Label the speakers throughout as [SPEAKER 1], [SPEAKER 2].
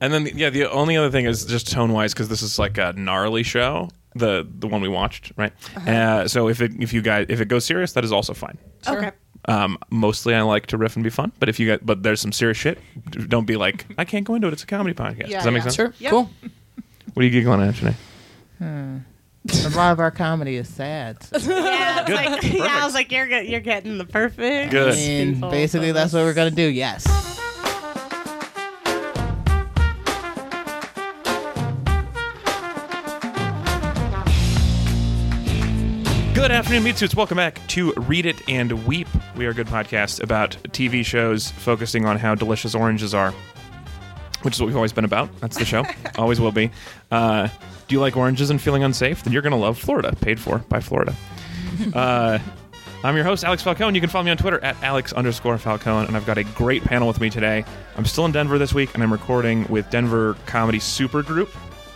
[SPEAKER 1] And then yeah, the only other thing is just tone wise because this is like a gnarly show. The the one we watched, right?
[SPEAKER 2] Uh-huh.
[SPEAKER 1] uh so if it if you guys if it goes serious, that is also fine.
[SPEAKER 2] Okay.
[SPEAKER 1] Um, mostly I like to riff and be fun, but if you get but there's some serious shit, d- don't be like I can't go into it. It's a comedy podcast.
[SPEAKER 2] Yeah,
[SPEAKER 1] Does that make
[SPEAKER 2] yeah.
[SPEAKER 1] sense?
[SPEAKER 3] Sure.
[SPEAKER 2] Yeah.
[SPEAKER 3] Cool.
[SPEAKER 1] What are you giggling at, Janae?
[SPEAKER 4] A lot of our comedy is sad. so-
[SPEAKER 2] Yeah, it's
[SPEAKER 1] Good.
[SPEAKER 2] like, yeah, I was like, you're get, you're getting the perfect.
[SPEAKER 1] Good.
[SPEAKER 4] and
[SPEAKER 2] spinful
[SPEAKER 4] basically,
[SPEAKER 2] of
[SPEAKER 4] that's what
[SPEAKER 2] this.
[SPEAKER 4] we're gonna do. Yes.
[SPEAKER 1] Good afternoon, meat suits. Welcome back to Read It and Weep. We are a good podcast about TV shows focusing on how delicious oranges are, which is what we've always been about. That's the show. always will be. Uh, do you like oranges and feeling unsafe? Then you're going to love Florida, paid for by Florida. Uh, I'm your host, Alex Falcone. You can follow me on Twitter at Alex underscore Falcone, and I've got a great panel with me today. I'm still in Denver this week, and I'm recording with Denver comedy supergroup,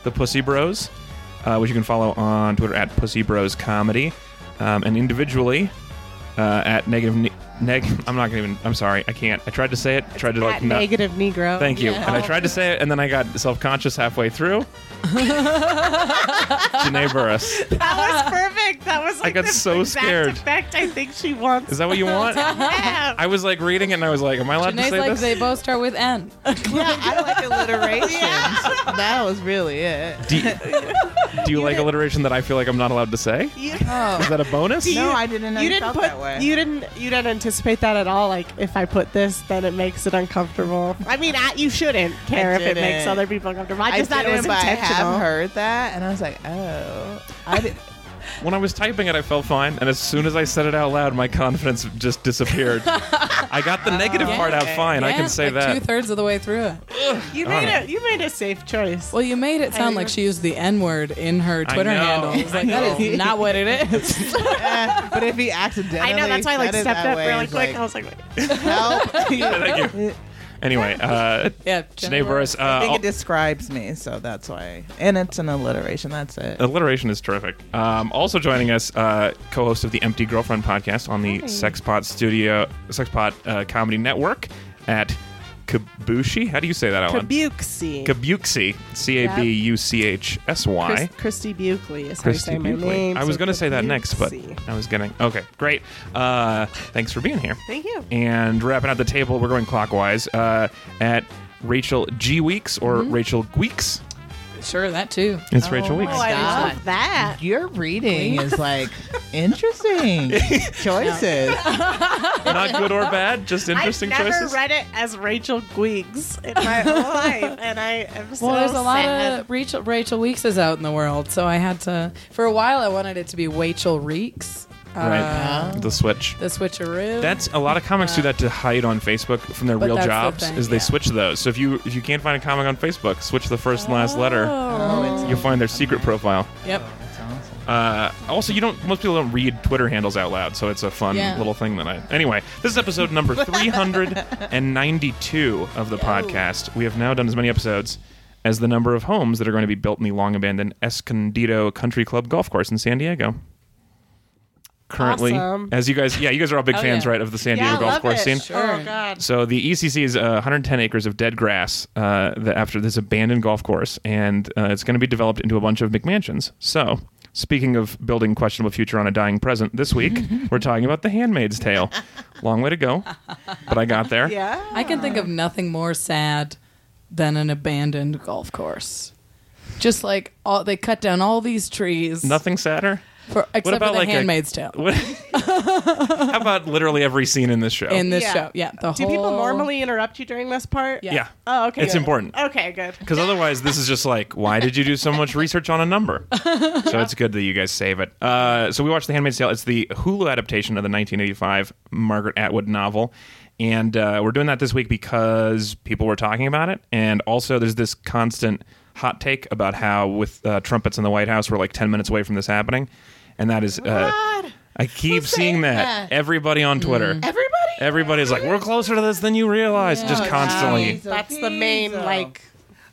[SPEAKER 1] the Pussy Bros, uh, which you can follow on Twitter at Pussy Bros Comedy, um, and individually uh, at negative ne- neg. I'm not gonna even. I'm sorry. I can't. I tried to say it. I tried to like
[SPEAKER 2] At
[SPEAKER 1] not-
[SPEAKER 2] negative Negro.
[SPEAKER 1] Thank you. And I tried to say it, and then I got self conscious halfway through. Janae Burris.
[SPEAKER 2] That was perfect. That was like
[SPEAKER 1] got
[SPEAKER 2] the
[SPEAKER 1] so
[SPEAKER 2] exact
[SPEAKER 1] scared.
[SPEAKER 2] Effect I think she wants.
[SPEAKER 1] Is that what you want?
[SPEAKER 2] yeah.
[SPEAKER 1] I was like reading it, and I was like, "Am I allowed to
[SPEAKER 3] Janae's
[SPEAKER 1] say
[SPEAKER 3] like
[SPEAKER 1] this?"
[SPEAKER 3] they both start with N.
[SPEAKER 4] I like alliteration. That was really it.
[SPEAKER 1] Do you, do you like alliteration that I feel like I'm not allowed to say?
[SPEAKER 2] You,
[SPEAKER 4] Oh.
[SPEAKER 1] Is that a bonus?
[SPEAKER 2] Do
[SPEAKER 4] No,
[SPEAKER 2] you-
[SPEAKER 4] I didn't know
[SPEAKER 2] you
[SPEAKER 4] you
[SPEAKER 2] didn't
[SPEAKER 4] felt
[SPEAKER 2] put.
[SPEAKER 4] that way.
[SPEAKER 2] You didn't. You didn't anticipate that at all. Like if I put this, then it makes it uncomfortable. I mean, I, you shouldn't care if it makes
[SPEAKER 4] didn't.
[SPEAKER 2] other people uncomfortable. I
[SPEAKER 4] I
[SPEAKER 2] just thought it was
[SPEAKER 4] didn't, but I
[SPEAKER 2] intentional.
[SPEAKER 4] have heard that, and I was like, oh, I did.
[SPEAKER 1] When I was typing it, I felt fine, and as soon as I said it out loud, my confidence just disappeared. I got the negative
[SPEAKER 3] Yeah.
[SPEAKER 1] part out fine. I
[SPEAKER 3] Yeah,
[SPEAKER 1] can say
[SPEAKER 3] like Two
[SPEAKER 1] that.
[SPEAKER 3] thirds of the way through it.
[SPEAKER 2] You
[SPEAKER 1] Darn
[SPEAKER 2] made
[SPEAKER 1] it.
[SPEAKER 2] a you made a safe choice.
[SPEAKER 3] Well, you made it sound like she used the N word in her
[SPEAKER 1] I
[SPEAKER 3] Twitter
[SPEAKER 1] know.
[SPEAKER 3] handle. It's like,
[SPEAKER 1] I
[SPEAKER 3] that
[SPEAKER 1] know.
[SPEAKER 3] is not what it is.
[SPEAKER 4] Eh, but if he accidentally,
[SPEAKER 2] I know that's why I like
[SPEAKER 4] said it
[SPEAKER 2] stepped up
[SPEAKER 4] that way,
[SPEAKER 2] really
[SPEAKER 4] it's
[SPEAKER 2] quick. I
[SPEAKER 4] Like,
[SPEAKER 2] was like, wait.
[SPEAKER 4] help.
[SPEAKER 1] Thank you. Anyway, uh,
[SPEAKER 3] yeah.
[SPEAKER 1] Janae Burris.
[SPEAKER 4] I
[SPEAKER 1] Uh,
[SPEAKER 4] think it describes me, so that's why. And it's an alliteration. That's it.
[SPEAKER 1] alliteration is terrific. Um, also joining us, uh, co-host of the Empty Girlfriend podcast on the Sexpot Studio, Sexpot uh, Comedy Network, at Kabushi. How do you say that out loud?
[SPEAKER 2] Kabuxi.
[SPEAKER 1] Kabuxi, C A B U C H S Y.
[SPEAKER 2] Chris- Christy Buckley is
[SPEAKER 1] Christy
[SPEAKER 2] how you say my
[SPEAKER 1] Buckley.
[SPEAKER 2] name.
[SPEAKER 1] I was
[SPEAKER 2] so
[SPEAKER 1] going to say that next, but
[SPEAKER 2] Kabuxi.
[SPEAKER 1] I was getting okay. Great. Uh, thanks for being here.
[SPEAKER 2] Thank you.
[SPEAKER 1] And wrapping out the table, we're going clockwise uh, at Rachel G Weeks or Rachel Weeks.
[SPEAKER 3] Sure, that too.
[SPEAKER 1] It's Rachel Weeks.
[SPEAKER 2] Mm-hmm. Oh, I
[SPEAKER 4] God.
[SPEAKER 2] love that.
[SPEAKER 4] Your reading is like interesting choices.
[SPEAKER 1] Not good or bad, just interesting
[SPEAKER 2] I've never
[SPEAKER 1] choices.
[SPEAKER 2] read it as Rachel Gwigs in my whole life, and I am so
[SPEAKER 3] Well, there's a lot
[SPEAKER 2] sad.
[SPEAKER 3] of Rachel Rachel Weeks is out in the world, so I had to. For a while, I wanted it to be Rachel Reeks. Uh,
[SPEAKER 1] right. The switch.
[SPEAKER 3] The switcheroo.
[SPEAKER 1] That's a lot of comics do that to hide on Facebook from their
[SPEAKER 3] But
[SPEAKER 1] real
[SPEAKER 3] that's the
[SPEAKER 1] jobs.
[SPEAKER 3] thing,
[SPEAKER 1] is they
[SPEAKER 3] yeah.
[SPEAKER 1] switch those. So if you if you can't find a comic on Facebook, switch the first and last letter.
[SPEAKER 3] Oh.
[SPEAKER 1] You'll find their secret profile.
[SPEAKER 3] Yep.
[SPEAKER 4] That's awesome.
[SPEAKER 1] Uh, also, you don't. Most people don't read Twitter handles out loud, so it's a fun
[SPEAKER 3] Yeah.
[SPEAKER 1] little thing that I. Anyway, this is episode number 392 of the podcast. We have now done as many episodes as the number of homes that are going to be built in the long abandoned Escondido Country Club golf course in San Diego. Currently,
[SPEAKER 2] Awesome.
[SPEAKER 1] as you guys, yeah, you guys are all big
[SPEAKER 3] Oh,
[SPEAKER 1] fans,
[SPEAKER 3] yeah.
[SPEAKER 1] right, of the San
[SPEAKER 2] yeah,
[SPEAKER 1] Diego
[SPEAKER 2] I
[SPEAKER 1] golf
[SPEAKER 2] love
[SPEAKER 1] course
[SPEAKER 2] it.
[SPEAKER 1] scene.
[SPEAKER 3] Sure.
[SPEAKER 2] Oh God.
[SPEAKER 1] So the ECC is uh, 110 acres of dead grass uh, that after this abandoned golf course, and uh, it's going to be developed into a bunch of McMansions. So, speaking of building questionable future on a dying present, this week we're talking about The Handmaid's Tale. Long way to go, but I got there.
[SPEAKER 2] Yeah.
[SPEAKER 3] I can think of nothing more sad than an abandoned golf course. Just like all they cut down all these trees.
[SPEAKER 1] Nothing sadder.
[SPEAKER 3] for, except
[SPEAKER 1] about
[SPEAKER 3] for the
[SPEAKER 1] like a-
[SPEAKER 3] Handmaid's Tale
[SPEAKER 1] What- How about literally every scene in this show?
[SPEAKER 3] in this
[SPEAKER 2] Yeah.
[SPEAKER 3] show. Yeah, the
[SPEAKER 2] Do
[SPEAKER 3] whole.
[SPEAKER 2] people normally interrupt you during this part?
[SPEAKER 3] Yeah.
[SPEAKER 1] yeah.
[SPEAKER 2] Oh, okay.
[SPEAKER 1] It's
[SPEAKER 2] good.
[SPEAKER 1] important.
[SPEAKER 2] Okay, good.
[SPEAKER 1] Because otherwise, this is just like, why did you do so much research on a number? So it's good that you guys save it. Uh, so we watched The Handmaid's Tale. It's the Hulu adaptation of the 1985 Margaret Atwood novel. And uh, we're doing that this week because people were talking about it. And also, there's this constant hot take about how, with uh, trumpets in the White House, we're like 10 minutes away from this happening. And that is, uh,
[SPEAKER 2] God.
[SPEAKER 1] I keep seeing that.
[SPEAKER 4] that? Mm.
[SPEAKER 1] Everybody on Twitter.
[SPEAKER 2] Everybody.
[SPEAKER 1] Everybody's like, we're closer to this than you realize, just
[SPEAKER 3] Yeah.
[SPEAKER 1] constantly.
[SPEAKER 4] Jeez, oh,
[SPEAKER 2] That's the main
[SPEAKER 4] jeez, oh.
[SPEAKER 2] like.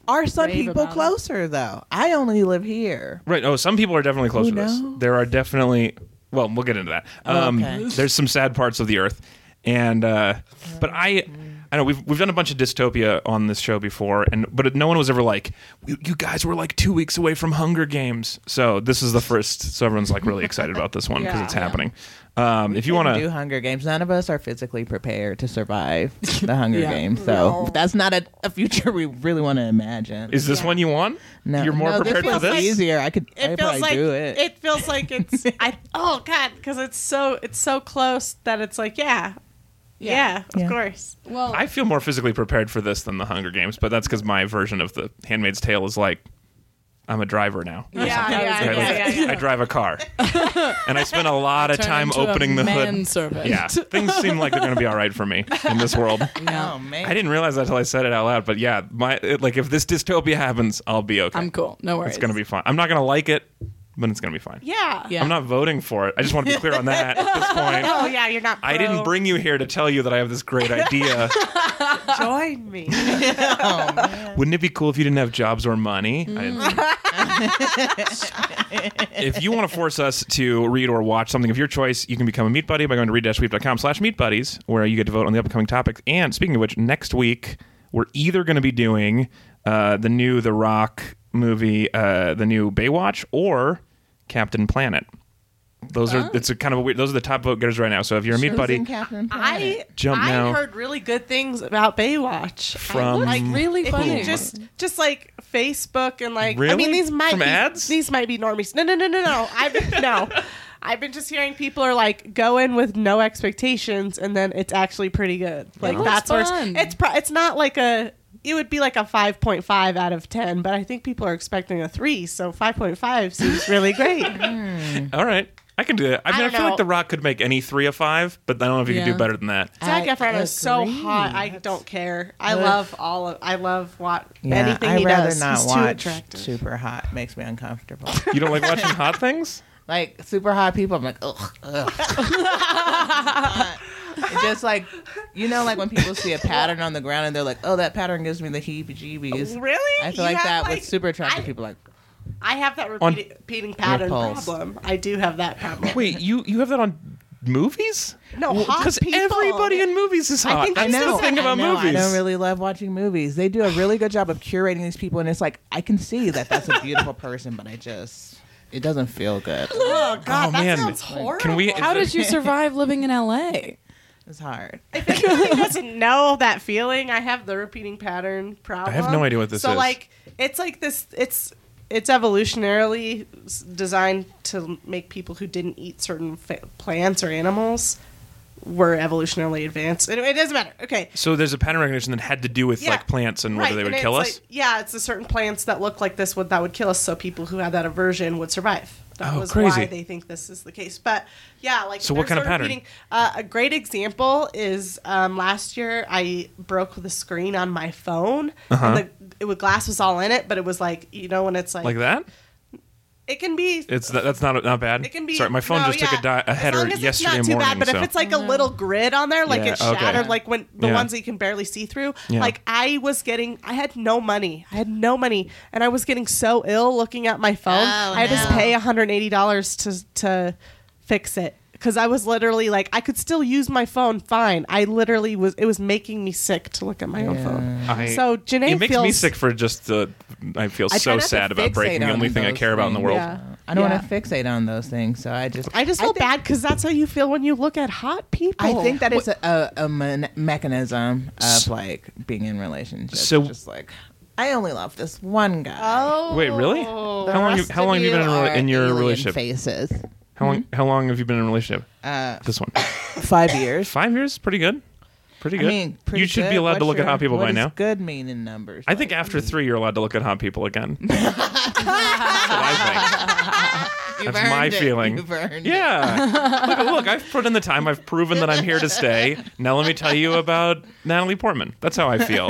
[SPEAKER 4] Are some
[SPEAKER 3] Rave
[SPEAKER 4] people
[SPEAKER 3] about it.
[SPEAKER 4] closer though? I only live here.
[SPEAKER 1] Right. Oh, some people are definitely closer to this.
[SPEAKER 4] knows?
[SPEAKER 1] There are definitely. Well, we'll get into that. Um,
[SPEAKER 4] okay. Oh,
[SPEAKER 1] There's some sad parts of the earth, and uh, but I, I know we've we've done a bunch of dystopia on this show before, and but no one was ever like, "You you guys were like two weeks away from Hunger Games," so this is the first. So everyone's like really excited about this one because
[SPEAKER 2] Yeah.
[SPEAKER 1] it's happening. Um, if you want
[SPEAKER 4] do
[SPEAKER 1] to,
[SPEAKER 4] Hunger Games. None of us are physically prepared to survive the Hunger
[SPEAKER 3] Yeah.
[SPEAKER 4] Games, so that's not a, a future we really want to imagine.
[SPEAKER 1] is this one you want?
[SPEAKER 4] no,
[SPEAKER 1] You're more
[SPEAKER 4] no,
[SPEAKER 1] prepared
[SPEAKER 4] this
[SPEAKER 1] for
[SPEAKER 4] one's
[SPEAKER 1] this.
[SPEAKER 4] Easier, I could. I
[SPEAKER 2] It
[SPEAKER 4] probably
[SPEAKER 2] feels like
[SPEAKER 4] do it.
[SPEAKER 2] feels like it's I oh god because it's so it's so close that it's like yeah yeah, of
[SPEAKER 4] Yeah.
[SPEAKER 2] course
[SPEAKER 3] Well,
[SPEAKER 1] I feel more physically prepared for this than the Hunger Games, but that's because my version of the Handmaid's Tale is like, I'm a driver now.
[SPEAKER 4] Oh,
[SPEAKER 3] yeah,
[SPEAKER 2] yeah,
[SPEAKER 3] yeah,
[SPEAKER 1] I,
[SPEAKER 2] yeah,
[SPEAKER 1] like,
[SPEAKER 2] yeah, yeah.
[SPEAKER 1] I drive a car, and I spend a lot of
[SPEAKER 3] Turn
[SPEAKER 1] time
[SPEAKER 3] into a
[SPEAKER 1] opening the hood.
[SPEAKER 3] manservant.
[SPEAKER 1] Yeah, things seem like they're going to be all right for me in this world.
[SPEAKER 3] Yeah.
[SPEAKER 4] oh man,
[SPEAKER 1] I didn't realize that until I said it out loud. But yeah, my it, like if this dystopia happens, I'll be okay.
[SPEAKER 3] I'm cool. No worries.
[SPEAKER 1] it's gonna be fine. I'm not gonna like it, but it's gonna be fine.
[SPEAKER 2] yeah
[SPEAKER 3] Yeah.
[SPEAKER 1] I'm not voting for it. I just want to be clear on that at this point.
[SPEAKER 2] oh yeah you're not
[SPEAKER 1] I didn't
[SPEAKER 2] pro.
[SPEAKER 1] bring you here to tell you that I have this great idea.
[SPEAKER 2] join me
[SPEAKER 1] Wouldn't it be cool if you didn't have jobs or money? I didn't- if you want to force us to read or watch something of your choice, you can become a meat buddy by going to read-weep.com slash meat buddies, where you get to vote on the upcoming topics. And speaking of which, next week we're either going to be doing uh, the new The Rock movie, uh, the new Baywatch, or Captain Planet. Those are it's a kind of a weird. Those are the top vote getters right now. So if you're a meat buddy,
[SPEAKER 4] Captain
[SPEAKER 2] I
[SPEAKER 1] Jump
[SPEAKER 2] I
[SPEAKER 1] now.
[SPEAKER 2] heard really good things about Baywatch
[SPEAKER 1] From-
[SPEAKER 2] I looked-
[SPEAKER 3] really
[SPEAKER 2] if
[SPEAKER 3] funny.
[SPEAKER 2] you just just like Facebook and like I
[SPEAKER 1] Really?
[SPEAKER 2] mean these might
[SPEAKER 1] From
[SPEAKER 2] be,
[SPEAKER 1] ads?
[SPEAKER 2] these might be normies. No no no no no. I've been, no. I've been just hearing people are like go in with no expectations and then it's actually pretty good. Like
[SPEAKER 3] looks
[SPEAKER 2] that's where
[SPEAKER 3] fun.
[SPEAKER 2] it's pro- it's not like a it would be like a 5.5 out of 10, but I think people are expecting a 3, so 5.5 seems really great.
[SPEAKER 1] all right, I can do that. I mean, I,
[SPEAKER 2] Hmm. don't
[SPEAKER 1] feel
[SPEAKER 2] know.
[SPEAKER 1] like The Rock could make any three a five, but I don't know if you can
[SPEAKER 3] Yeah.
[SPEAKER 1] do better than that.
[SPEAKER 2] Zac
[SPEAKER 4] I
[SPEAKER 2] Efron is so
[SPEAKER 4] agree.
[SPEAKER 2] hot. I don't care. I love all of. I love what
[SPEAKER 4] yeah,
[SPEAKER 2] anything
[SPEAKER 4] I'd
[SPEAKER 2] he
[SPEAKER 4] rather
[SPEAKER 2] does.
[SPEAKER 4] not
[SPEAKER 2] He's too
[SPEAKER 4] watch
[SPEAKER 2] attractive.
[SPEAKER 4] Super Hot. Makes me uncomfortable.
[SPEAKER 1] You don't like watching hot things?
[SPEAKER 4] like super hot people. I'm like, ugh, ugh. It's just like, you know, like when people see a pattern on the ground and they're like, oh, that pattern gives me the heebie-jeebies.
[SPEAKER 2] Really?
[SPEAKER 4] I feel
[SPEAKER 2] You
[SPEAKER 4] like
[SPEAKER 2] have,
[SPEAKER 4] that
[SPEAKER 2] like-
[SPEAKER 4] with super attractive
[SPEAKER 2] I-
[SPEAKER 4] people. Like,
[SPEAKER 2] I have that
[SPEAKER 1] On-
[SPEAKER 2] repeating, repeating pattern
[SPEAKER 4] Repulse.
[SPEAKER 2] problem. I do have that problem.
[SPEAKER 1] Wait, you you have that on movies?
[SPEAKER 2] No, hot
[SPEAKER 1] because
[SPEAKER 2] people.
[SPEAKER 1] everybody in movies is hot.
[SPEAKER 2] think
[SPEAKER 1] That's
[SPEAKER 2] that's
[SPEAKER 1] the
[SPEAKER 2] what
[SPEAKER 1] thing
[SPEAKER 2] I
[SPEAKER 1] about
[SPEAKER 4] no,
[SPEAKER 1] movies.
[SPEAKER 4] "Oh, I don't really love watching movies. They do a really good job of curating these people, and it's like I can see that that's a beautiful person, but I just it doesn't feel good.
[SPEAKER 2] Oh God,
[SPEAKER 1] Oh,
[SPEAKER 2] that
[SPEAKER 1] man.
[SPEAKER 2] sounds
[SPEAKER 1] Can
[SPEAKER 2] horrible.
[SPEAKER 1] we-
[SPEAKER 3] How did you survive living in LA?
[SPEAKER 4] It's hard.
[SPEAKER 2] If anybody doesn't know that feeling, I have the repeating pattern problem.
[SPEAKER 1] no idea what this
[SPEAKER 2] so
[SPEAKER 1] is.
[SPEAKER 2] So like, it's like this. It's it's evolutionarily s- designed to make people who didn't eat certain fa- plants or animals were evolutionarily advanced. Anyway, it doesn't matter. Okay.
[SPEAKER 1] So there's a pattern recognition that had to do with
[SPEAKER 2] Yeah.
[SPEAKER 1] like plants and whether
[SPEAKER 2] Right,
[SPEAKER 1] they
[SPEAKER 2] and
[SPEAKER 1] would
[SPEAKER 2] it's
[SPEAKER 1] kill
[SPEAKER 2] like-
[SPEAKER 1] us.
[SPEAKER 2] Yeah, it's the certain plants that look like this would that would kill us, so people who had that aversion would survive. That
[SPEAKER 1] Oh,
[SPEAKER 2] was
[SPEAKER 1] crazy.
[SPEAKER 2] why they think this is the case. But yeah, like
[SPEAKER 1] So what
[SPEAKER 2] they're
[SPEAKER 1] kind of
[SPEAKER 2] sort
[SPEAKER 1] pattern?
[SPEAKER 2] repeating- uh, a great example is um, last year I broke the screen on my phone.
[SPEAKER 1] Uh-huh.
[SPEAKER 2] And the it, was- glass was all in it, but it was like you know when it's like,
[SPEAKER 1] Like that?
[SPEAKER 2] It can be
[SPEAKER 1] It's th- that's not not bad.
[SPEAKER 2] it can be.
[SPEAKER 1] Sorry, my phone
[SPEAKER 2] no,
[SPEAKER 1] just took a,
[SPEAKER 2] yeah.
[SPEAKER 1] di- a
[SPEAKER 2] As
[SPEAKER 1] header
[SPEAKER 2] long as it's
[SPEAKER 1] yesterday
[SPEAKER 2] not too
[SPEAKER 1] morning.
[SPEAKER 2] Bad, but
[SPEAKER 1] so.
[SPEAKER 2] if it's like a little grid on there, like
[SPEAKER 1] Yeah,
[SPEAKER 2] it's
[SPEAKER 1] okay.
[SPEAKER 2] shattered, like when the
[SPEAKER 1] Yeah.
[SPEAKER 2] ones that you can barely see through.
[SPEAKER 1] Yeah.
[SPEAKER 2] Like I was getting, I had no money. I had no money, and I was getting so ill looking at my phone.
[SPEAKER 4] Oh,
[SPEAKER 2] I had to
[SPEAKER 4] no.
[SPEAKER 2] pay 180 dollars to to fix it. Because I was literally like, I could still use my phone fine. I literally was, it was making me sick to look at my own
[SPEAKER 4] Yeah.
[SPEAKER 2] phone.
[SPEAKER 1] I-
[SPEAKER 2] so Janae
[SPEAKER 1] it makes me
[SPEAKER 2] feels-
[SPEAKER 1] sick for just the. I feel
[SPEAKER 4] I try
[SPEAKER 1] so
[SPEAKER 4] not to
[SPEAKER 1] sad about
[SPEAKER 4] fixate
[SPEAKER 1] breaking the
[SPEAKER 4] on
[SPEAKER 1] only thing I
[SPEAKER 4] those
[SPEAKER 1] care about in the
[SPEAKER 4] things.
[SPEAKER 1] world.
[SPEAKER 2] Yeah.
[SPEAKER 4] I don't
[SPEAKER 3] Yeah.
[SPEAKER 4] want to fixate on those things, so I just
[SPEAKER 2] I just feel
[SPEAKER 4] think-
[SPEAKER 2] bad because that's how you feel when you look at hot people.
[SPEAKER 4] I think that it's a, a, a me- mechanism of like being in relationships.
[SPEAKER 1] So-
[SPEAKER 4] So just like, I only love this one guy.
[SPEAKER 2] Oh.
[SPEAKER 1] Wait, really?
[SPEAKER 4] The
[SPEAKER 1] How long?
[SPEAKER 4] rest
[SPEAKER 1] Have, how long
[SPEAKER 4] of
[SPEAKER 1] have you been in, a
[SPEAKER 4] are
[SPEAKER 1] rela- in your
[SPEAKER 4] alien
[SPEAKER 1] relationship?
[SPEAKER 4] Faces.
[SPEAKER 1] How long?
[SPEAKER 4] Hmm?
[SPEAKER 1] How long have you been in a relationship?
[SPEAKER 4] Uh,
[SPEAKER 1] This one.
[SPEAKER 4] five years.
[SPEAKER 1] Five years, pretty good. Pretty
[SPEAKER 4] I
[SPEAKER 1] good.
[SPEAKER 4] mean, pretty
[SPEAKER 1] you should
[SPEAKER 4] good.
[SPEAKER 1] be allowed to
[SPEAKER 4] What's
[SPEAKER 1] look at
[SPEAKER 4] your-
[SPEAKER 1] hot people
[SPEAKER 4] what
[SPEAKER 1] by
[SPEAKER 4] does
[SPEAKER 1] now.
[SPEAKER 4] Good mean in numbers.
[SPEAKER 1] I think
[SPEAKER 4] like?
[SPEAKER 1] after three, you're allowed to look at hot people again. That's what I
[SPEAKER 4] You've
[SPEAKER 1] that's my
[SPEAKER 4] earned it.
[SPEAKER 1] feeling.
[SPEAKER 4] You've earned
[SPEAKER 1] think.
[SPEAKER 4] it.
[SPEAKER 1] Yeah. Look, look, I've put in the time. I've proven that I'm here to stay. Now let me tell you about Natalie Portman. That's how I feel.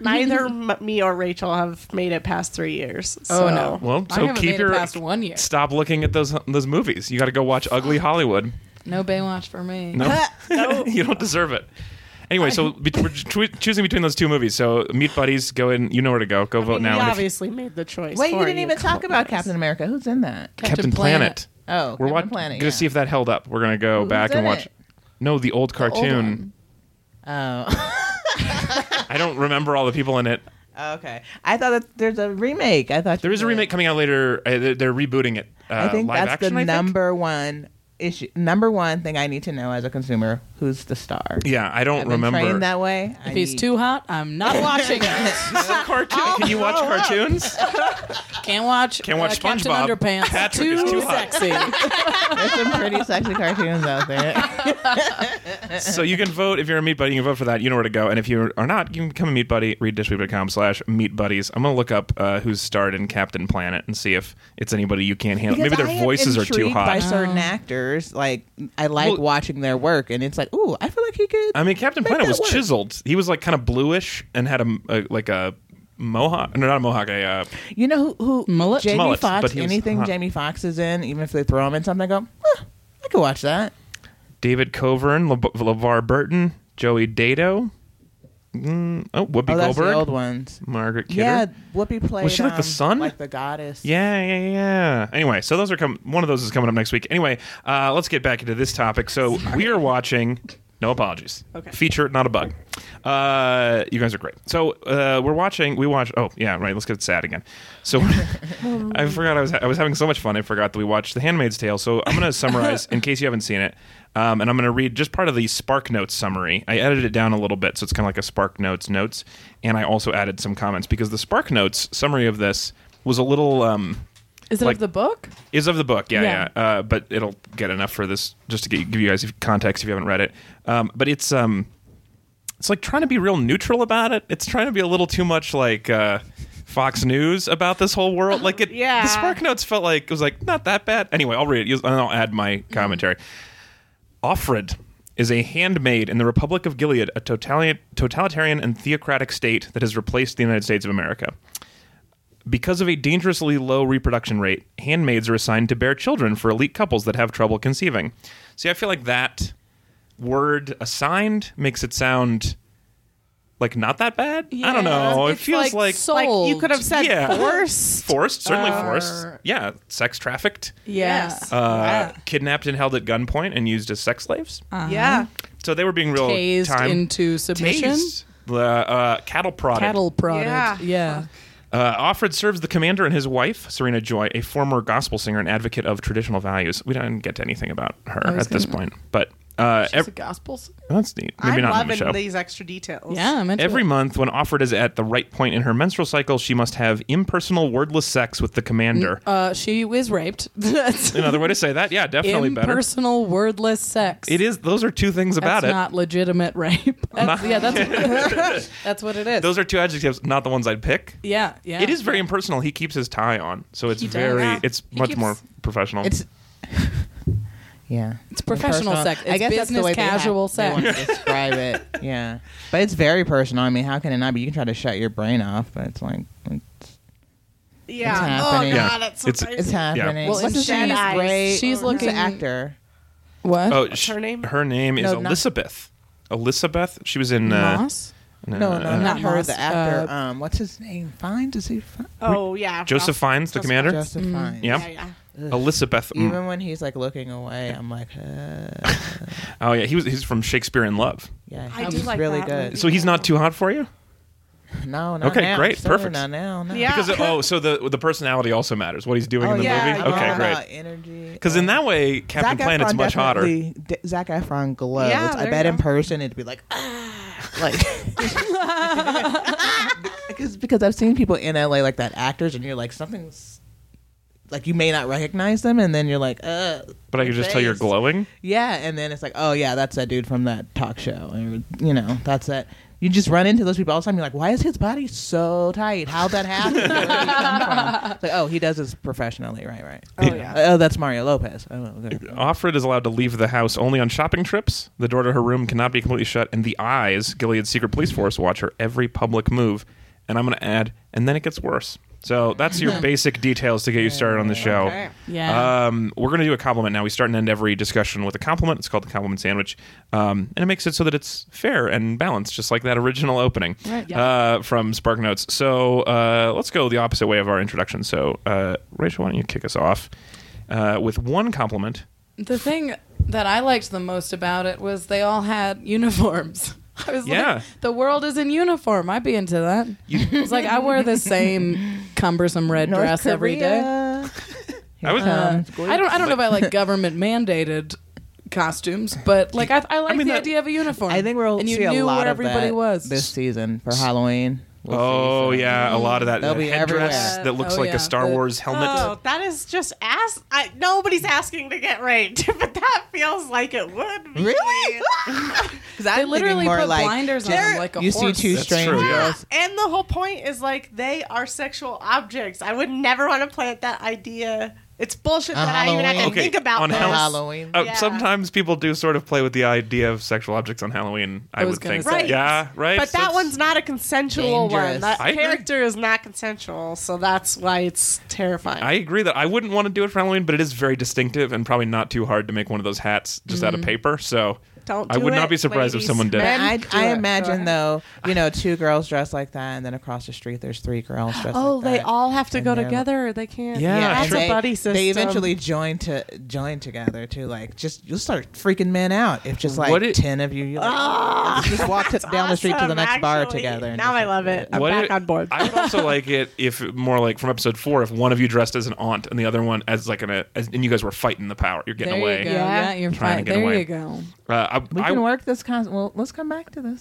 [SPEAKER 2] Neither m- me or Rachel have made it past three years.
[SPEAKER 3] Oh
[SPEAKER 2] so-
[SPEAKER 3] no.
[SPEAKER 1] Well,
[SPEAKER 3] I
[SPEAKER 1] so
[SPEAKER 3] haven't
[SPEAKER 1] keep
[SPEAKER 3] made
[SPEAKER 1] your-
[SPEAKER 3] it past one year.
[SPEAKER 1] Stop looking at those those movies. You got to go watch Ugly Hollywood.
[SPEAKER 3] No Baywatch for me.
[SPEAKER 1] No,
[SPEAKER 4] Uh,
[SPEAKER 1] you don't deserve it. Anyway, so be- we're choo- choosing between those two movies. So Meet Buddies, go in. You know where to go. Go
[SPEAKER 2] I
[SPEAKER 1] vote
[SPEAKER 2] mean,
[SPEAKER 1] now.
[SPEAKER 2] we
[SPEAKER 1] And if-
[SPEAKER 2] obviously made the choice.
[SPEAKER 4] Wait,
[SPEAKER 2] for
[SPEAKER 4] you didn't even
[SPEAKER 2] Come
[SPEAKER 4] talk about
[SPEAKER 2] on.
[SPEAKER 4] Captain America. Who's in that?
[SPEAKER 1] Captain Planet. We're
[SPEAKER 4] Oh, Captain
[SPEAKER 1] watching.
[SPEAKER 4] Planet.
[SPEAKER 1] Gonna
[SPEAKER 4] yeah.
[SPEAKER 1] see if that held up. We're gonna go
[SPEAKER 4] Who's
[SPEAKER 1] back and
[SPEAKER 4] in
[SPEAKER 1] watch.
[SPEAKER 4] it?
[SPEAKER 1] No, the old
[SPEAKER 3] old
[SPEAKER 1] cartoon.
[SPEAKER 3] one.
[SPEAKER 4] Oh,
[SPEAKER 1] I don't remember all the people in it.
[SPEAKER 4] Okay. I thought that there's a remake. I thought
[SPEAKER 1] There is a remake coming out later. Uh, they're, they're rebooting it. Uh,
[SPEAKER 4] I think
[SPEAKER 1] live
[SPEAKER 4] that's
[SPEAKER 1] action,
[SPEAKER 4] the
[SPEAKER 1] I think?
[SPEAKER 4] number one issue. Number one thing I need to know as a consumer: who's the star?
[SPEAKER 1] Yeah, I don't
[SPEAKER 4] I've been
[SPEAKER 1] remember.
[SPEAKER 4] trained that way. I
[SPEAKER 3] If he's
[SPEAKER 4] need-
[SPEAKER 3] too hot, I'm not watching it.
[SPEAKER 1] This is a cartoon. Can you
[SPEAKER 4] Oh,
[SPEAKER 1] watch cartoons?
[SPEAKER 3] Can't watch.
[SPEAKER 1] Can't watch
[SPEAKER 3] uh, Captain
[SPEAKER 1] SpongeBob.
[SPEAKER 3] Underpants.
[SPEAKER 1] Patrick is too hot.
[SPEAKER 3] sexy.
[SPEAKER 4] there's some pretty sexy cartoons out there.
[SPEAKER 1] so you can vote if you're a meat buddy. You can vote for that. You know where to go. And if you are not, you can become a meat buddy. Read dishweep.com slash meat buddies. I'm gonna look up uh, who's starred in Captain Planet and see if it's anybody you can't handle. Maybe
[SPEAKER 4] Because
[SPEAKER 1] their
[SPEAKER 4] I am
[SPEAKER 1] voices are too
[SPEAKER 4] intrigued By
[SPEAKER 1] hot.
[SPEAKER 3] Oh.
[SPEAKER 4] certain actors, like I like
[SPEAKER 1] Well-
[SPEAKER 4] watching their work, and it's like, ooh, I feel like he could.
[SPEAKER 1] I mean, Captain
[SPEAKER 4] Make
[SPEAKER 1] Planet
[SPEAKER 4] that
[SPEAKER 1] was
[SPEAKER 4] work.
[SPEAKER 1] chiseled. He was like kind of bluish and had a, a like a mohawk. No, not a mohawk. A uh,
[SPEAKER 4] you know who? who
[SPEAKER 3] Mullet?
[SPEAKER 4] Jamie
[SPEAKER 1] Mullet,
[SPEAKER 4] Foxx.
[SPEAKER 1] but he was-
[SPEAKER 4] anything
[SPEAKER 1] huh.
[SPEAKER 4] Jamie Foxx is in, even if they throw him in something, I go, huh, I could watch that.
[SPEAKER 1] David Covern, Le- LeVar Burton, Joey Dado. Mm, oh, Whoopi
[SPEAKER 4] Oh, that's
[SPEAKER 1] Goldberg,
[SPEAKER 4] the old ones.
[SPEAKER 1] Margaret Kidder.
[SPEAKER 4] Yeah, Whoopi played.
[SPEAKER 1] she like the
[SPEAKER 4] um,
[SPEAKER 1] sun?
[SPEAKER 4] Like the goddess.
[SPEAKER 1] Yeah, yeah, yeah. Anyway, so those are coming. One of those is coming up next week. Anyway, uh, let's get back into this topic. So we are watching. No apologies.
[SPEAKER 2] Okay.
[SPEAKER 1] Feature, not a bug. Uh, you guys are great. So uh, we're watching. We watch. Oh yeah, right. Let's get sad again. So I forgot I was I was having so much fun. I forgot that we watched The Handmaid's Tale. So I'm gonna summarize in case you haven't seen it, um, and I'm gonna read just part of the Spark Notes summary. I edited it down a little bit, so it's kind of like a Spark Notes notes, and I also added some comments because the Spark Notes summary of this was a little. Um,
[SPEAKER 3] Is it
[SPEAKER 1] Like-
[SPEAKER 3] of the book?
[SPEAKER 1] is of the book, yeah, yeah.
[SPEAKER 3] Yeah.
[SPEAKER 1] Uh, but it'll get enough for this just to get, give you guys context if you haven't read it. Um, but it's um, it's like trying to be real neutral about it. It's trying to be a little too much like uh, Fox News about this whole world. Like it,
[SPEAKER 2] Yeah.
[SPEAKER 1] The Spark Notes felt like it was like not that bad. Anyway, I'll read it and I'll add my commentary. Offred is a handmaid in the Republic of Gilead, a totalitarian, totalitarian and theocratic state that has replaced the United States of America. Because of a dangerously low reproduction rate, handmaids are assigned to bear children for elite couples that have trouble conceiving. See, I feel like that word assigned makes it sound like not that bad. I don't know. It
[SPEAKER 3] It's
[SPEAKER 1] feels like,
[SPEAKER 2] Like
[SPEAKER 3] sold.
[SPEAKER 2] you could have said
[SPEAKER 1] Yeah.
[SPEAKER 2] force.
[SPEAKER 1] forced, certainly forced. Yeah, sex trafficked,
[SPEAKER 3] Yeah.
[SPEAKER 2] Yes.
[SPEAKER 1] uh, kidnapped and held at gunpoint and used as sex slaves.
[SPEAKER 3] Uh-huh.
[SPEAKER 2] Yeah.
[SPEAKER 1] So they were being real
[SPEAKER 3] Tased
[SPEAKER 1] time
[SPEAKER 3] into submission.
[SPEAKER 1] Tased. Uh, uh, cattle prodded.
[SPEAKER 3] Cattle product. Yeah.
[SPEAKER 1] Uh, Offred serves the commander and his wife, Serena Joy, a former gospel singer and advocate of traditional values. We don't get to anything about her
[SPEAKER 3] was
[SPEAKER 1] at this
[SPEAKER 3] gonna-
[SPEAKER 1] point, but uh,
[SPEAKER 3] Is
[SPEAKER 1] ev-
[SPEAKER 3] it gospels?
[SPEAKER 1] that's neat. Maybe
[SPEAKER 2] I'm
[SPEAKER 1] not in the
[SPEAKER 2] loving
[SPEAKER 1] show.
[SPEAKER 2] these extra details.
[SPEAKER 3] Yeah. I'm into
[SPEAKER 1] Every
[SPEAKER 3] it.
[SPEAKER 1] month, when Offred is at the right point in her menstrual cycle, she must have impersonal, wordless sex with the commander.
[SPEAKER 3] Uh, she was raped. That's
[SPEAKER 1] Another way to say that, yeah, definitely better.
[SPEAKER 3] impersonal, wordless sex.
[SPEAKER 1] It is; those are two things about
[SPEAKER 3] That's
[SPEAKER 1] it.
[SPEAKER 3] not legitimate rape. That's, yeah, that's that's what it is.
[SPEAKER 1] those are two adjectives, not the ones I'd pick.
[SPEAKER 3] yeah, yeah.
[SPEAKER 1] It is very impersonal. He keeps his tie on, so it's
[SPEAKER 3] He does.
[SPEAKER 1] very,
[SPEAKER 3] Yeah.
[SPEAKER 1] it's
[SPEAKER 3] He
[SPEAKER 1] much
[SPEAKER 3] keeps-
[SPEAKER 1] more professional.
[SPEAKER 4] It's Um, yeah.
[SPEAKER 3] It's professional
[SPEAKER 4] Personal-
[SPEAKER 3] sex. It's
[SPEAKER 4] I guess that's the
[SPEAKER 3] business
[SPEAKER 4] way they have-
[SPEAKER 3] casual
[SPEAKER 4] they want to
[SPEAKER 3] sex.
[SPEAKER 4] describe it. Yeah, but it's very personal. I mean, how can it not be? You can try to shut your brain off, but it's like it's, It's
[SPEAKER 2] Yeah. oh
[SPEAKER 4] happening.
[SPEAKER 2] god,
[SPEAKER 1] Yeah.
[SPEAKER 2] it's so
[SPEAKER 1] It's-
[SPEAKER 2] crazy.
[SPEAKER 4] it's happening.
[SPEAKER 3] Well,
[SPEAKER 4] What's
[SPEAKER 3] and
[SPEAKER 4] his name?
[SPEAKER 3] she's-
[SPEAKER 4] He's great.
[SPEAKER 3] she's
[SPEAKER 4] Who's the
[SPEAKER 3] looking-
[SPEAKER 4] actor.
[SPEAKER 3] What?
[SPEAKER 1] Oh, sh-
[SPEAKER 2] her name?
[SPEAKER 1] Her name is
[SPEAKER 4] No, not-
[SPEAKER 1] Elizabeth. Elizabeth. She was in. Uh,
[SPEAKER 3] Moss?
[SPEAKER 4] No, no, not her.
[SPEAKER 3] Moss,
[SPEAKER 4] The actor.
[SPEAKER 3] uh,
[SPEAKER 4] um, what's his name? Fine. Does he? Fine?
[SPEAKER 2] Oh yeah.
[SPEAKER 1] Joseph
[SPEAKER 2] Ralph-
[SPEAKER 1] Fiennes, the
[SPEAKER 2] Joseph
[SPEAKER 1] commander.
[SPEAKER 4] Joseph Fiennes.
[SPEAKER 1] Yeah.
[SPEAKER 2] Yeah, yeah.
[SPEAKER 1] Elizabeth. mm.
[SPEAKER 4] Even when he's like looking away, I'm like, uh,
[SPEAKER 1] Oh yeah, he was. He's from Shakespeare in Love.
[SPEAKER 4] yeah,
[SPEAKER 2] I
[SPEAKER 4] he's
[SPEAKER 2] do like
[SPEAKER 4] really
[SPEAKER 2] that
[SPEAKER 4] good.
[SPEAKER 2] movie.
[SPEAKER 1] So he's not too hot for you.
[SPEAKER 4] No, not
[SPEAKER 1] Okay,
[SPEAKER 4] now.
[SPEAKER 1] great,
[SPEAKER 4] Certainly
[SPEAKER 1] perfect.
[SPEAKER 4] Not now. No.
[SPEAKER 2] Yeah.
[SPEAKER 1] Because oh, so the the personality also matters. What he's doing
[SPEAKER 4] Oh,
[SPEAKER 1] in the
[SPEAKER 4] yeah,
[SPEAKER 1] movie.
[SPEAKER 4] you
[SPEAKER 1] Okay,
[SPEAKER 4] know,
[SPEAKER 1] great.
[SPEAKER 4] about Energy.
[SPEAKER 1] Because in that way, Captain Planet's much hotter.
[SPEAKER 4] hotter. Zach Efron glows.
[SPEAKER 2] Yeah, there
[SPEAKER 4] I bet
[SPEAKER 2] you
[SPEAKER 4] in
[SPEAKER 2] go.
[SPEAKER 4] person it'd be like, ah, like because because I've seen people in LA like that actors, and you're like something's like you may not recognize them, and then you're like, uh,
[SPEAKER 1] But I could just tell you're
[SPEAKER 4] face.
[SPEAKER 1] glowing.
[SPEAKER 4] yeah, and then it's like, oh yeah, that's that dude from that talk show, or you know, that's that. You just run into those people all the time. You're like, why is his body so tight? How'd that happen? Where did he come from? It's like, oh, he does this professionally, right? Right.
[SPEAKER 2] Oh yeah.
[SPEAKER 4] Oh, that's Mario Lopez. Oh, okay.
[SPEAKER 1] Offred is allowed to leave the house only on shopping trips. The door to her room cannot be completely shut, and the eyes, Gilead's secret police force, watch her every public move. And I'm going to add, and then it gets worse. So that's your basic details to get you started on the show.
[SPEAKER 2] Okay.
[SPEAKER 3] Yeah.
[SPEAKER 1] Um, we're going to do a compliment now. We start and end every discussion with a compliment. It's called the compliment sandwich. Um, and it makes it so that it's fair and balanced, just like that original opening
[SPEAKER 3] Right, yeah.
[SPEAKER 1] uh, from Spark Notes. So uh, let's go the opposite way of our introduction. So, uh, Rachel, why don't you kick us off uh, with one compliment?
[SPEAKER 3] the thing that I liked the most about it was they all had uniforms. I was
[SPEAKER 1] Yeah.
[SPEAKER 3] like, the world is in uniform. I'd be into that. it's like I wear the same cumbersome red
[SPEAKER 4] North
[SPEAKER 3] dress every day.
[SPEAKER 4] Korea.
[SPEAKER 1] I was.
[SPEAKER 3] Uh, I don't. I don't know if I like government mandated costumes, but like I, I like
[SPEAKER 1] mean,
[SPEAKER 3] the
[SPEAKER 1] that-
[SPEAKER 3] idea of a uniform.
[SPEAKER 4] I think we'll
[SPEAKER 3] and you
[SPEAKER 4] see
[SPEAKER 3] knew
[SPEAKER 4] a lot
[SPEAKER 3] where
[SPEAKER 4] of
[SPEAKER 3] everybody
[SPEAKER 4] that
[SPEAKER 3] was.
[SPEAKER 4] this season for Halloween. We'll see
[SPEAKER 1] oh
[SPEAKER 4] some.
[SPEAKER 1] yeah, a lot of that,
[SPEAKER 4] They'll
[SPEAKER 1] that
[SPEAKER 4] be
[SPEAKER 1] headdress
[SPEAKER 4] everywhere.
[SPEAKER 1] that looks
[SPEAKER 3] Oh,
[SPEAKER 1] like
[SPEAKER 3] yeah.
[SPEAKER 1] a Star
[SPEAKER 3] The-
[SPEAKER 1] Wars helmet.
[SPEAKER 2] Oh, that is just ass. I, nobody's asking to get raped, but that feels like it would. be.
[SPEAKER 4] Really? Because
[SPEAKER 3] they literally
[SPEAKER 4] more
[SPEAKER 3] put
[SPEAKER 4] like,
[SPEAKER 3] blinders on
[SPEAKER 4] just-
[SPEAKER 3] them like a
[SPEAKER 4] you
[SPEAKER 3] horse.
[SPEAKER 4] see two
[SPEAKER 1] That's
[SPEAKER 4] strange
[SPEAKER 1] true, yeah.
[SPEAKER 4] girls.
[SPEAKER 2] And the whole point is like they are sexual objects. I would never want to plant that idea. It's bullshit
[SPEAKER 4] On
[SPEAKER 2] that I even have to
[SPEAKER 4] Halloween.
[SPEAKER 2] think about
[SPEAKER 1] on
[SPEAKER 2] this.
[SPEAKER 1] Halloween.
[SPEAKER 4] Halloween.
[SPEAKER 1] Uh,
[SPEAKER 2] Yeah.
[SPEAKER 1] Sometimes people do sort of play with the idea of sexual objects on Halloween. I,
[SPEAKER 3] was
[SPEAKER 1] would
[SPEAKER 3] gonna
[SPEAKER 1] think,
[SPEAKER 3] say.
[SPEAKER 2] Right.
[SPEAKER 1] yeah, right.
[SPEAKER 2] But
[SPEAKER 1] So
[SPEAKER 2] that
[SPEAKER 1] it's-
[SPEAKER 2] one's not a consensual one.
[SPEAKER 4] Dangerous.
[SPEAKER 2] That
[SPEAKER 1] I agree.
[SPEAKER 2] character is not consensual, so that's why it's terrifying.
[SPEAKER 1] I agree that I wouldn't want to do it for Halloween, but it is very distinctive and probably not too hard to make one of those hats just out of paper. So
[SPEAKER 2] Don't
[SPEAKER 1] I
[SPEAKER 2] do
[SPEAKER 1] would
[SPEAKER 2] it,
[SPEAKER 1] not be surprised
[SPEAKER 2] ladies.
[SPEAKER 1] if someone did.
[SPEAKER 3] Men-
[SPEAKER 1] it.
[SPEAKER 4] I,
[SPEAKER 3] Do
[SPEAKER 4] I
[SPEAKER 3] it. Go
[SPEAKER 4] imagine
[SPEAKER 3] ahead.
[SPEAKER 4] though, you know, two girls dressed like that, and then across the street there's three girls dressed.
[SPEAKER 2] oh,
[SPEAKER 4] like
[SPEAKER 2] they
[SPEAKER 4] that.
[SPEAKER 2] all have to
[SPEAKER 4] And
[SPEAKER 2] go
[SPEAKER 4] they're-
[SPEAKER 2] together. They can't.
[SPEAKER 1] Yeah,
[SPEAKER 4] Yeah,
[SPEAKER 2] that's
[SPEAKER 1] sure.
[SPEAKER 2] a buddy
[SPEAKER 4] they,
[SPEAKER 2] system.
[SPEAKER 4] they eventually join to join together to like just you'll start freaking men out if just like
[SPEAKER 1] What it-
[SPEAKER 4] ten of you you like, just walk to, down the street to the
[SPEAKER 2] Awesome,
[SPEAKER 4] next bar
[SPEAKER 2] actually.
[SPEAKER 4] together. and
[SPEAKER 2] Now
[SPEAKER 4] just-
[SPEAKER 2] I love it. I'm
[SPEAKER 1] What
[SPEAKER 2] back
[SPEAKER 1] it-
[SPEAKER 2] on board.
[SPEAKER 1] I would also like it if more like from episode four, if one of you dressed as an aunt and the other one as like an a, as, and you guys were fighting the power. You're
[SPEAKER 3] There
[SPEAKER 1] getting
[SPEAKER 3] you
[SPEAKER 1] away.
[SPEAKER 3] go.
[SPEAKER 2] Yeah.
[SPEAKER 3] Yeah, you're
[SPEAKER 1] Trying to
[SPEAKER 3] fine.
[SPEAKER 1] get
[SPEAKER 3] There
[SPEAKER 1] away.
[SPEAKER 3] you go.
[SPEAKER 1] Uh, I,
[SPEAKER 4] We
[SPEAKER 1] I,
[SPEAKER 4] can work this con. Well, let's come back to this.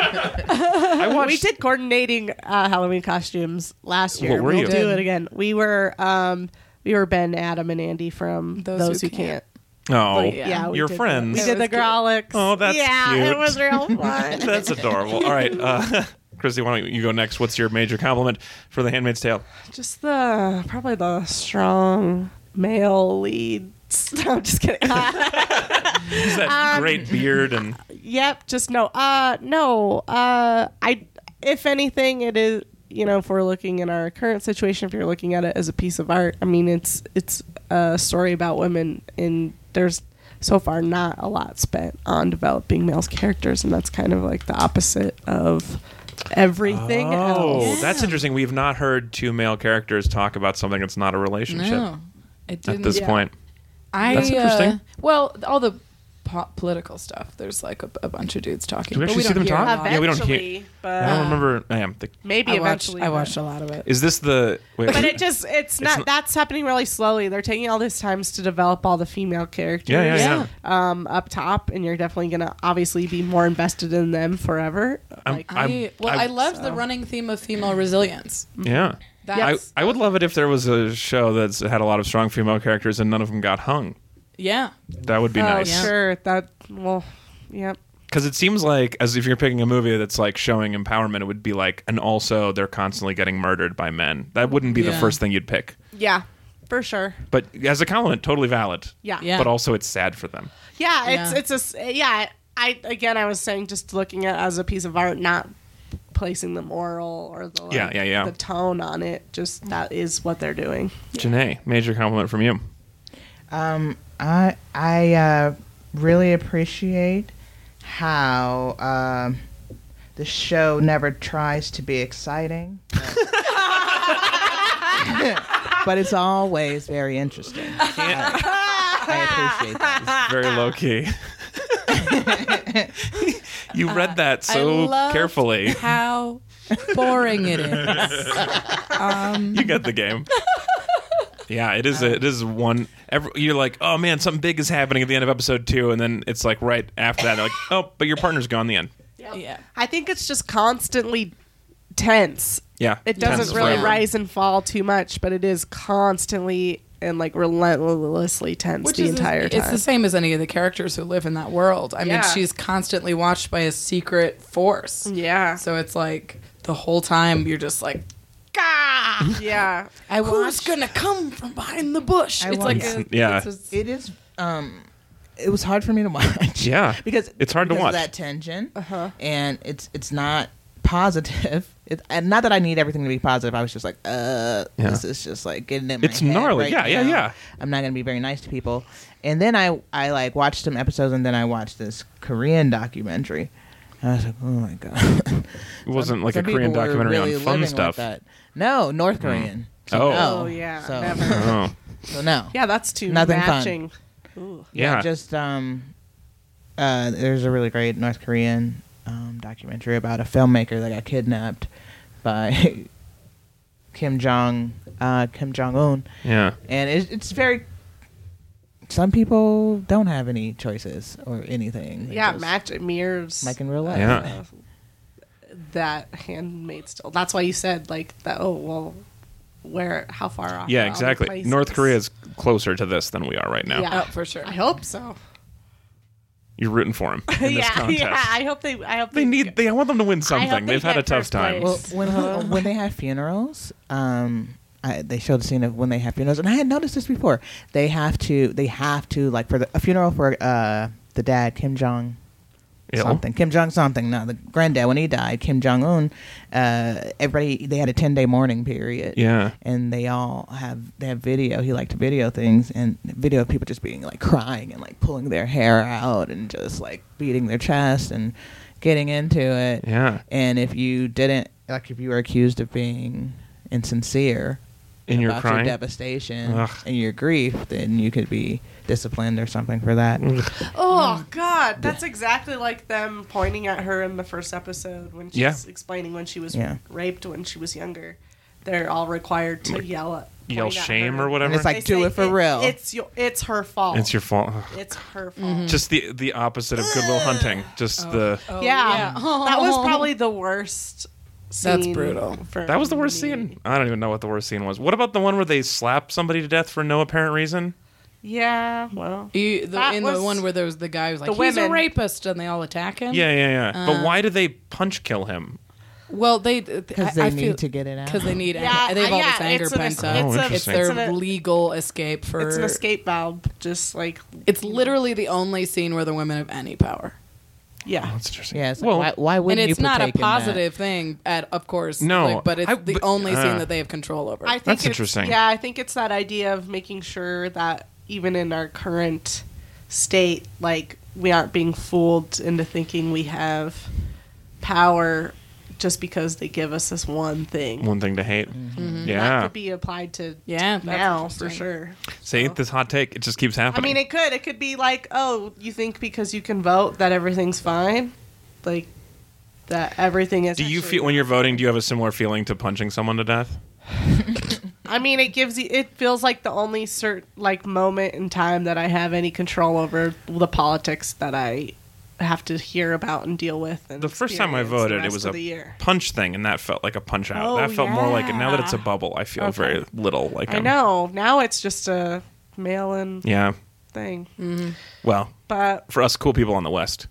[SPEAKER 1] I watched.
[SPEAKER 2] we did coordinating uh, Halloween costumes last year.
[SPEAKER 1] What were
[SPEAKER 2] we'll
[SPEAKER 1] you?
[SPEAKER 2] do it again. We were um, we were Ben, Adam, and Andy from Those, Who Can't.
[SPEAKER 1] Oh,
[SPEAKER 2] Like, yeah, we
[SPEAKER 1] your
[SPEAKER 2] did that.
[SPEAKER 1] friends.
[SPEAKER 2] We
[SPEAKER 3] It
[SPEAKER 2] did the
[SPEAKER 3] was cute.
[SPEAKER 2] Grolics.
[SPEAKER 1] Oh, that's
[SPEAKER 2] yeah,
[SPEAKER 1] cute.
[SPEAKER 2] it was real fun.
[SPEAKER 1] That's adorable. All right, uh, Christy, why don't you go next? What's your major compliment for The Handmaid's Tale?
[SPEAKER 2] Just the probably the strong male leads. No, I'm just kidding.
[SPEAKER 1] Is that
[SPEAKER 2] Um,
[SPEAKER 1] great beard and
[SPEAKER 2] Yep, just no. Uh no. Uh I if anything it is you know, if we're looking in our current situation, if you're looking at it as a piece of art, I mean it's it's a story about women and there's so far not a lot spent on developing male's characters and that's kind of like the opposite of everything
[SPEAKER 1] Oh,
[SPEAKER 2] else.
[SPEAKER 1] that's interesting. We've not heard two male characters talk about something that's not a relationship
[SPEAKER 3] No, it didn't.
[SPEAKER 1] at this
[SPEAKER 2] Yeah.
[SPEAKER 1] point.
[SPEAKER 3] I,
[SPEAKER 1] That's interesting.
[SPEAKER 3] uh, well, all the po- political stuff. There's like a, a bunch of dudes talking.
[SPEAKER 1] Do we
[SPEAKER 3] but
[SPEAKER 1] actually see
[SPEAKER 3] don't
[SPEAKER 1] them
[SPEAKER 3] hear a
[SPEAKER 1] talk?
[SPEAKER 3] lot.
[SPEAKER 1] Yeah, we don't hear-
[SPEAKER 2] but
[SPEAKER 1] I don't remember. I am. The,
[SPEAKER 2] maybe
[SPEAKER 3] I watched.
[SPEAKER 2] eventually.
[SPEAKER 3] I
[SPEAKER 2] but-
[SPEAKER 3] watched a lot of it.
[SPEAKER 1] is this the? Wait,
[SPEAKER 2] But it just it's not
[SPEAKER 1] not-
[SPEAKER 2] that's happening really slowly. They're taking all this times to develop all the female characters.
[SPEAKER 1] yeah, yeah, yeah.
[SPEAKER 3] Yeah.
[SPEAKER 2] um, up top, and you're definitely going to obviously be more invested in them forever.
[SPEAKER 1] I'm-
[SPEAKER 2] like,
[SPEAKER 1] I'm-
[SPEAKER 3] I, well,
[SPEAKER 1] I'm-
[SPEAKER 3] I loved the
[SPEAKER 2] So.
[SPEAKER 3] running theme of female resilience.
[SPEAKER 1] Yeah.
[SPEAKER 3] That's
[SPEAKER 1] I, I would love it if there was a show that's had a lot of strong female characters and none of them got hung.
[SPEAKER 3] yeah.
[SPEAKER 1] That would be
[SPEAKER 2] oh,
[SPEAKER 1] nice.
[SPEAKER 2] sure. That, well, yep.
[SPEAKER 1] Because it seems like, as if you're picking a movie that's like showing empowerment, it would be like, and also they're constantly getting murdered by men. That wouldn't be the
[SPEAKER 3] Yeah.
[SPEAKER 1] first thing you'd pick.
[SPEAKER 2] Yeah, for sure.
[SPEAKER 1] But as a compliment, totally valid.
[SPEAKER 2] Yeah.
[SPEAKER 3] Yeah.
[SPEAKER 1] But also, it's sad for them.
[SPEAKER 2] Yeah, it's,
[SPEAKER 3] Yeah.
[SPEAKER 2] it's a, s- yeah, I, again, I was saying just looking at it as a piece of art, not placing the moral or the, like,
[SPEAKER 1] Yeah, yeah, yeah.
[SPEAKER 2] the tone on it. Just that is what they're doing.
[SPEAKER 1] Janae, major compliment from you.
[SPEAKER 4] Um, I I uh, really appreciate how um, the show never tries to be exciting, but- but it's always very interesting. I appreciate that.
[SPEAKER 1] very low key. you read
[SPEAKER 2] Uh,
[SPEAKER 1] that
[SPEAKER 3] I
[SPEAKER 1] so
[SPEAKER 3] loved
[SPEAKER 1] carefully.
[SPEAKER 3] How boring it is.
[SPEAKER 1] You get the game. Yeah, it is. it is one. Every, you're like, oh man, something big is happening at the end of episode two, and then it's like right after that, they're like, oh, but your partner's gone. The end.
[SPEAKER 3] Yeah.
[SPEAKER 2] I think it's just constantly tense
[SPEAKER 1] Yeah,
[SPEAKER 2] It
[SPEAKER 1] Tense
[SPEAKER 2] doesn't really
[SPEAKER 1] forever.
[SPEAKER 2] rise and fall too much, but it is constantly and like relentlessly tense the
[SPEAKER 3] is
[SPEAKER 2] entire time.
[SPEAKER 3] It's the same as any of the characters who live in that world. I
[SPEAKER 2] Yeah.
[SPEAKER 3] mean, she's constantly watched by a secret force.
[SPEAKER 2] yeah.
[SPEAKER 3] So it's like the whole time you're just like,
[SPEAKER 2] yeah.
[SPEAKER 3] I who's gonna come from behind the bush?
[SPEAKER 4] I
[SPEAKER 3] it's like,
[SPEAKER 4] watched-
[SPEAKER 3] a,
[SPEAKER 1] Yeah.
[SPEAKER 3] it's a-
[SPEAKER 4] It is. Um, it was hard for me to watch.
[SPEAKER 1] Yeah.
[SPEAKER 4] because
[SPEAKER 1] It's hard to
[SPEAKER 4] because of
[SPEAKER 1] watch.
[SPEAKER 4] that tension,
[SPEAKER 2] Uh-huh.
[SPEAKER 4] and it's it's not positive. It, and not that I need everything to be positive. I was just like, uh,
[SPEAKER 1] Yeah.
[SPEAKER 4] this is just like getting in my
[SPEAKER 1] It's
[SPEAKER 4] head
[SPEAKER 1] gnarly.
[SPEAKER 4] right
[SPEAKER 1] Yeah, yeah,
[SPEAKER 4] now.
[SPEAKER 1] yeah.
[SPEAKER 4] I'm not gonna be very nice to people. And then I I like watched some episodes, and then I watched this Korean documentary. And I was like, oh my god.
[SPEAKER 1] It wasn't like a
[SPEAKER 4] Some people
[SPEAKER 1] Korean
[SPEAKER 4] were
[SPEAKER 1] documentary
[SPEAKER 4] really
[SPEAKER 1] on fun
[SPEAKER 4] living like
[SPEAKER 1] stuff. Hmm.
[SPEAKER 4] that. No, North Korean. So
[SPEAKER 1] Oh.
[SPEAKER 4] no.
[SPEAKER 2] Oh, yeah,
[SPEAKER 4] So,
[SPEAKER 2] never.
[SPEAKER 1] Oh,
[SPEAKER 4] so no.
[SPEAKER 2] Yeah, that's too
[SPEAKER 4] Nothing fun.
[SPEAKER 2] matching. Ooh.
[SPEAKER 1] yeah.
[SPEAKER 4] just um uh there's a really great north korean um, documentary about a filmmaker that got kidnapped by Kim Jong uh, Kim Jong Un,
[SPEAKER 1] Yeah.
[SPEAKER 4] and it, it's very. Some people don't have any choices or anything. They
[SPEAKER 2] yeah,
[SPEAKER 4] just-
[SPEAKER 2] match it mirrors
[SPEAKER 4] like in real life.
[SPEAKER 1] Yeah.
[SPEAKER 2] uh, that handmaid's tale. That's why you said like that. Oh well, where? How far off? are
[SPEAKER 1] Yeah,
[SPEAKER 2] all the
[SPEAKER 1] exactly.
[SPEAKER 2] places?
[SPEAKER 1] North Korea is closer to this than we are right now.
[SPEAKER 2] Yeah.
[SPEAKER 3] Oh, for sure.
[SPEAKER 2] I hope so.
[SPEAKER 1] You're rooting for them in this
[SPEAKER 2] yeah,
[SPEAKER 1] contest.
[SPEAKER 2] yeah. I hope they. I hope
[SPEAKER 1] They need. They, I want them to win
[SPEAKER 2] hope
[SPEAKER 1] something.
[SPEAKER 2] they
[SPEAKER 1] They've had
[SPEAKER 2] get
[SPEAKER 1] a tough
[SPEAKER 2] first
[SPEAKER 1] time.
[SPEAKER 2] place.
[SPEAKER 4] Well, when when they have funerals, um, I, they showed a scene of when they have funerals, and I had noticed this before. They have to, they have to like for the, a funeral for uh, the dad Kim Jong
[SPEAKER 1] Ill.
[SPEAKER 4] something, Kim Jong something. No, the granddad when he died, Kim Jong Un. Uh, everybody they had a ten day mourning period.
[SPEAKER 1] Yeah.
[SPEAKER 4] and they all have they have video. He liked to video things and video of people just being like crying and like pulling their hair out and just like beating their chest and getting into it.
[SPEAKER 1] Yeah.
[SPEAKER 4] And if you didn't, like, if you were accused of being insincere
[SPEAKER 1] And you're
[SPEAKER 4] about
[SPEAKER 1] crying?
[SPEAKER 4] your devastation
[SPEAKER 1] Ugh.
[SPEAKER 4] and your grief, then you could be disciplined or something for that.
[SPEAKER 1] Hmm.
[SPEAKER 2] Oh God, that's exactly like them pointing at her in the first episode when she's
[SPEAKER 1] Yeah.
[SPEAKER 2] explaining when she was
[SPEAKER 4] Yeah.
[SPEAKER 2] raped when she was younger. They're all required to yell at
[SPEAKER 1] Yell
[SPEAKER 2] point at
[SPEAKER 1] shame
[SPEAKER 2] her.
[SPEAKER 1] or whatever.
[SPEAKER 4] And it's like,
[SPEAKER 2] They
[SPEAKER 4] do
[SPEAKER 2] say
[SPEAKER 4] it for real. Mm-hmm.
[SPEAKER 2] It's your, it's her fault.
[SPEAKER 1] It's your fault. Ugh.
[SPEAKER 2] It's her fault.
[SPEAKER 1] Just the the opposite of Goodwill Hunting. Just the.
[SPEAKER 3] Oh,
[SPEAKER 2] yeah, that was
[SPEAKER 3] Oh.
[SPEAKER 2] probably the worst.
[SPEAKER 3] That's
[SPEAKER 2] scene
[SPEAKER 3] brutal.
[SPEAKER 2] for
[SPEAKER 1] That was the worst
[SPEAKER 2] me.
[SPEAKER 1] scene. I don't even know what the worst scene was. What about the one where they slap somebody to death for no apparent reason?
[SPEAKER 2] Yeah. Well.
[SPEAKER 3] You, the,
[SPEAKER 2] That
[SPEAKER 3] in
[SPEAKER 2] was
[SPEAKER 3] the one where there was the guy who's like,
[SPEAKER 2] the
[SPEAKER 3] he's a
[SPEAKER 2] women.
[SPEAKER 3] rapist, and they all attack
[SPEAKER 2] Um,
[SPEAKER 3] him.
[SPEAKER 1] Yeah, yeah, yeah.
[SPEAKER 2] uh,
[SPEAKER 1] but why did they punch kill him?
[SPEAKER 3] Well, they because
[SPEAKER 4] Because they need to get it out.
[SPEAKER 3] because they need
[SPEAKER 2] Yeah,
[SPEAKER 3] they've all
[SPEAKER 2] yeah,
[SPEAKER 3] this anger
[SPEAKER 2] it's an
[SPEAKER 3] pent up.
[SPEAKER 2] es-
[SPEAKER 1] it's a-
[SPEAKER 3] it's
[SPEAKER 1] Oh, interesting.
[SPEAKER 3] their
[SPEAKER 2] it's an-
[SPEAKER 3] legal escape for.
[SPEAKER 2] It's an escape valve, just like
[SPEAKER 3] It's literally the only scene where the women have any power,
[SPEAKER 1] Oh,
[SPEAKER 2] yeah.
[SPEAKER 1] that's interesting.
[SPEAKER 4] yeah, it's like,
[SPEAKER 1] well,
[SPEAKER 4] why, why
[SPEAKER 3] and
[SPEAKER 4] wouldn't
[SPEAKER 3] it's
[SPEAKER 4] you
[SPEAKER 3] not a
[SPEAKER 4] partake in that?
[SPEAKER 3] positive thing. At of course,
[SPEAKER 1] No,
[SPEAKER 3] like, but it's
[SPEAKER 1] I-
[SPEAKER 3] the
[SPEAKER 1] but-
[SPEAKER 3] only
[SPEAKER 1] uh,
[SPEAKER 3] scene that they have control over.
[SPEAKER 2] I think
[SPEAKER 1] That's
[SPEAKER 2] it's-
[SPEAKER 1] interesting.
[SPEAKER 2] Yeah, I think it's that idea of making sure that even in our current state, like we aren't being fooled into thinking we have power just because they give us this one thing.
[SPEAKER 1] one thing to hate.
[SPEAKER 2] Mm-hmm. That
[SPEAKER 1] Yeah.
[SPEAKER 2] could be applied to
[SPEAKER 3] Mm-hmm. yeah, that's
[SPEAKER 2] now for
[SPEAKER 3] interesting.
[SPEAKER 2] sure.
[SPEAKER 1] Say ain't this hot take. It just keeps
[SPEAKER 2] I
[SPEAKER 1] happening.
[SPEAKER 2] mean, it could. It could be like, oh, you think because you can vote that everything's fine, like that everything is.
[SPEAKER 1] do you
[SPEAKER 2] actually
[SPEAKER 1] feel when you're voting? Do you have a similar feeling to punching someone to death?
[SPEAKER 2] I mean, it gives you. It feels like the only cert like moment in time that I have any control over the politics that I have to hear about and deal with. And
[SPEAKER 1] The first time I
[SPEAKER 2] experience the
[SPEAKER 1] voted, it
[SPEAKER 2] rest
[SPEAKER 1] was
[SPEAKER 2] of
[SPEAKER 1] a
[SPEAKER 2] the year.
[SPEAKER 1] punch thing, and that felt like a punch out.
[SPEAKER 2] Oh,
[SPEAKER 1] that felt more like now that it's a
[SPEAKER 2] yeah.
[SPEAKER 1] bubble, I feel
[SPEAKER 2] Okay.
[SPEAKER 1] very little. Like
[SPEAKER 2] I
[SPEAKER 1] I'm-
[SPEAKER 2] know now it's just a mail-in
[SPEAKER 1] Yeah.
[SPEAKER 2] thing,
[SPEAKER 1] Well,
[SPEAKER 2] but
[SPEAKER 1] for us cool people on the West,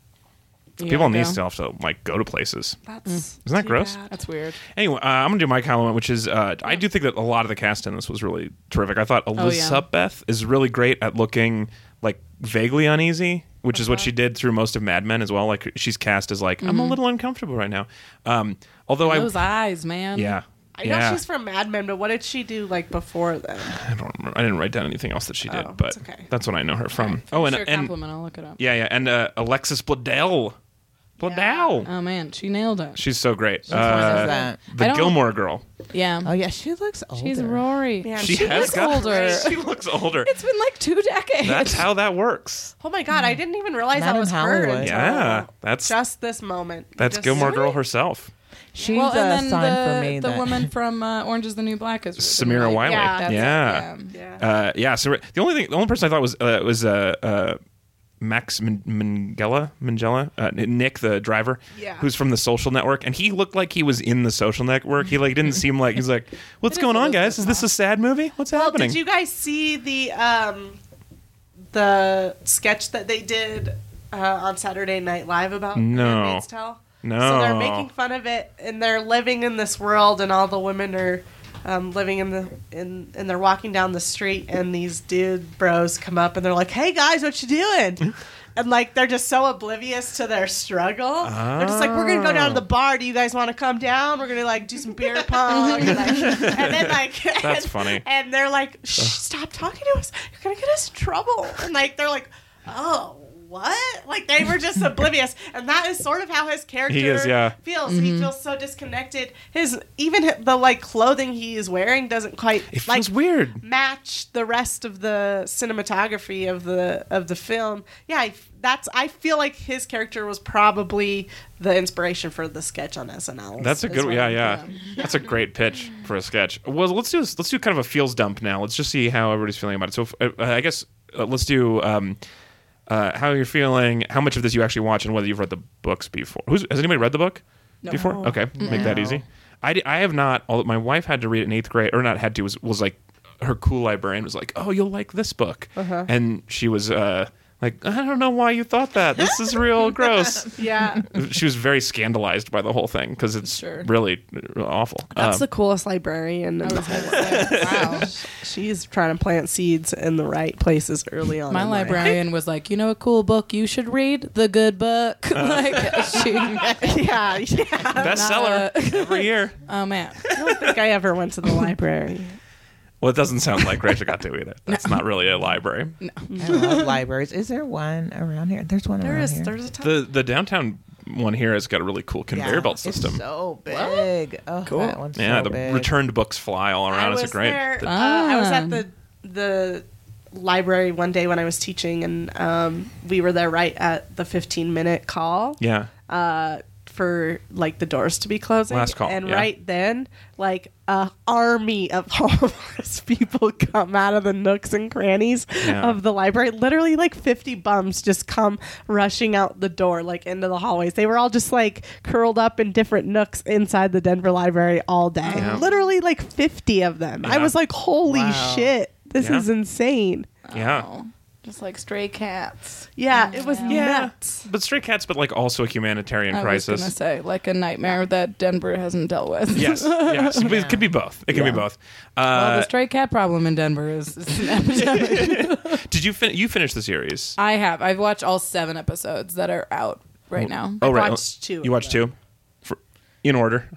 [SPEAKER 3] Yeah,
[SPEAKER 1] people in the
[SPEAKER 3] yeah.
[SPEAKER 1] East still have to like go to places.
[SPEAKER 2] that's
[SPEAKER 1] Hmm. Isn't that
[SPEAKER 2] too
[SPEAKER 1] gross?
[SPEAKER 2] bad.
[SPEAKER 3] That's weird.
[SPEAKER 1] Anyway, uh, I'm gonna do my comment, which is uh, I do think that a lot of the cast in this was really terrific. I thought
[SPEAKER 2] Oh,
[SPEAKER 3] yeah.
[SPEAKER 1] Elizabeth is really great at looking like vaguely uneasy, which
[SPEAKER 2] Uh-huh.
[SPEAKER 1] is what she did through most of Mad Men as well. Like she's cast as like
[SPEAKER 2] Mm-hmm.
[SPEAKER 1] I'm a little uncomfortable right now. Um, although I
[SPEAKER 3] Those eyes, man.
[SPEAKER 1] yeah
[SPEAKER 2] I know
[SPEAKER 1] yeah
[SPEAKER 2] she's from Mad Men, but what did she do like before then?
[SPEAKER 1] I don't remember. I didn't write down anything else that she did,
[SPEAKER 2] Oh,
[SPEAKER 1] but
[SPEAKER 2] it's okay.
[SPEAKER 1] that's what I know her from. Oh, and
[SPEAKER 3] sure
[SPEAKER 1] and
[SPEAKER 3] compliment. I'll look it up.
[SPEAKER 1] yeah yeah and uh, Alexis Bledel, Bledel.
[SPEAKER 3] Oh man, she nailed it.
[SPEAKER 1] She's so great.
[SPEAKER 4] What
[SPEAKER 1] Uh,
[SPEAKER 4] is that?
[SPEAKER 1] the
[SPEAKER 3] I don't-
[SPEAKER 1] Gilmore Girl.
[SPEAKER 3] yeah,
[SPEAKER 4] Oh yeah, she looks older.
[SPEAKER 3] she's Rory.
[SPEAKER 2] Man,
[SPEAKER 1] She, has
[SPEAKER 3] looks
[SPEAKER 1] got
[SPEAKER 3] older.
[SPEAKER 1] She looks older.
[SPEAKER 3] It's been like two decades.
[SPEAKER 1] That's how that works.
[SPEAKER 2] Oh my god, I didn't even realize
[SPEAKER 4] Not
[SPEAKER 2] that
[SPEAKER 4] in
[SPEAKER 2] was her.
[SPEAKER 4] Hollywood.
[SPEAKER 2] until
[SPEAKER 1] Yeah, that's
[SPEAKER 2] Just this moment.
[SPEAKER 1] that's
[SPEAKER 2] Just-
[SPEAKER 1] Gilmore Girl herself.
[SPEAKER 4] She's
[SPEAKER 3] well,
[SPEAKER 4] a
[SPEAKER 3] and then
[SPEAKER 4] sign
[SPEAKER 3] the,
[SPEAKER 4] for me.
[SPEAKER 3] the
[SPEAKER 4] that,
[SPEAKER 3] woman from uh, Orange is the New Black is
[SPEAKER 1] Samira Wiley.
[SPEAKER 2] Yeah,
[SPEAKER 1] Yeah,
[SPEAKER 2] that's
[SPEAKER 1] yeah.
[SPEAKER 2] Yeah.
[SPEAKER 1] Uh, yeah, So the only thing, the only person I thought was uh, was uh, uh, Max Min- Mingella, Mingella, uh, Nick, the driver,
[SPEAKER 2] Yeah.
[SPEAKER 1] who's from the Social Network, and he looked like he was in the Social Network. He like didn't seem like he's like, what's
[SPEAKER 3] It is
[SPEAKER 1] going on,
[SPEAKER 3] Elizabeth
[SPEAKER 1] guys? Is this a sad movie? What's
[SPEAKER 2] Well,
[SPEAKER 1] happening?
[SPEAKER 2] did you guys see the um, the sketch that they did uh, on Saturday Night Live about
[SPEAKER 1] No.
[SPEAKER 2] Handmaid's Tale?
[SPEAKER 1] No.
[SPEAKER 2] So they're making fun of it, and they're living in this world, and all the women are um, living in the in, and they're walking down the street, and these dude bros come up, and they're like, "Hey guys, what you doing?" And like they're just so oblivious to their struggle. They're just like, "We're gonna go down to the bar. Do you guys want to come down? We're gonna like do some beer pong." and, like- and then like
[SPEAKER 1] That's
[SPEAKER 2] and-
[SPEAKER 1] funny.
[SPEAKER 2] And they're like, "Shh, stop talking to us. You're gonna get us in trouble." And like they're like, "Oh." what? Like they were just oblivious, and that is sort of how his character
[SPEAKER 1] He is, yeah.
[SPEAKER 2] feels. He feels so disconnected. His even the like clothing he is wearing doesn't quite
[SPEAKER 1] It
[SPEAKER 2] like
[SPEAKER 1] feels weird.
[SPEAKER 2] match the rest of the cinematography of the of the film. Yeah, I, that's I feel like his character was probably the inspiration for the sketch on SNL.
[SPEAKER 1] That's a good
[SPEAKER 3] what
[SPEAKER 1] yeah,
[SPEAKER 3] I'm
[SPEAKER 1] yeah. That's a great pitch for a sketch. Well, let's do let's do kind of a feels dump now. Let's just see how everybody's feeling about it. So if- uh, I guess uh, let's do um, uh, how you're feeling, how much of this you actually watch, and whether you've read the books before. Who's, has anybody read the book before? Okay, make that easy. I, di- I have not. Although my wife had to read it in eighth grade, or not had to was was like her cool librarian was like, "Oh, you'll like this book," and she was uh, like, "I don't know why you thought that. This is real gross."
[SPEAKER 2] yeah.
[SPEAKER 1] she was very scandalized by the whole thing because it's
[SPEAKER 3] Sure.
[SPEAKER 1] really uh, awful.
[SPEAKER 2] That's
[SPEAKER 1] Um,
[SPEAKER 2] the coolest librarian. In
[SPEAKER 3] I
[SPEAKER 2] the
[SPEAKER 3] was gonna say, wow.
[SPEAKER 2] She's trying to plant seeds in the right places early on.
[SPEAKER 3] My
[SPEAKER 2] in
[SPEAKER 3] librarian was like, you know, a cool book you should read, the good book.
[SPEAKER 1] Uh.
[SPEAKER 3] like, she,
[SPEAKER 2] life. yeah, yeah.
[SPEAKER 1] bestseller every year.
[SPEAKER 3] oh man,
[SPEAKER 2] I don't think I ever went to the library.
[SPEAKER 1] Well, it doesn't sound like Rachel got to either. That's not really a library.
[SPEAKER 4] I love libraries. Is there one around here? There's one
[SPEAKER 2] There
[SPEAKER 4] around
[SPEAKER 2] is,
[SPEAKER 4] here.
[SPEAKER 2] there's a ton.
[SPEAKER 1] The the downtown one here has got a really cool
[SPEAKER 4] Yeah.
[SPEAKER 1] conveyor belt system.
[SPEAKER 4] It's so big. Oh,
[SPEAKER 3] Cool.
[SPEAKER 4] that one's
[SPEAKER 1] yeah,
[SPEAKER 4] so
[SPEAKER 1] the
[SPEAKER 4] big.
[SPEAKER 1] returned books fly all around.
[SPEAKER 2] I
[SPEAKER 1] It's
[SPEAKER 2] was
[SPEAKER 1] a great.
[SPEAKER 2] there.
[SPEAKER 1] the-
[SPEAKER 2] uh, I was at
[SPEAKER 3] Ah.
[SPEAKER 2] the the library one day when I was teaching, and um, we were there right at the 15 minute call
[SPEAKER 1] yeah.
[SPEAKER 2] uh, for like the doors to be closing.
[SPEAKER 1] Last call,
[SPEAKER 2] and
[SPEAKER 1] yeah.
[SPEAKER 2] right then, like a army of homeless people come out of the nooks and crannies
[SPEAKER 1] Yeah.
[SPEAKER 2] of the library. Literally, like 50 bums just come rushing out the door, like into the hallways. They were all just like curled up in different nooks inside the Denver library all day.
[SPEAKER 1] Yeah.
[SPEAKER 2] Literally, like 50 of them. I
[SPEAKER 1] Yeah.
[SPEAKER 2] was like, holy
[SPEAKER 4] Wow.
[SPEAKER 2] shit. This
[SPEAKER 1] Yeah.
[SPEAKER 2] is insane.
[SPEAKER 1] Yeah.
[SPEAKER 3] Oh, just like stray cats.
[SPEAKER 2] Yeah, it was
[SPEAKER 1] Yeah.
[SPEAKER 2] nuts.
[SPEAKER 1] But stray cats, but like also a humanitarian
[SPEAKER 3] I was
[SPEAKER 1] crisis.
[SPEAKER 3] gonna say, like a nightmare that Denver hasn't dealt with.
[SPEAKER 1] yes. Yes. But It could be both. It could be both.
[SPEAKER 3] well,
[SPEAKER 1] Uh,
[SPEAKER 3] the stray cat problem in Denver is, is an epidemic.
[SPEAKER 1] did you fin- you finish the series?
[SPEAKER 3] I have. I've watched all seven episodes that are out right now.
[SPEAKER 1] oh right.
[SPEAKER 2] watched two
[SPEAKER 1] You
[SPEAKER 2] of
[SPEAKER 1] watched two. For, in order.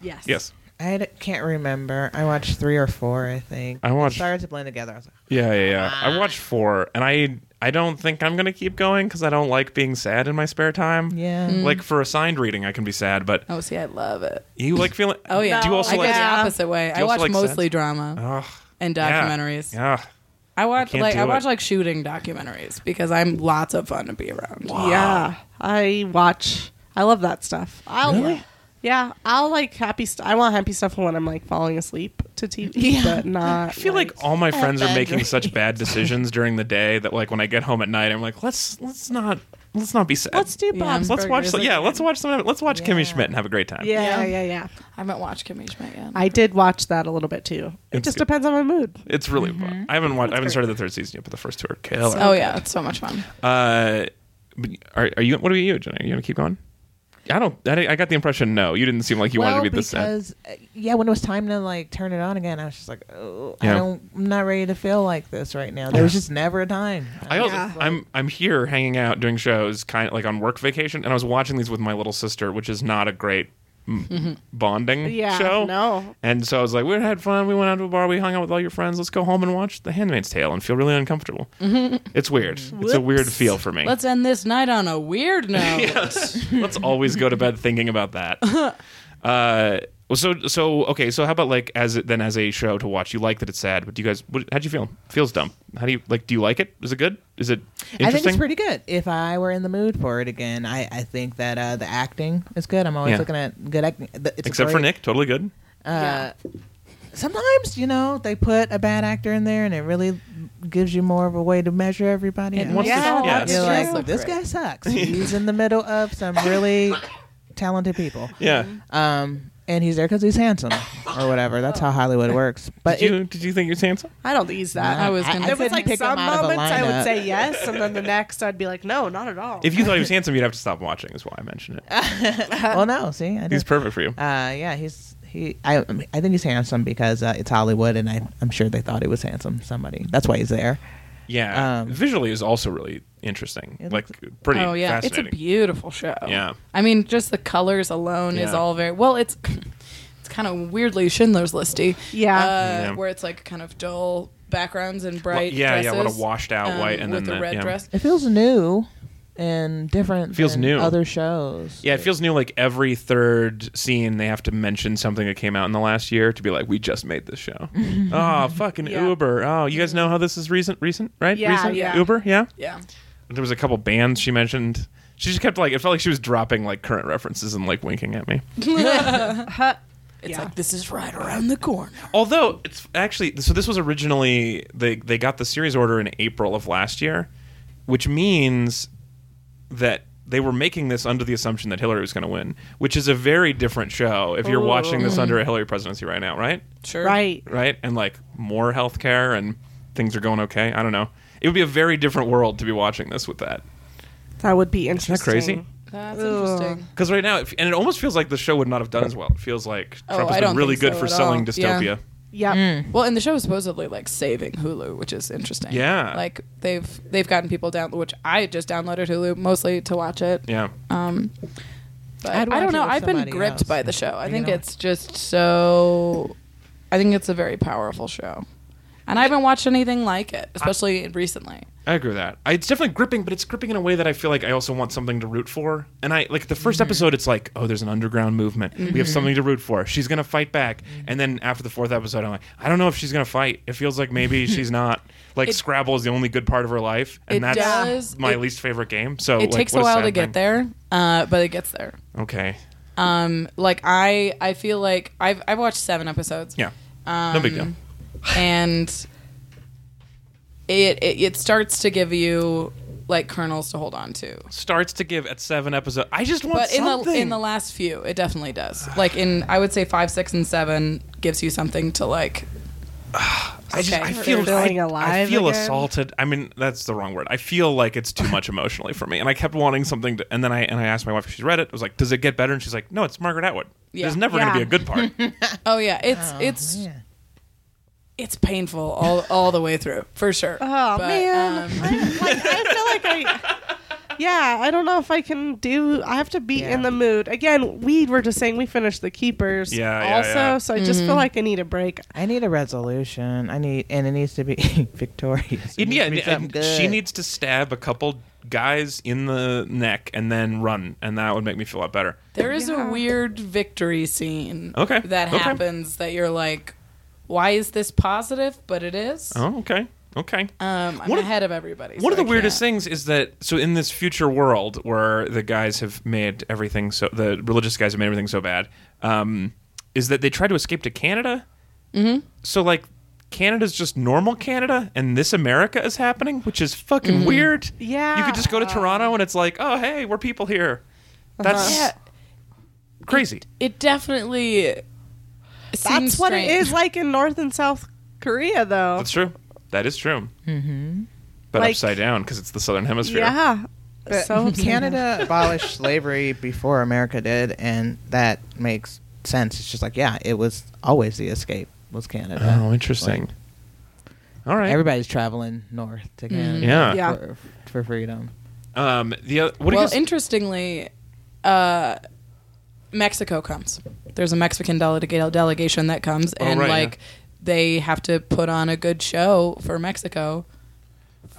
[SPEAKER 2] Yes.
[SPEAKER 1] Yes.
[SPEAKER 4] I d- can't remember. I watched three or four, I think.
[SPEAKER 1] I watched-
[SPEAKER 4] It started to blend together. I was like,
[SPEAKER 1] Yeah, yeah, yeah. I watched four, and I I don't think I'm gonna keep going because I don't like being sad in my spare time.
[SPEAKER 4] Yeah.
[SPEAKER 1] Like for assigned reading, I can be sad, but
[SPEAKER 3] Oh, see, I love it.
[SPEAKER 1] you like feeling.
[SPEAKER 3] Oh yeah.
[SPEAKER 1] Do you also
[SPEAKER 3] I
[SPEAKER 1] like?
[SPEAKER 3] go
[SPEAKER 2] Yeah.
[SPEAKER 3] the opposite way.
[SPEAKER 1] you
[SPEAKER 3] I
[SPEAKER 1] also
[SPEAKER 3] watch
[SPEAKER 1] like
[SPEAKER 3] mostly
[SPEAKER 1] sense?
[SPEAKER 3] drama
[SPEAKER 1] Ugh.
[SPEAKER 3] and
[SPEAKER 1] Yeah.
[SPEAKER 3] documentaries.
[SPEAKER 1] Yeah.
[SPEAKER 3] I watch
[SPEAKER 1] can't
[SPEAKER 3] like
[SPEAKER 1] do
[SPEAKER 3] I watch
[SPEAKER 1] it.
[SPEAKER 3] like shooting documentaries because I'm lots of fun to be around.
[SPEAKER 2] Yeah, I watch. I love that stuff. I'll,
[SPEAKER 1] Really?
[SPEAKER 2] Yeah, I'll like happy. St- I want happy stuff when I'm like falling asleep to TV, but not.
[SPEAKER 1] I feel like all my friends are making such bad decisions during the day that like when I get home at night, I'm like, let's let's not let's not be sad.
[SPEAKER 2] let's do
[SPEAKER 3] Yeah.
[SPEAKER 2] Bob's.
[SPEAKER 1] Let's watch.
[SPEAKER 3] Burgers
[SPEAKER 1] Some, yeah,
[SPEAKER 3] again.
[SPEAKER 1] let's watch some. Let's watch
[SPEAKER 4] Yeah.
[SPEAKER 1] Kimmy Schmidt and have a great time.
[SPEAKER 2] Yeah, yeah,
[SPEAKER 3] Yeah.
[SPEAKER 2] yeah,
[SPEAKER 3] I haven't watched Kimmy Schmidt yet.
[SPEAKER 2] I did watch that a little bit too. It
[SPEAKER 1] It's
[SPEAKER 2] just
[SPEAKER 1] good.
[SPEAKER 2] depends on my mood.
[SPEAKER 1] It's really. fun. I haven't watched. I haven't started the third season yet, but the first two are killer.
[SPEAKER 3] oh yeah, it's so much fun.
[SPEAKER 1] Uh, but are, are you? What are you, Jenny? Are you gonna keep going? I don't. I, I got the impression. No, you didn't seem like you wanted to be this sad.
[SPEAKER 4] because uh, yeah, when it was time to like turn it on again, I was just like, oh,
[SPEAKER 1] Yeah.
[SPEAKER 4] I don't, I'm not ready to feel like this right now. There was just never a time.
[SPEAKER 1] I also, I'm I'm here hanging out doing shows, kind of like on work vacation, and I was watching these with my little sister, which is not a great mm, bonding
[SPEAKER 2] Yeah,
[SPEAKER 1] show.
[SPEAKER 2] no.
[SPEAKER 1] And so I was like, we had fun. We went out to a bar. We hung out with all your friends. Let's go home and watch The Handmaid's Tale and feel really uncomfortable. It's weird. It's a weird feel for me.
[SPEAKER 3] Let's end this night on a weird note.
[SPEAKER 1] Yes. Let's always go to bed thinking about that. Uh, well, so so okay. So how about like as then as a show to watch? You like that it's sad, but do you guys? What, how'd you feel? Feels dumb. How do you like? Do you like it? Is it good? Is it interesting?
[SPEAKER 4] I think it's pretty good. If I were in the mood for it again, I, I think that uh, the acting is good. I'm always
[SPEAKER 1] Yeah.
[SPEAKER 4] looking at good acting. The- It's a
[SPEAKER 1] Except for
[SPEAKER 4] great-
[SPEAKER 1] Nick, totally good.
[SPEAKER 4] Uh, Sometimes you know they put a bad actor in there, and it really gives you more of a way to measure everybody. out.
[SPEAKER 3] makes
[SPEAKER 2] Yeah,
[SPEAKER 3] it all
[SPEAKER 1] that's
[SPEAKER 4] You're
[SPEAKER 3] look
[SPEAKER 4] like,
[SPEAKER 2] true.
[SPEAKER 3] great.
[SPEAKER 4] this guy sucks. He's in the middle of some really talented people.
[SPEAKER 1] Yeah.
[SPEAKER 4] Um, and he's there because he's handsome or whatever. That's how Hollywood works. But
[SPEAKER 1] Did you did you think you're handsome?
[SPEAKER 2] I don't use that.
[SPEAKER 3] I was gonna-
[SPEAKER 2] There was
[SPEAKER 4] couldn't
[SPEAKER 2] like
[SPEAKER 4] pick
[SPEAKER 2] some
[SPEAKER 4] him out of a
[SPEAKER 2] moments I would
[SPEAKER 4] lineup.
[SPEAKER 2] say yes, and then the next I'd be like, no, not at all.
[SPEAKER 1] If you thought he was handsome, you'd have to stop watching. Is why I mentioned it.
[SPEAKER 4] well, no, see, I
[SPEAKER 1] He's
[SPEAKER 4] did.
[SPEAKER 1] perfect for you.
[SPEAKER 4] uh, yeah, he's he. I I mean, I think he's handsome because uh, it's Hollywood, and I, I'm sure they thought he was handsome. Somebody that's why he's there.
[SPEAKER 1] Yeah.
[SPEAKER 4] um,
[SPEAKER 1] Visually is also really interesting.
[SPEAKER 4] It
[SPEAKER 1] Like pretty.
[SPEAKER 3] oh yeah, it's a
[SPEAKER 1] Fascinating.
[SPEAKER 3] beautiful show.
[SPEAKER 1] Yeah.
[SPEAKER 3] I mean, just the colors alone is
[SPEAKER 1] Yeah.
[SPEAKER 3] all very well. It's it's kind of weirdly Schindler's Listy.
[SPEAKER 2] Yeah.
[SPEAKER 3] Uh,
[SPEAKER 1] Yeah.
[SPEAKER 3] where it's like kind of dull backgrounds and bright.
[SPEAKER 1] yeah, yeah, what a
[SPEAKER 3] dresses, um,
[SPEAKER 1] washed out white and
[SPEAKER 3] with
[SPEAKER 1] then
[SPEAKER 3] a
[SPEAKER 1] the-
[SPEAKER 3] red
[SPEAKER 1] yeah.
[SPEAKER 3] dress.
[SPEAKER 4] It feels new. and different.
[SPEAKER 1] Feels
[SPEAKER 4] than
[SPEAKER 1] new.
[SPEAKER 4] Other shows.
[SPEAKER 1] Yeah, it feels new. Like every third scene, they have to mention something that came out in the last year to be like, "We just made this show." oh, fucking
[SPEAKER 3] Yeah.
[SPEAKER 1] Uber! Oh, you guys know how this is recent, recent, right?
[SPEAKER 2] Yeah,
[SPEAKER 1] recent?
[SPEAKER 2] yeah.
[SPEAKER 1] Uber, yeah.
[SPEAKER 3] Yeah.
[SPEAKER 1] There was a couple bands she mentioned. She just kept like it felt like she was dropping like current references and like winking at me.
[SPEAKER 3] It's
[SPEAKER 2] Yeah.
[SPEAKER 3] like this is right around the corner.
[SPEAKER 1] Although it's actually so this was originally they they got the series order in April of last year, which means that they were making this under the assumption that Hillary was going to win, which is a very different show if you're watching
[SPEAKER 3] Mm-hmm.
[SPEAKER 1] this under a Hillary presidency right now, right?
[SPEAKER 3] Sure.
[SPEAKER 2] right.
[SPEAKER 1] Right? And like more healthcare and things are going okay. I don't know. It would be a very different world to be watching this with that.
[SPEAKER 2] That would be interesting.
[SPEAKER 1] that crazy?
[SPEAKER 3] That's
[SPEAKER 2] Ugh.
[SPEAKER 3] interesting.
[SPEAKER 1] Because right now, it, and it almost feels like the show would not have done as well. It feels like
[SPEAKER 3] Oh,
[SPEAKER 1] Trump
[SPEAKER 3] I
[SPEAKER 1] has
[SPEAKER 3] don't
[SPEAKER 1] been really good
[SPEAKER 3] think so
[SPEAKER 1] for
[SPEAKER 3] at
[SPEAKER 1] selling
[SPEAKER 3] all.
[SPEAKER 1] dystopia.
[SPEAKER 3] Yeah.
[SPEAKER 2] Yep.
[SPEAKER 4] Hmm. Mm.
[SPEAKER 3] Well, and the show is supposedly like saving Hulu, which is interesting.
[SPEAKER 1] Yeah.
[SPEAKER 3] Like they've they've gotten people down, which I just downloaded Hulu mostly to watch it.
[SPEAKER 1] Yeah.
[SPEAKER 3] Um, but
[SPEAKER 4] I'd
[SPEAKER 3] I
[SPEAKER 4] watch
[SPEAKER 3] don't
[SPEAKER 4] it
[SPEAKER 3] know.
[SPEAKER 4] with
[SPEAKER 3] I've been
[SPEAKER 4] somebody
[SPEAKER 3] gripped
[SPEAKER 4] else.
[SPEAKER 3] by the show. I
[SPEAKER 4] You
[SPEAKER 3] think
[SPEAKER 4] know.
[SPEAKER 3] it's just so. I think it's a very powerful show, and I haven't watched anything like it, especially recently.
[SPEAKER 1] I agree with that. I, it's definitely gripping, but it's gripping in a way that I feel like I also want something to root for. And I like the 1st
[SPEAKER 3] Mm-hmm.
[SPEAKER 1] episode, it's like, oh, there's an underground movement. We have something to root for. She's gonna fight back.
[SPEAKER 3] Mm-hmm.
[SPEAKER 1] And then after the fourth episode, I'm like, I don't know if she's gonna fight. It feels like maybe she's not. Like
[SPEAKER 3] It-
[SPEAKER 1] Scrabble is the only good part of her life, and
[SPEAKER 3] It
[SPEAKER 1] that's
[SPEAKER 3] does-
[SPEAKER 1] my
[SPEAKER 3] it-
[SPEAKER 1] least favorite game. So Oh,
[SPEAKER 3] It
[SPEAKER 1] like,
[SPEAKER 3] takes
[SPEAKER 1] what
[SPEAKER 3] a while
[SPEAKER 1] sad
[SPEAKER 3] to get
[SPEAKER 1] thing.
[SPEAKER 3] there, uh, but it gets there.
[SPEAKER 1] Okay.
[SPEAKER 3] Um, like I, I feel like I've I've watched seven episodes.
[SPEAKER 1] Yeah. no big
[SPEAKER 3] Um,
[SPEAKER 1] deal.
[SPEAKER 3] and it, it it starts to give you like kernels to hold on to.
[SPEAKER 1] Starts to give at seven episode. I just want
[SPEAKER 3] But in the
[SPEAKER 1] something.
[SPEAKER 3] in the last few, it definitely does. Like in I would say five, six, and seven gives you something to like.
[SPEAKER 1] I just
[SPEAKER 3] Okay.
[SPEAKER 1] I feel
[SPEAKER 2] They're
[SPEAKER 1] I,
[SPEAKER 2] feeling
[SPEAKER 1] I
[SPEAKER 2] alive
[SPEAKER 1] feel
[SPEAKER 2] again.
[SPEAKER 1] assaulted. I mean, that's the wrong word. I feel like it's too much emotionally for me, and I kept wanting something. To, and then I and I asked my wife if she's read it. I was like, "Does it get better?" And she's like, "No, it's Margaret Atwood.
[SPEAKER 3] Yeah.
[SPEAKER 1] There's never going
[SPEAKER 2] Yeah.
[SPEAKER 1] to be a good part."
[SPEAKER 3] Oh yeah, it's it's it's painful all all the way through for sure.
[SPEAKER 2] Oh
[SPEAKER 3] But,
[SPEAKER 2] man,
[SPEAKER 3] um,
[SPEAKER 2] I, like, I feel like I. Yeah, I don't know if I can do. I have to be in the mood again. We were just saying we finished the keepers.
[SPEAKER 1] Yeah, yeah,
[SPEAKER 2] also,
[SPEAKER 1] yeah.
[SPEAKER 2] so I just
[SPEAKER 3] Mm-hmm.
[SPEAKER 2] feel like I need a break.
[SPEAKER 4] I need a resolution. I need, and it needs to be victorious. It
[SPEAKER 1] yeah,
[SPEAKER 4] needs to be
[SPEAKER 1] and,
[SPEAKER 4] something
[SPEAKER 1] and she
[SPEAKER 4] good.
[SPEAKER 1] needs to stab a couple guys in the neck and then run, and that would make me feel a lot better.
[SPEAKER 3] There is
[SPEAKER 2] Yeah.
[SPEAKER 3] a weird victory scene.
[SPEAKER 1] Okay.
[SPEAKER 3] That
[SPEAKER 1] Okay.
[SPEAKER 3] happens that you're like, why is this positive? But it is.
[SPEAKER 1] Oh, okay, okay.
[SPEAKER 3] Um, I'm
[SPEAKER 1] One of-
[SPEAKER 3] ahead of everybody.
[SPEAKER 1] One
[SPEAKER 3] so
[SPEAKER 1] of the
[SPEAKER 3] I
[SPEAKER 1] weirdest
[SPEAKER 3] can't.
[SPEAKER 1] things is that so in this future world where the guys have made everything so the religious guys have made everything so bad, um, is that they try to escape to Canada. Mm-hmm. So like Canada's just normal Canada, and this America is happening, which is fucking weird.
[SPEAKER 2] Yeah.
[SPEAKER 1] you could just go to Toronto and it's like, oh hey, we're people here. That's
[SPEAKER 3] Yeah,
[SPEAKER 1] crazy.
[SPEAKER 3] it definitely.
[SPEAKER 2] That's
[SPEAKER 3] seems
[SPEAKER 2] what
[SPEAKER 3] strange.
[SPEAKER 2] it is like in North and South Korea, though.
[SPEAKER 1] That's true. That is true. Mm-hmm. But
[SPEAKER 2] Like-
[SPEAKER 1] upside down because it's the southern hemisphere.
[SPEAKER 2] yeah.
[SPEAKER 4] But
[SPEAKER 2] so
[SPEAKER 4] Canada abolished slavery before America did, and that makes sense. It's just like, yeah, it was always the escape was Canada.
[SPEAKER 1] Oh, interesting.
[SPEAKER 4] Like,
[SPEAKER 1] All right.
[SPEAKER 4] everybody's traveling north to Canada
[SPEAKER 1] Yeah.
[SPEAKER 2] Yeah.
[SPEAKER 4] For, for freedom.
[SPEAKER 1] Um. The oth- what do you
[SPEAKER 3] well,
[SPEAKER 1] guys-
[SPEAKER 3] interestingly, uh, Mexico comes. There's a Mexican delega- delegation that comes,
[SPEAKER 1] Oh,
[SPEAKER 3] and
[SPEAKER 1] right,
[SPEAKER 3] like they have to put on a good show for Mexico.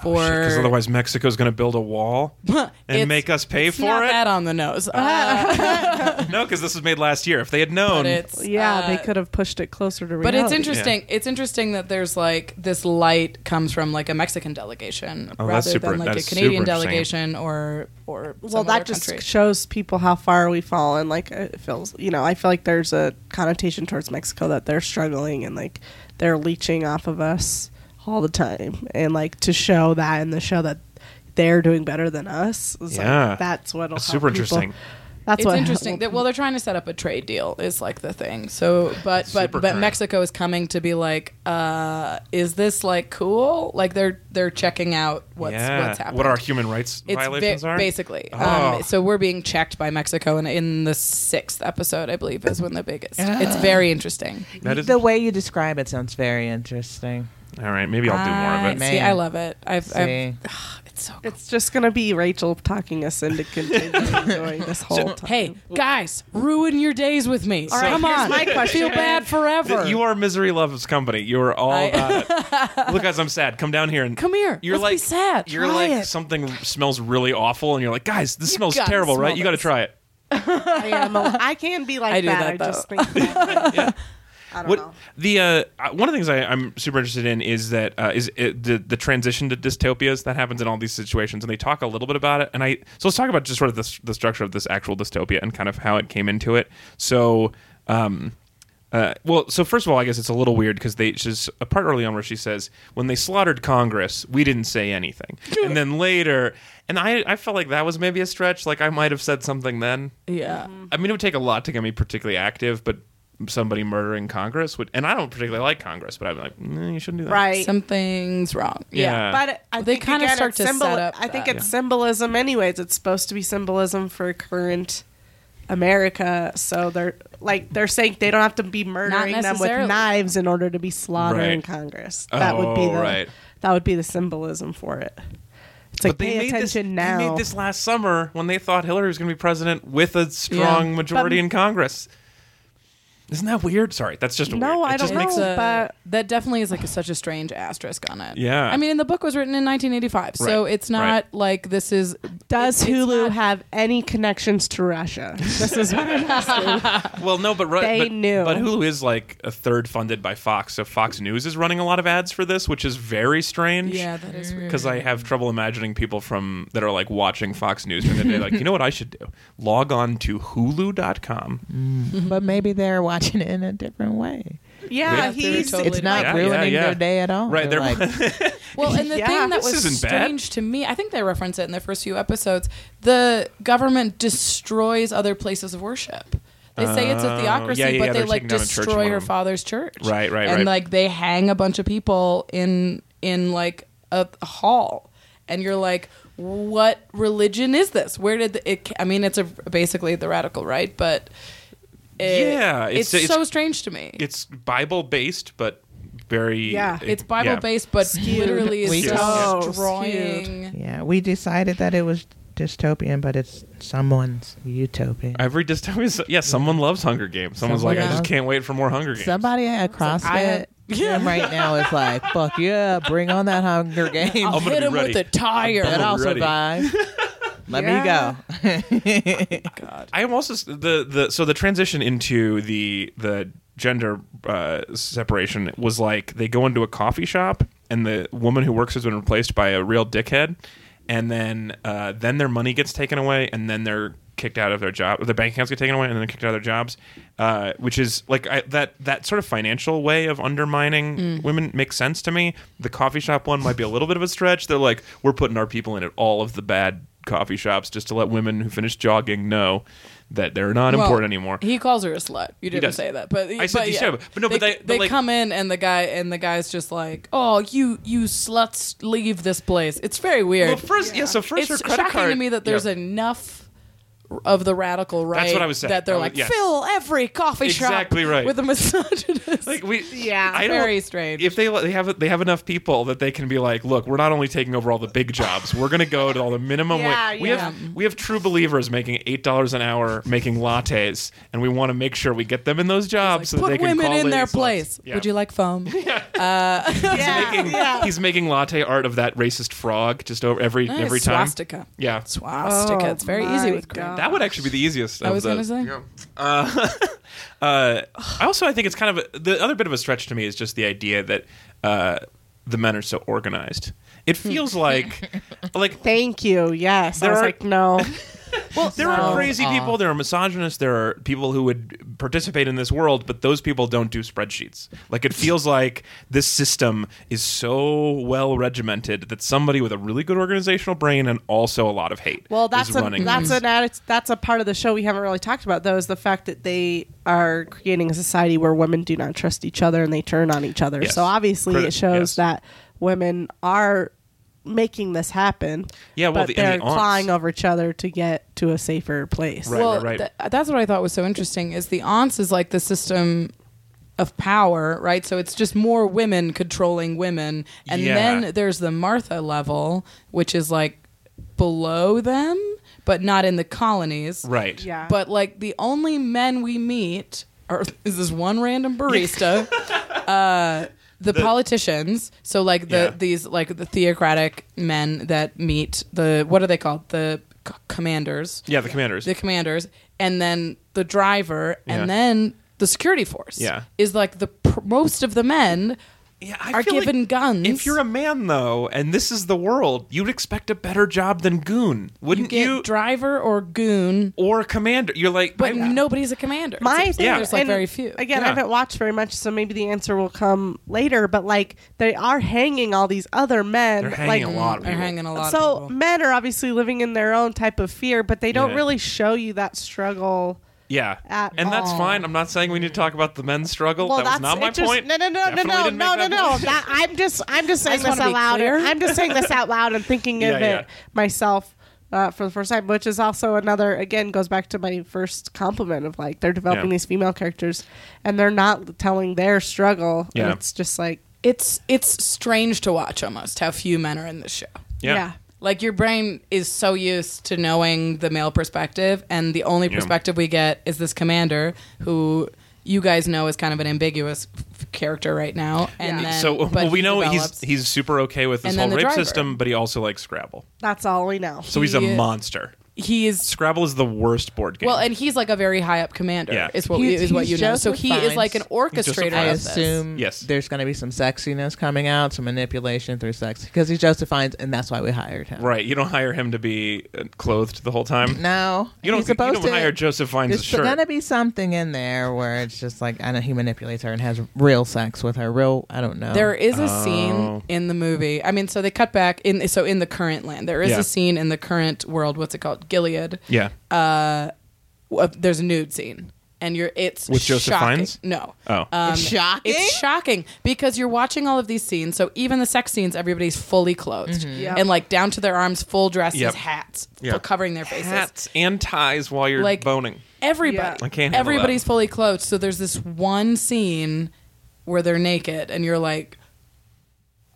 [SPEAKER 3] For
[SPEAKER 1] because Oh, otherwise Mexico's going to build a wall and
[SPEAKER 3] It's-
[SPEAKER 1] make us pay
[SPEAKER 3] it's
[SPEAKER 1] for
[SPEAKER 3] not
[SPEAKER 1] it.
[SPEAKER 3] That on the nose. Uh,
[SPEAKER 1] No, because this was made last year. If they had known,
[SPEAKER 3] but it's
[SPEAKER 2] Yeah,
[SPEAKER 3] uh,
[SPEAKER 2] they could have pushed it closer to
[SPEAKER 3] But
[SPEAKER 2] reality.
[SPEAKER 3] it's interesting. It's interesting that there's like this light comes from like a Mexican delegation
[SPEAKER 1] Oh, that's
[SPEAKER 3] rather
[SPEAKER 1] super-
[SPEAKER 3] than like a
[SPEAKER 1] that's
[SPEAKER 3] Canadian
[SPEAKER 1] super
[SPEAKER 3] delegation or or some
[SPEAKER 2] Well,
[SPEAKER 3] other
[SPEAKER 2] that just
[SPEAKER 3] country.
[SPEAKER 2] shows people how far we fall, and like it feels, you know, I feel like there's a connotation towards Mexico that they're struggling and like they're leeching off of us all the time, and like to show that and the show that they're doing better than us. Is
[SPEAKER 1] Yeah.
[SPEAKER 2] like, that's what.
[SPEAKER 1] That's super interesting.
[SPEAKER 2] That's
[SPEAKER 3] it's
[SPEAKER 2] what
[SPEAKER 3] interesting that well they're trying to set up a trade deal is like the thing so but but
[SPEAKER 1] Super
[SPEAKER 3] but
[SPEAKER 1] current.
[SPEAKER 3] mexico is coming to be like uh is this like cool like they're they're checking out what's
[SPEAKER 1] yeah,
[SPEAKER 3] what's happening
[SPEAKER 1] what our human rights
[SPEAKER 3] it's
[SPEAKER 1] violations
[SPEAKER 3] ve-
[SPEAKER 1] are.
[SPEAKER 3] basically
[SPEAKER 1] Oh.
[SPEAKER 3] um, so we're being checked by mexico and in the sixth episode i believe is when the biggest it's very interesting
[SPEAKER 1] That is-
[SPEAKER 4] the way you describe it sounds very interesting.
[SPEAKER 1] All right, maybe I'll do more
[SPEAKER 3] I-
[SPEAKER 1] of it.
[SPEAKER 4] man.
[SPEAKER 3] see i love it i've,
[SPEAKER 4] See,
[SPEAKER 3] I've it's It's so
[SPEAKER 2] It's just gonna be Rachel talking us into continuing during this whole time.
[SPEAKER 3] Hey, guys, ruin your days with me.
[SPEAKER 2] All right,
[SPEAKER 3] Come
[SPEAKER 2] here's
[SPEAKER 3] on.
[SPEAKER 2] my question.
[SPEAKER 3] Feel bad forever.
[SPEAKER 1] You are misery loves company. You are all
[SPEAKER 3] I-
[SPEAKER 1] about it. Look, guys, I'm sad. Come down here and
[SPEAKER 3] Come here.
[SPEAKER 1] You're
[SPEAKER 3] Let's
[SPEAKER 1] like
[SPEAKER 3] be sad.
[SPEAKER 1] You're
[SPEAKER 3] Try
[SPEAKER 1] like
[SPEAKER 3] it.
[SPEAKER 1] something smells really awful, and you're like, guys, this
[SPEAKER 3] You
[SPEAKER 1] smells
[SPEAKER 3] gotta
[SPEAKER 1] terrible,
[SPEAKER 3] smell
[SPEAKER 1] right? You got to
[SPEAKER 3] this.
[SPEAKER 1] try it.
[SPEAKER 2] I am. A, I can be like
[SPEAKER 3] I do
[SPEAKER 2] that.
[SPEAKER 3] that,
[SPEAKER 2] I just think. That, I don't know.
[SPEAKER 1] What the uh, I- one of the things I, I'm super interested in is that uh, is it, the the transition to dystopias that happens in all these situations, and they talk a little bit about it. And I so let's talk about just sort of the, the structure of this actual dystopia and kind of how it came into it. So. Um, uh, well, so first of all, I guess it's a little weird because they she's a part early on where she says when they slaughtered Congress, we didn't say anything, and then later, and I I felt like that was maybe a stretch. Like I might have said something then.
[SPEAKER 3] yeah.
[SPEAKER 1] I mean, it would take a lot to get me particularly active, but somebody murdering Congress would, and I don't particularly like Congress, but I'd be like, "Mm, you shouldn't do that.
[SPEAKER 2] Right.
[SPEAKER 3] Something's wrong.
[SPEAKER 1] Yeah.
[SPEAKER 2] but I
[SPEAKER 3] They
[SPEAKER 2] think
[SPEAKER 3] kinda
[SPEAKER 2] again,
[SPEAKER 3] start
[SPEAKER 2] it's
[SPEAKER 3] to set
[SPEAKER 2] symbol-
[SPEAKER 3] up
[SPEAKER 2] I think
[SPEAKER 3] that.
[SPEAKER 2] it's symbolism, anyways. It's supposed to be symbolism for current America. So they're like they're saying they don't have to be murdering them
[SPEAKER 3] necessarily.
[SPEAKER 2] with knives in order to be slaughtering
[SPEAKER 1] Right.
[SPEAKER 2] Congress. That would be
[SPEAKER 1] Oh,
[SPEAKER 2] the
[SPEAKER 1] right.
[SPEAKER 2] that would be the symbolism for it. It's like
[SPEAKER 1] but they
[SPEAKER 2] pay
[SPEAKER 1] made this,
[SPEAKER 2] attention
[SPEAKER 1] they
[SPEAKER 2] now.
[SPEAKER 1] made this last summer when they thought Hillary was going to be president with a strong
[SPEAKER 3] Yeah.
[SPEAKER 1] majority
[SPEAKER 2] But-
[SPEAKER 1] in Congress. Isn't that weird? Sorry, that's just a
[SPEAKER 2] No,
[SPEAKER 1] weird. it
[SPEAKER 2] I
[SPEAKER 1] just
[SPEAKER 2] don't
[SPEAKER 1] makes-
[SPEAKER 2] know.
[SPEAKER 3] It's a-
[SPEAKER 2] but-
[SPEAKER 3] that definitely is like a, such a strange asterisk on it.
[SPEAKER 1] Yeah.
[SPEAKER 3] I mean, and the book was written in 1985, so
[SPEAKER 1] Right.
[SPEAKER 3] it's not
[SPEAKER 1] Right.
[SPEAKER 3] like this is.
[SPEAKER 2] Does
[SPEAKER 3] it- it's
[SPEAKER 2] Hulu
[SPEAKER 3] not-
[SPEAKER 2] have any connections to Russia? This is what I'm asking.
[SPEAKER 1] Well, no, but right,
[SPEAKER 2] They
[SPEAKER 1] but,
[SPEAKER 2] knew.
[SPEAKER 1] But Hulu is like a third funded by Fox, so Fox News is running a lot of ads for this, which is very strange.
[SPEAKER 3] Yeah, that is weird.
[SPEAKER 1] because I
[SPEAKER 4] Mm.
[SPEAKER 1] have trouble imagining people from that are like watching Fox News during the day. Like, you know what I should do? Log on to
[SPEAKER 4] Mm.
[SPEAKER 1] Hulu.com.
[SPEAKER 4] but maybe they're watching it in a different way.
[SPEAKER 2] Yeah,
[SPEAKER 3] Yeah, they're
[SPEAKER 2] he's
[SPEAKER 3] totally
[SPEAKER 4] it's not
[SPEAKER 1] Yeah, yeah,
[SPEAKER 4] ruining
[SPEAKER 1] yeah.
[SPEAKER 4] their day at all.
[SPEAKER 1] Right,
[SPEAKER 4] They're
[SPEAKER 1] they're-
[SPEAKER 4] like,
[SPEAKER 3] Well, and the
[SPEAKER 2] Yeah,
[SPEAKER 3] thing that
[SPEAKER 1] this
[SPEAKER 3] was
[SPEAKER 1] isn't bad.
[SPEAKER 3] strange to me, I think they reference it in their first few episodes. The government destroys other places of worship. They say it's
[SPEAKER 1] Oh,
[SPEAKER 3] a theocracy,
[SPEAKER 1] yeah, yeah,
[SPEAKER 3] but
[SPEAKER 1] yeah,
[SPEAKER 3] they
[SPEAKER 1] they're
[SPEAKER 3] like
[SPEAKER 1] taking down a church in
[SPEAKER 3] destroy
[SPEAKER 1] one
[SPEAKER 3] her
[SPEAKER 1] of them.
[SPEAKER 3] father's church.
[SPEAKER 1] Right, right,
[SPEAKER 3] and
[SPEAKER 1] right.
[SPEAKER 3] like they hang a bunch of people in in like a hall, and you're like, what religion is this? Where did the, it? I mean, it's a basically the radical right, but it-
[SPEAKER 1] Yeah, it's-
[SPEAKER 3] it's,
[SPEAKER 1] it's-
[SPEAKER 3] so strange to me.
[SPEAKER 1] It's Bible based, but very
[SPEAKER 2] Yeah,
[SPEAKER 3] It's Bible based, but literally
[SPEAKER 4] We
[SPEAKER 3] is
[SPEAKER 2] just-
[SPEAKER 3] destroying.
[SPEAKER 4] yeah, we decided that it was dystopian, but it's someone's utopian.
[SPEAKER 1] Every dystopia, is- yeah, someone loves Hunger Games. Someone's
[SPEAKER 4] Someone
[SPEAKER 1] like, I just
[SPEAKER 4] loves-
[SPEAKER 1] can't wait for more Hunger Games.
[SPEAKER 4] Somebody at CrossFit
[SPEAKER 3] I am-
[SPEAKER 4] gym right now is like, "Fuck yeah, bring on that Hunger Game."
[SPEAKER 1] I'm gonna
[SPEAKER 3] hit
[SPEAKER 1] be
[SPEAKER 3] him
[SPEAKER 1] ready.
[SPEAKER 3] with a tire.
[SPEAKER 1] I'm
[SPEAKER 4] But I'll
[SPEAKER 1] ready.
[SPEAKER 4] survive. Let
[SPEAKER 2] Yeah.
[SPEAKER 4] me go.
[SPEAKER 1] I am also s- the the so the transition into the the gender uh, separation was like they go into a coffee shop and the woman who works has been replaced by a real dickhead, and then uh, then their money gets taken away and then they're kicked out of their job. Their bank accounts get taken away and then they're kicked out of their jobs, uh, which is like I, that that sort of financial way of undermining women makes sense to me. The coffee shop one might be a little bit of a stretch. They're like we're putting our people in at all of the bad coffee shops just to let women who finish jogging know that they're not
[SPEAKER 3] Well,
[SPEAKER 1] important anymore.
[SPEAKER 3] He calls her a slut. You didn't
[SPEAKER 1] does.
[SPEAKER 3] say that, but
[SPEAKER 1] I said
[SPEAKER 3] but
[SPEAKER 1] you
[SPEAKER 3] yeah.
[SPEAKER 1] said it, but no, but
[SPEAKER 3] they,
[SPEAKER 1] they- but
[SPEAKER 3] they
[SPEAKER 1] like-
[SPEAKER 3] come in and the guy and the guy's just like, "Oh, you you sluts, leave this place." It's very weird.
[SPEAKER 1] Well, first, yeah. so first
[SPEAKER 3] it's
[SPEAKER 1] her credit
[SPEAKER 3] shocking
[SPEAKER 1] card.
[SPEAKER 3] to me that there's
[SPEAKER 1] yeah.
[SPEAKER 3] enough of the radical right
[SPEAKER 1] what I was saying.
[SPEAKER 3] that they're
[SPEAKER 1] I was-
[SPEAKER 3] like
[SPEAKER 1] yes.
[SPEAKER 3] fill every coffee shop
[SPEAKER 1] Exactly right.
[SPEAKER 3] with a misogynist.
[SPEAKER 1] like we
[SPEAKER 2] Yeah.
[SPEAKER 1] I don't,
[SPEAKER 3] Very strange.
[SPEAKER 1] If they they have they have enough people that they can be like, look, we're not only taking over all the big jobs, we're gonna go to all the minimum
[SPEAKER 2] Yeah,
[SPEAKER 1] wage. We
[SPEAKER 2] yeah.
[SPEAKER 1] have we have true believers making eight dollars an hour making lattes, and we want to make sure we get them in those
[SPEAKER 3] Like,
[SPEAKER 1] jobs so that they
[SPEAKER 3] put
[SPEAKER 1] can
[SPEAKER 3] women
[SPEAKER 1] call
[SPEAKER 3] in
[SPEAKER 1] the
[SPEAKER 3] their
[SPEAKER 1] sluts.
[SPEAKER 3] place.
[SPEAKER 1] Yeah.
[SPEAKER 3] Would you like foam? Uh,
[SPEAKER 2] yeah.
[SPEAKER 1] Making, He's making latte art of that racist frog just over every
[SPEAKER 3] Ah,
[SPEAKER 1] every time.
[SPEAKER 3] swastika.
[SPEAKER 1] Yeah,
[SPEAKER 3] Swastika.
[SPEAKER 2] Oh,
[SPEAKER 3] it's very
[SPEAKER 2] my
[SPEAKER 3] easy with cream.
[SPEAKER 2] God.
[SPEAKER 1] That would actually be the easiest.
[SPEAKER 3] I
[SPEAKER 1] of
[SPEAKER 3] was
[SPEAKER 1] the-
[SPEAKER 3] gonna say.
[SPEAKER 1] Yeah. Uh, uh, I also I think it's kind of a, the other bit of a stretch to me is just the idea that uh, the men are so organized. It feels like like
[SPEAKER 2] Thank you. Yes.
[SPEAKER 1] There
[SPEAKER 2] I was
[SPEAKER 1] are-
[SPEAKER 2] like, no.
[SPEAKER 1] well, there are
[SPEAKER 3] So
[SPEAKER 1] crazy
[SPEAKER 3] off.
[SPEAKER 1] people. There are misogynists. There are people who would participate in this world, but those people don't do spreadsheets. Like it feels like this system is so well regimented that somebody with a really good organizational brain and also a lot of hate.
[SPEAKER 2] Well, that's
[SPEAKER 1] is
[SPEAKER 2] a,
[SPEAKER 1] running
[SPEAKER 2] that's
[SPEAKER 1] this.
[SPEAKER 2] an atti- that's a part of the show we haven't really talked about though is the fact that they are creating a society where women do not trust each other and they turn on each other.
[SPEAKER 1] Yes.
[SPEAKER 2] So obviously
[SPEAKER 1] Criti-
[SPEAKER 2] it shows
[SPEAKER 1] yes.
[SPEAKER 2] that women are making this happen.
[SPEAKER 1] Yeah, well,
[SPEAKER 2] but
[SPEAKER 1] the- and
[SPEAKER 2] they're
[SPEAKER 1] the aunts.
[SPEAKER 2] clawing over each other to get to a safer place.
[SPEAKER 1] Right,
[SPEAKER 3] well,
[SPEAKER 1] right, right.
[SPEAKER 3] tha- that's what I thought was so interesting is the aunts is like the system of power, right? So it's just more women controlling women. And
[SPEAKER 1] Yeah.
[SPEAKER 3] then there's the Martha level, which is like below them, but not in the colonies.
[SPEAKER 1] Right.
[SPEAKER 2] Yeah.
[SPEAKER 3] But like the only men we meet are is this one random barista, uh, the, politicians. So like the
[SPEAKER 1] Yeah.
[SPEAKER 3] these like the theocratic men that meet the what are they called the c- commanders?
[SPEAKER 1] Yeah, the commanders.
[SPEAKER 3] The commanders, and then the driver,
[SPEAKER 1] Yeah.
[SPEAKER 3] and then the security force.
[SPEAKER 1] Yeah.
[SPEAKER 3] is like the pr- most of the men.
[SPEAKER 1] yeah, I
[SPEAKER 3] are
[SPEAKER 1] feel like
[SPEAKER 3] given guns.
[SPEAKER 1] If you're a man though, and this is the world, you'd expect a better job than goon,
[SPEAKER 3] You
[SPEAKER 1] wouldn't
[SPEAKER 3] get
[SPEAKER 1] you?
[SPEAKER 3] driver or goon,
[SPEAKER 1] or commander. You're like,
[SPEAKER 3] but
[SPEAKER 1] I-
[SPEAKER 3] nobody's a commander.
[SPEAKER 2] My
[SPEAKER 3] It's-
[SPEAKER 2] thing,
[SPEAKER 1] Yeah.
[SPEAKER 3] there's like
[SPEAKER 2] and
[SPEAKER 3] very few.
[SPEAKER 2] Again,
[SPEAKER 1] Yeah.
[SPEAKER 2] I haven't watched very much, so maybe the answer will come later. But like, they are hanging all these other men.
[SPEAKER 1] They're
[SPEAKER 2] like,
[SPEAKER 1] hanging a lot of
[SPEAKER 3] They're
[SPEAKER 1] people.
[SPEAKER 3] hanging a lot. of
[SPEAKER 2] so
[SPEAKER 3] people.
[SPEAKER 2] men are obviously living in their own type of fear, but they don't
[SPEAKER 1] Yeah.
[SPEAKER 2] really show you that struggle.
[SPEAKER 1] Yeah,
[SPEAKER 2] at
[SPEAKER 1] and that's
[SPEAKER 2] all.
[SPEAKER 1] fine. I'm not saying we need to talk about the men's struggle.
[SPEAKER 2] Well,
[SPEAKER 1] that
[SPEAKER 2] that's
[SPEAKER 1] was not
[SPEAKER 2] it
[SPEAKER 1] my
[SPEAKER 2] just-
[SPEAKER 1] point.
[SPEAKER 2] No, no, no,
[SPEAKER 1] Definitely
[SPEAKER 2] no, no,
[SPEAKER 1] didn't make
[SPEAKER 2] no, no,
[SPEAKER 1] that
[SPEAKER 2] no.
[SPEAKER 1] point.
[SPEAKER 2] That, I'm just, I'm just saying
[SPEAKER 3] just
[SPEAKER 2] this
[SPEAKER 3] wanna
[SPEAKER 2] out
[SPEAKER 3] be
[SPEAKER 2] loud.
[SPEAKER 3] clear.
[SPEAKER 2] and- I'm just saying this out loud and thinking of
[SPEAKER 1] Yeah,
[SPEAKER 2] it
[SPEAKER 1] yeah.
[SPEAKER 2] myself uh, for the first time, which is also another. Again, goes back to my first compliment of like they're developing
[SPEAKER 1] Yeah.
[SPEAKER 2] these female characters, and they're not telling their struggle. and
[SPEAKER 1] Yeah.
[SPEAKER 2] it's just like
[SPEAKER 3] it's it's strange to watch almost how few men are in this show.
[SPEAKER 1] Yeah.
[SPEAKER 2] yeah.
[SPEAKER 3] Like your brain is so used to knowing the male perspective, and the only perspective we get is this commander who you guys know is kind of an ambiguous f- character right now. And
[SPEAKER 2] Yeah.
[SPEAKER 3] then,
[SPEAKER 1] So
[SPEAKER 3] but
[SPEAKER 1] well, we
[SPEAKER 3] he
[SPEAKER 1] know
[SPEAKER 3] develops-
[SPEAKER 1] he's he's super okay with this
[SPEAKER 3] And
[SPEAKER 1] whole
[SPEAKER 3] then the
[SPEAKER 1] rape
[SPEAKER 3] driver.
[SPEAKER 1] system, but he also likes Scrabble.
[SPEAKER 2] That's all we know.
[SPEAKER 1] So he's a
[SPEAKER 3] He-
[SPEAKER 1] monster.
[SPEAKER 3] he is
[SPEAKER 1] Scrabble is the worst board game.
[SPEAKER 3] well, and he's like a very high up commander.
[SPEAKER 1] Yeah.
[SPEAKER 3] is what
[SPEAKER 4] He-
[SPEAKER 3] we, is what
[SPEAKER 4] he's
[SPEAKER 3] you know. So
[SPEAKER 4] Joseph
[SPEAKER 3] he is
[SPEAKER 4] Fiennes.
[SPEAKER 3] like an
[SPEAKER 1] Joseph
[SPEAKER 3] orchestrator.
[SPEAKER 1] Fiennes.
[SPEAKER 4] I
[SPEAKER 3] of this.
[SPEAKER 4] assume
[SPEAKER 1] Yes.
[SPEAKER 4] there's going to be some sexiness coming out, some manipulation through sex because he's Joseph Fiennes, and that's why we hired him.
[SPEAKER 1] right, you don't hire him to be uh, clothed the whole time.
[SPEAKER 4] No,
[SPEAKER 1] you don't.
[SPEAKER 4] he's
[SPEAKER 1] You
[SPEAKER 4] supposed
[SPEAKER 1] don't
[SPEAKER 4] to,
[SPEAKER 1] hire Joseph Fiennes a
[SPEAKER 4] There's
[SPEAKER 1] shirt.
[SPEAKER 4] gonna be something in there where it's just like I know he manipulates her and has real sex with her. Real, I don't know.
[SPEAKER 3] There is a
[SPEAKER 1] Oh.
[SPEAKER 3] scene in the movie. I mean, so they cut back in. So in the current land, there is
[SPEAKER 1] Yeah.
[SPEAKER 3] a scene in the current world. What's it called? Gilead.
[SPEAKER 1] yeah.
[SPEAKER 3] w- of- Uh, there's a nude scene and you're it's
[SPEAKER 1] With Joseph
[SPEAKER 3] shocking.
[SPEAKER 1] Fiennes?
[SPEAKER 3] no Um,
[SPEAKER 1] Oh.
[SPEAKER 4] It's shocking?
[SPEAKER 3] it's shocking because you're watching all of these scenes so even the sex scenes everybody's fully clothed
[SPEAKER 2] Yep.
[SPEAKER 3] and like down to their arms full dresses
[SPEAKER 1] Yep.
[SPEAKER 3] hats
[SPEAKER 1] Yeah.
[SPEAKER 3] full covering their faces
[SPEAKER 1] Hats and ties while you're
[SPEAKER 3] Like-
[SPEAKER 1] boning.
[SPEAKER 3] everybody
[SPEAKER 2] Yeah.
[SPEAKER 1] I can't handle that.
[SPEAKER 3] everybody's fully clothed so there's this one scene where they're naked and you're like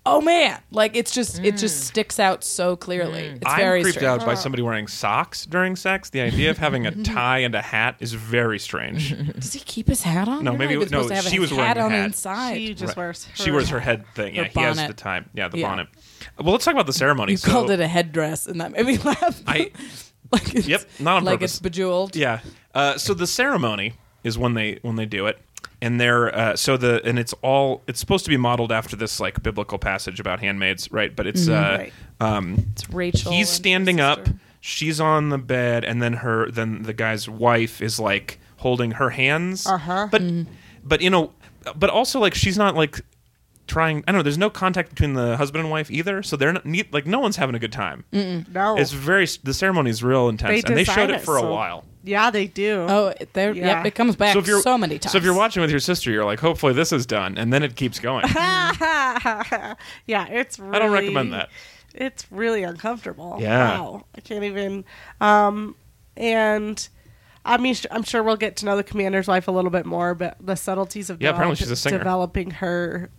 [SPEAKER 3] oh man like it's just it just sticks out so clearly it's
[SPEAKER 1] I'm
[SPEAKER 3] very
[SPEAKER 1] creeped
[SPEAKER 3] strange.
[SPEAKER 1] out by somebody wearing socks during sex. The idea of having a tie and a hat is very strange.
[SPEAKER 3] does he keep his hat on
[SPEAKER 1] No,
[SPEAKER 3] You're not
[SPEAKER 1] maybe-
[SPEAKER 3] even
[SPEAKER 1] no,
[SPEAKER 3] supposed to have
[SPEAKER 1] she
[SPEAKER 3] his
[SPEAKER 1] was wearing
[SPEAKER 3] hat
[SPEAKER 1] a
[SPEAKER 3] on
[SPEAKER 1] hat.
[SPEAKER 3] inside
[SPEAKER 2] She just
[SPEAKER 1] Right.
[SPEAKER 2] wears. Her
[SPEAKER 1] she wears her head thing.
[SPEAKER 3] Her
[SPEAKER 1] yeah, he has
[SPEAKER 3] bonnet.
[SPEAKER 1] the time. Yeah, the
[SPEAKER 3] Yeah.
[SPEAKER 1] bonnet. Well, let's talk about the ceremony.
[SPEAKER 3] You
[SPEAKER 1] So-
[SPEAKER 3] called it a headdress, and that made me laugh.
[SPEAKER 1] I-
[SPEAKER 3] like it's,
[SPEAKER 1] Yep, not on
[SPEAKER 3] like
[SPEAKER 1] purpose.
[SPEAKER 3] it's bejeweled.
[SPEAKER 1] Yeah. Uh, so the ceremony is when they when they do it, and they're uh, so the and it's all it's supposed to be modeled after this like biblical passage about handmaids, right? But it's
[SPEAKER 3] Mm-hmm.
[SPEAKER 1] uh,
[SPEAKER 2] Right.
[SPEAKER 1] um,
[SPEAKER 3] It's Rachel.
[SPEAKER 1] he's
[SPEAKER 3] and
[SPEAKER 1] standing
[SPEAKER 3] her
[SPEAKER 1] up
[SPEAKER 3] sister.
[SPEAKER 1] she's on the bed and then her then the guy's wife is like holding her hands
[SPEAKER 2] Uh-huh.
[SPEAKER 1] but
[SPEAKER 3] Hmm.
[SPEAKER 1] but you know but also like she's not like trying i don't know there's no contact between the husband and wife either so they're not ne- like no one's having a good time
[SPEAKER 3] Oh.
[SPEAKER 2] no.
[SPEAKER 1] it's very the ceremony is real intense
[SPEAKER 2] They
[SPEAKER 1] and they
[SPEAKER 2] design
[SPEAKER 1] showed it
[SPEAKER 2] it
[SPEAKER 1] for a
[SPEAKER 2] so-
[SPEAKER 1] while
[SPEAKER 2] yeah, they do.
[SPEAKER 3] Oh, there.
[SPEAKER 2] Yeah.
[SPEAKER 3] Yep, it comes back so, many times.
[SPEAKER 1] so if you're watching with your sister you're like hopefully this is done and then it keeps going
[SPEAKER 2] yeah, it's really.
[SPEAKER 1] i don't recommend that
[SPEAKER 2] It's really uncomfortable.
[SPEAKER 1] Yeah.
[SPEAKER 2] Wow. I can't even. Um, and I mean, sh- I'm sure we'll get to know the commander's wife a little bit more, but the subtleties of
[SPEAKER 1] Yeah, apparently
[SPEAKER 2] develop-
[SPEAKER 1] she's a singer.
[SPEAKER 2] developing her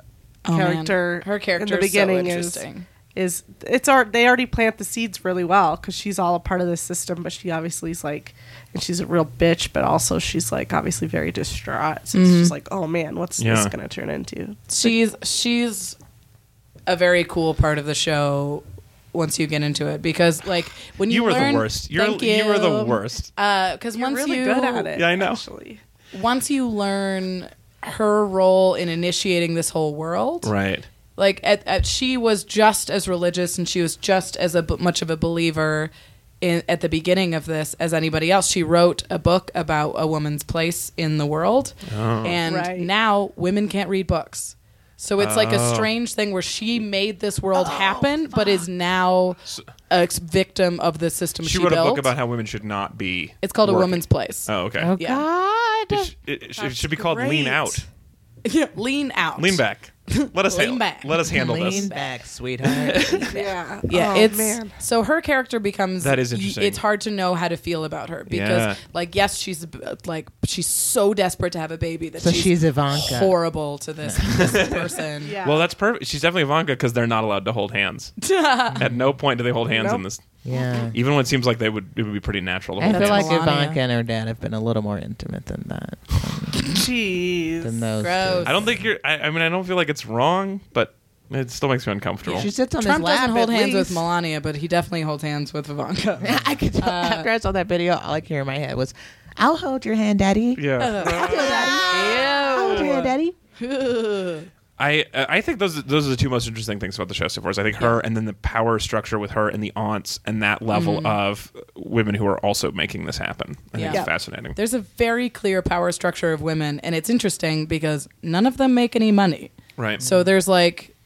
[SPEAKER 3] Oh, man.
[SPEAKER 2] character.
[SPEAKER 3] Her character
[SPEAKER 2] in the
[SPEAKER 3] is so
[SPEAKER 2] beginning
[SPEAKER 3] interesting.
[SPEAKER 2] is is it's our they already plant the seeds really well because she's all a part of this system, but she obviously is like, and she's a real bitch, but also she's like obviously very distraught. So it's
[SPEAKER 3] Mm-hmm.
[SPEAKER 2] just like, oh man, what's this
[SPEAKER 1] Yeah.
[SPEAKER 2] going to turn into?
[SPEAKER 3] she's she's a very cool part of the show. Once you get into it, because like when you,
[SPEAKER 1] you were
[SPEAKER 3] learn,
[SPEAKER 1] the worst you're
[SPEAKER 3] thank
[SPEAKER 1] you were the
[SPEAKER 3] you.
[SPEAKER 1] worst
[SPEAKER 3] Because once
[SPEAKER 2] You're really
[SPEAKER 3] you
[SPEAKER 2] good at it.
[SPEAKER 1] Yeah, I know.
[SPEAKER 2] Actually.
[SPEAKER 3] once you learn her role in initiating this whole world,
[SPEAKER 1] right
[SPEAKER 3] like at, at she was just as religious and she was just as a, b- much of a believer in, at the beginning of this as anybody else she wrote a book about a woman's place in the world
[SPEAKER 1] Oh.
[SPEAKER 3] and
[SPEAKER 2] Right.
[SPEAKER 3] now women can't read books so it's like a
[SPEAKER 1] Oh.
[SPEAKER 3] strange thing where she made this world happen but is now a s- victim of the system
[SPEAKER 1] she
[SPEAKER 3] she,
[SPEAKER 1] wrote a
[SPEAKER 3] built
[SPEAKER 1] book about how women should not be
[SPEAKER 3] it's called
[SPEAKER 1] working.
[SPEAKER 3] a woman's place
[SPEAKER 1] oh okay
[SPEAKER 4] Oh
[SPEAKER 3] Yeah.
[SPEAKER 4] God.
[SPEAKER 1] It, sh- it, it sh- it should be called Lean
[SPEAKER 2] great.
[SPEAKER 1] Out.
[SPEAKER 3] yeah lean out
[SPEAKER 1] Lean Back. Let us
[SPEAKER 3] Lean
[SPEAKER 1] handle.
[SPEAKER 3] back.
[SPEAKER 1] Let us handle
[SPEAKER 4] Lean
[SPEAKER 1] this.
[SPEAKER 4] back, sweetheart.
[SPEAKER 2] Yeah.
[SPEAKER 3] Yeah,
[SPEAKER 2] Oh,
[SPEAKER 3] it's
[SPEAKER 2] man.
[SPEAKER 3] so her character becomes
[SPEAKER 1] That is interesting.
[SPEAKER 3] It's hard to know how to feel about her because,
[SPEAKER 1] Yeah.
[SPEAKER 3] like, yes, she's uh, like she's so desperate to have a baby that
[SPEAKER 4] So
[SPEAKER 3] she's,
[SPEAKER 4] she's Ivanka.
[SPEAKER 3] horrible to this, this person.
[SPEAKER 2] Yeah.
[SPEAKER 1] Well, that's perfect. She's definitely Ivanka because they're not allowed to hold hands. At no point do they hold hands in
[SPEAKER 2] Nope.
[SPEAKER 1] this.
[SPEAKER 4] yeah.
[SPEAKER 1] Even when it seems like they would, it would be pretty natural to
[SPEAKER 4] I
[SPEAKER 1] hold
[SPEAKER 4] feel
[SPEAKER 1] hands.
[SPEAKER 4] like
[SPEAKER 3] Melania.
[SPEAKER 4] Ivanka and her dad have been a little more intimate than that. Than
[SPEAKER 2] Jeez.
[SPEAKER 4] those.
[SPEAKER 3] Gross.
[SPEAKER 1] I don't think you're. I, I mean, I don't feel like it's wrong, but it still makes me uncomfortable.
[SPEAKER 4] She sits on his
[SPEAKER 3] Trump
[SPEAKER 4] lap.
[SPEAKER 3] doesn't hold
[SPEAKER 4] at
[SPEAKER 3] hands with
[SPEAKER 4] least.
[SPEAKER 3] Melania, but he definitely holds hands with Ivanka.
[SPEAKER 4] I could tell, after I saw that video, all I could hear in my head was, "I'll hold your hand, Daddy.
[SPEAKER 1] yeah.
[SPEAKER 3] Uh.
[SPEAKER 4] I'll hold your hand, Daddy."
[SPEAKER 1] I I think those those are the two most interesting things about the show so far. Is I think her and then the power structure with her and the aunts and that level of women who are also making this happen. I
[SPEAKER 3] Yeah.
[SPEAKER 1] think
[SPEAKER 3] Yeah.
[SPEAKER 1] it's fascinating.
[SPEAKER 3] There's a very clear power structure of women, and it's interesting because none of them make any money.
[SPEAKER 1] Right.
[SPEAKER 3] So there's like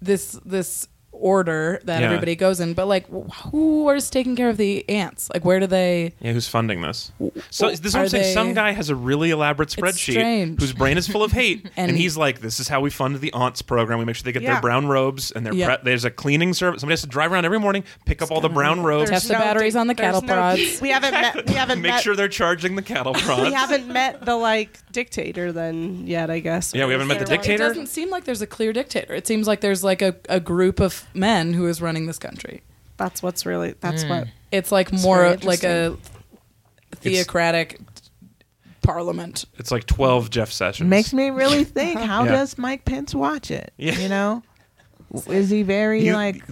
[SPEAKER 3] this this order that
[SPEAKER 1] Yeah.
[SPEAKER 3] everybody goes in, but like wh- who is taking care of the ants? Like where do they?
[SPEAKER 1] yeah, who's funding this? So this is what
[SPEAKER 3] are
[SPEAKER 1] I'm saying.
[SPEAKER 3] they-
[SPEAKER 1] Some guy has a really elaborate spreadsheet
[SPEAKER 3] strange.
[SPEAKER 1] whose brain is full of hate, and,
[SPEAKER 3] And-
[SPEAKER 1] he's like, "This is how we fund the aunts program. We make sure they get
[SPEAKER 2] Yeah.
[SPEAKER 1] their brown robes and their
[SPEAKER 3] Yeah.
[SPEAKER 1] prep. There's a cleaning service. Somebody has to drive around every morning, pick up all the brown robes,
[SPEAKER 3] Test the batteries on the
[SPEAKER 2] there's
[SPEAKER 3] cattle
[SPEAKER 2] no-
[SPEAKER 3] prods.
[SPEAKER 2] We haven't met. We haven't
[SPEAKER 1] make
[SPEAKER 2] met.
[SPEAKER 1] sure they're charging the cattle prods.
[SPEAKER 2] we haven't met the like dictator then yet. I guess.
[SPEAKER 1] Yeah, we
[SPEAKER 2] Or
[SPEAKER 1] haven't met
[SPEAKER 2] is
[SPEAKER 1] the
[SPEAKER 2] there one?
[SPEAKER 3] It
[SPEAKER 1] dictator?
[SPEAKER 3] doesn't seem like there's a clear dictator. It seems like there's like a, a group of men who is running this country.
[SPEAKER 2] That's what's really. That's what.
[SPEAKER 3] It's like more
[SPEAKER 2] very
[SPEAKER 3] like a theocratic parliament.
[SPEAKER 1] It's like twelve Jeff Sessions.
[SPEAKER 4] Makes me really think. How
[SPEAKER 1] Yeah.
[SPEAKER 4] does Mike Pence watch it?
[SPEAKER 1] Yeah.
[SPEAKER 4] You know, is he very
[SPEAKER 1] You-
[SPEAKER 4] like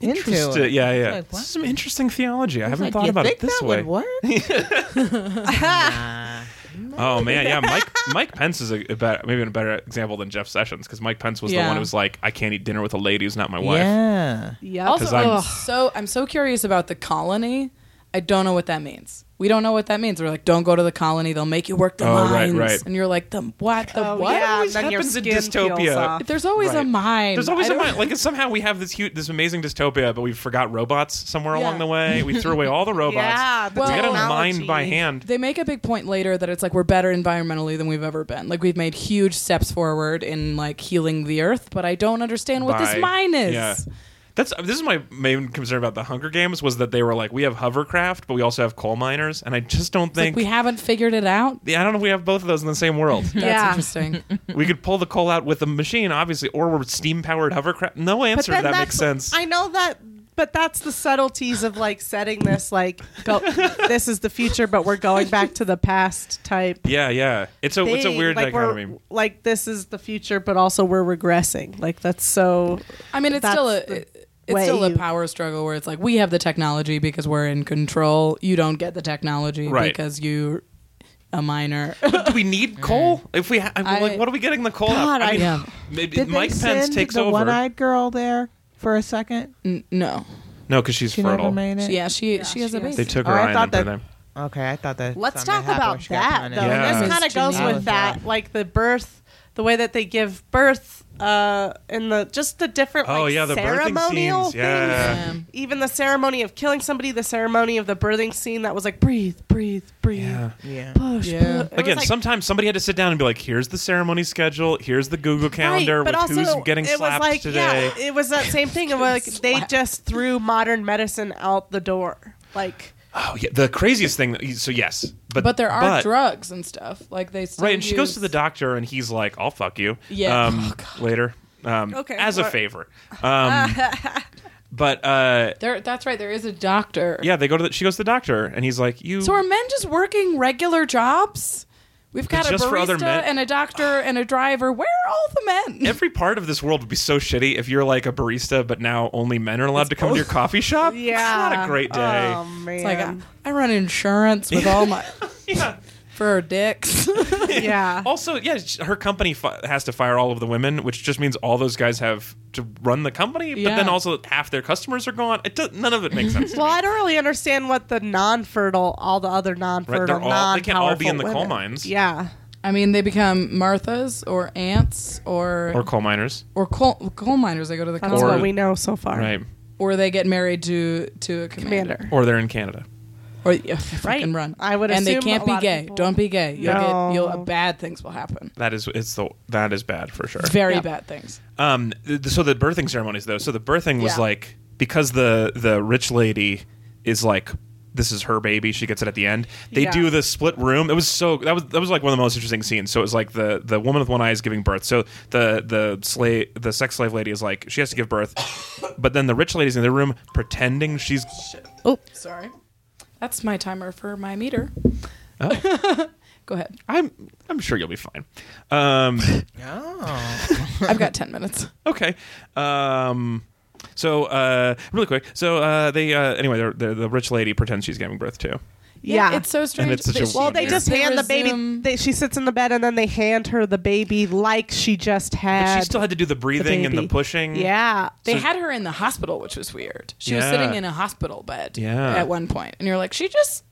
[SPEAKER 4] into
[SPEAKER 1] Interest-
[SPEAKER 4] it?
[SPEAKER 1] Yeah, yeah.
[SPEAKER 4] like, what?
[SPEAKER 1] this is some interesting theology. I haven't
[SPEAKER 4] Like,
[SPEAKER 1] thought
[SPEAKER 4] you
[SPEAKER 1] about
[SPEAKER 4] think
[SPEAKER 1] it this
[SPEAKER 4] that
[SPEAKER 1] way.
[SPEAKER 4] Would work? Nah.
[SPEAKER 1] Oh man, yeah. Mike Mike Pence is a, a better, maybe a better example than Jeff Sessions because Mike Pence was the
[SPEAKER 3] Yeah.
[SPEAKER 1] one who was like, "I can't eat dinner with a lady who's not my wife."
[SPEAKER 4] Yeah.
[SPEAKER 2] Yeah.
[SPEAKER 3] Also,
[SPEAKER 1] 'Cause I'm-
[SPEAKER 3] I'm so I'm so curious about the colony. I don't know what that means. We don't know what that means. We're like, don't go to the colony. They'll make you work the
[SPEAKER 1] Oh, right,
[SPEAKER 3] mines.
[SPEAKER 1] right.
[SPEAKER 3] And you're like, the what? The
[SPEAKER 2] Oh,
[SPEAKER 3] what?
[SPEAKER 2] yeah,
[SPEAKER 1] always
[SPEAKER 2] then your
[SPEAKER 1] happens in
[SPEAKER 2] skin
[SPEAKER 1] dystopia?
[SPEAKER 2] peels off.
[SPEAKER 3] There's always a
[SPEAKER 1] Right.
[SPEAKER 3] mine.
[SPEAKER 1] There's always
[SPEAKER 3] I
[SPEAKER 1] a
[SPEAKER 3] don't-
[SPEAKER 1] mind. Like it's somehow we have this huge, this amazing dystopia, but we forgot robots somewhere
[SPEAKER 3] Yeah.
[SPEAKER 1] along the way. We threw away all the robots.
[SPEAKER 2] Yeah, the
[SPEAKER 1] we got a
[SPEAKER 2] technology.
[SPEAKER 1] mine by hand.
[SPEAKER 3] They make a big point later that it's like we're better environmentally than we've ever been. Like we've made huge steps forward in like healing the earth, but I don't understand what
[SPEAKER 1] by-
[SPEAKER 3] this mine is.
[SPEAKER 1] Yeah. That's this is my main concern about the Hunger Games was that they were like we have hovercraft, but we also have coal miners, and I just don't
[SPEAKER 3] Like
[SPEAKER 1] think
[SPEAKER 3] we haven't figured it out.
[SPEAKER 1] yeah, I don't know if we have both of those in the same world.
[SPEAKER 3] That's
[SPEAKER 2] Yeah.
[SPEAKER 3] interesting.
[SPEAKER 1] we could pull the coal out with a machine, obviously, or we're steam powered hovercraft. No
[SPEAKER 2] But
[SPEAKER 1] answer to
[SPEAKER 2] then
[SPEAKER 1] that
[SPEAKER 2] that's-
[SPEAKER 1] makes sense.
[SPEAKER 2] I know that, but that's the subtleties of like setting this like go, this is the future, but we're going back to the past type.
[SPEAKER 1] yeah, yeah. It's a it's a
[SPEAKER 2] thing.
[SPEAKER 1] weird
[SPEAKER 2] like, we're-
[SPEAKER 1] dichotomy.
[SPEAKER 2] Like this is the future, but also we're regressing. Like that's so.
[SPEAKER 3] I mean, it's
[SPEAKER 2] That's
[SPEAKER 3] still a
[SPEAKER 2] the
[SPEAKER 3] it- it's still
[SPEAKER 2] way
[SPEAKER 3] a
[SPEAKER 2] you-
[SPEAKER 3] power struggle where it's like we have the technology because we're in control. You don't get the technology
[SPEAKER 1] Right.
[SPEAKER 3] because you a minor.
[SPEAKER 1] Do we need coal? If we ha- I,
[SPEAKER 3] I-
[SPEAKER 1] like, what are we getting the coal
[SPEAKER 4] God,
[SPEAKER 1] out?
[SPEAKER 4] I-
[SPEAKER 1] mean,
[SPEAKER 3] Yeah.
[SPEAKER 1] maybe
[SPEAKER 4] Did
[SPEAKER 1] Mike
[SPEAKER 4] they send
[SPEAKER 1] Pence takes
[SPEAKER 4] the
[SPEAKER 1] over.
[SPEAKER 4] one-eyed girl there for a second?
[SPEAKER 3] N- no,
[SPEAKER 1] No, because she's
[SPEAKER 4] She never
[SPEAKER 1] fertile.
[SPEAKER 4] made it.
[SPEAKER 3] yeah, she she has
[SPEAKER 2] she
[SPEAKER 3] a
[SPEAKER 2] is.
[SPEAKER 3] baby.
[SPEAKER 1] They took
[SPEAKER 4] Oh,
[SPEAKER 1] her
[SPEAKER 4] I
[SPEAKER 1] eye
[SPEAKER 4] thought
[SPEAKER 1] and then
[SPEAKER 4] that-
[SPEAKER 1] put them.
[SPEAKER 4] Okay, I thought that.
[SPEAKER 2] Let's
[SPEAKER 4] something
[SPEAKER 2] talk
[SPEAKER 4] happened
[SPEAKER 2] about
[SPEAKER 4] when she got
[SPEAKER 2] that
[SPEAKER 4] pregnant.
[SPEAKER 2] though.
[SPEAKER 1] Yeah.
[SPEAKER 2] This kind
[SPEAKER 3] Miss
[SPEAKER 2] of goes
[SPEAKER 3] Congeniality.
[SPEAKER 2] with that, like the birth, the way that they give birth, uh, and the just the different
[SPEAKER 1] Oh,
[SPEAKER 2] like
[SPEAKER 1] yeah, the birthing
[SPEAKER 2] ceremonial
[SPEAKER 1] scenes,
[SPEAKER 2] things.
[SPEAKER 1] yeah.
[SPEAKER 3] Yeah.
[SPEAKER 2] Even the ceremony of killing somebody, the ceremony of the birthing scene that was like breathe, breathe, breathe,
[SPEAKER 1] Yeah.
[SPEAKER 4] Yeah.
[SPEAKER 2] push.
[SPEAKER 3] Yeah.
[SPEAKER 2] push. It was,
[SPEAKER 1] Again,
[SPEAKER 2] like,
[SPEAKER 1] sometimes somebody had to sit down and be like, "Here's the ceremony schedule. Here's the Google calendar
[SPEAKER 2] but
[SPEAKER 1] with
[SPEAKER 2] also,
[SPEAKER 1] who's getting
[SPEAKER 2] it
[SPEAKER 1] slapped
[SPEAKER 2] was like,
[SPEAKER 1] today."
[SPEAKER 2] Yeah, it was that same thing of like they
[SPEAKER 3] slapped.
[SPEAKER 2] just threw modern medicine out the door. Like
[SPEAKER 1] Oh, yeah. The craziest thing. So yes, but
[SPEAKER 3] but there are
[SPEAKER 1] but,
[SPEAKER 3] drugs and stuff like they. Still
[SPEAKER 1] Right, and she goes
[SPEAKER 3] use-
[SPEAKER 1] to the doctor, and he's like, "I'll fuck you."
[SPEAKER 3] Yeah.
[SPEAKER 1] Um,
[SPEAKER 3] Oh, God.
[SPEAKER 1] later. Um,
[SPEAKER 2] Okay,
[SPEAKER 1] As a
[SPEAKER 2] what-
[SPEAKER 1] favor. Um, but uh,
[SPEAKER 3] There, that's right. There is a doctor.
[SPEAKER 1] yeah, they go to. The, she goes to the doctor, and he's like, "You."
[SPEAKER 3] So are men just working regular jobs? We've got a
[SPEAKER 1] Just for other
[SPEAKER 3] barista
[SPEAKER 1] men?
[SPEAKER 3] and a doctor and a driver. Where are all the men?
[SPEAKER 1] Every part of this world would be so shitty if you're like a barista, but now only men are allowed to come to your coffee shop.
[SPEAKER 2] yeah,
[SPEAKER 1] it's not a great day.
[SPEAKER 2] Oh man,
[SPEAKER 3] It's like I, I run insurance with all my
[SPEAKER 1] yeah.
[SPEAKER 3] for dicks.
[SPEAKER 2] yeah.
[SPEAKER 1] Also, yeah, sh- her company fi- has to fire all of the women, which just means all those guys have to run the company. But
[SPEAKER 3] Yeah.
[SPEAKER 1] then also half their customers are gone. It does, none of it makes sense. to me.
[SPEAKER 2] Well, I don't really understand what the non-fertile, all the other non-fertile,
[SPEAKER 1] Right, they're all, they can't all be in the coal
[SPEAKER 2] non-powerful women-
[SPEAKER 1] mines
[SPEAKER 2] Yeah,
[SPEAKER 3] I mean, they become Marthas or ants or
[SPEAKER 1] or
[SPEAKER 3] or,
[SPEAKER 1] coal miners,
[SPEAKER 3] coal, coal miners. They go to the
[SPEAKER 2] that's
[SPEAKER 3] coal
[SPEAKER 1] Or-
[SPEAKER 2] what we know so far.
[SPEAKER 1] right?
[SPEAKER 3] or they get married to to a commander.
[SPEAKER 2] Commander.
[SPEAKER 1] Or they're in Canada.
[SPEAKER 3] Or yeah, fucking run.
[SPEAKER 2] I would
[SPEAKER 3] And they
[SPEAKER 2] assume
[SPEAKER 3] can't
[SPEAKER 2] a
[SPEAKER 3] be
[SPEAKER 2] lot of
[SPEAKER 3] gay.
[SPEAKER 2] people-
[SPEAKER 3] Don't be gay. You'll
[SPEAKER 2] No.
[SPEAKER 3] get you'll bad things will happen.
[SPEAKER 1] That is it's the that is bad for sure.
[SPEAKER 3] It's very
[SPEAKER 2] Yeah.
[SPEAKER 3] bad things.
[SPEAKER 1] Um, th- so the birthing ceremonies though. So the birthing was
[SPEAKER 3] Yeah.
[SPEAKER 1] like because the the rich lady is like this is her baby. She gets it at the end. They
[SPEAKER 3] Yeah.
[SPEAKER 1] do the split room. It was so that was that was like one of the most interesting scenes. So it was like the the woman with one eye is giving birth. So the the slave the sex slave lady is like she has to give birth, but then the rich lady's in the room pretending she's
[SPEAKER 3] Oh, sorry. That's my timer for my meter.
[SPEAKER 1] Oh.
[SPEAKER 3] Go ahead.
[SPEAKER 1] I'm I'm sure you'll be fine. Um,
[SPEAKER 4] Oh.
[SPEAKER 3] I've got 10 minutes.
[SPEAKER 1] okay. Um, so uh, really quick. So uh, they uh, anyway, they're, they're, the rich lady pretends she's giving birth too.
[SPEAKER 2] Yeah.
[SPEAKER 3] It's so strange.
[SPEAKER 1] And it's such
[SPEAKER 3] that
[SPEAKER 1] a
[SPEAKER 3] she-
[SPEAKER 1] Well,
[SPEAKER 2] they just hand the baby.
[SPEAKER 3] resume-
[SPEAKER 2] They, she sits in the bed and then they hand her the baby like she just
[SPEAKER 1] But
[SPEAKER 2] had.
[SPEAKER 1] she still had to do the breathing and the
[SPEAKER 2] baby.
[SPEAKER 1] pushing.
[SPEAKER 2] yeah.
[SPEAKER 3] They had her in the hospital, which was weird. She was
[SPEAKER 1] Yeah.
[SPEAKER 3] sitting in a hospital bed
[SPEAKER 1] Yeah.
[SPEAKER 3] at one point, and you're like, she just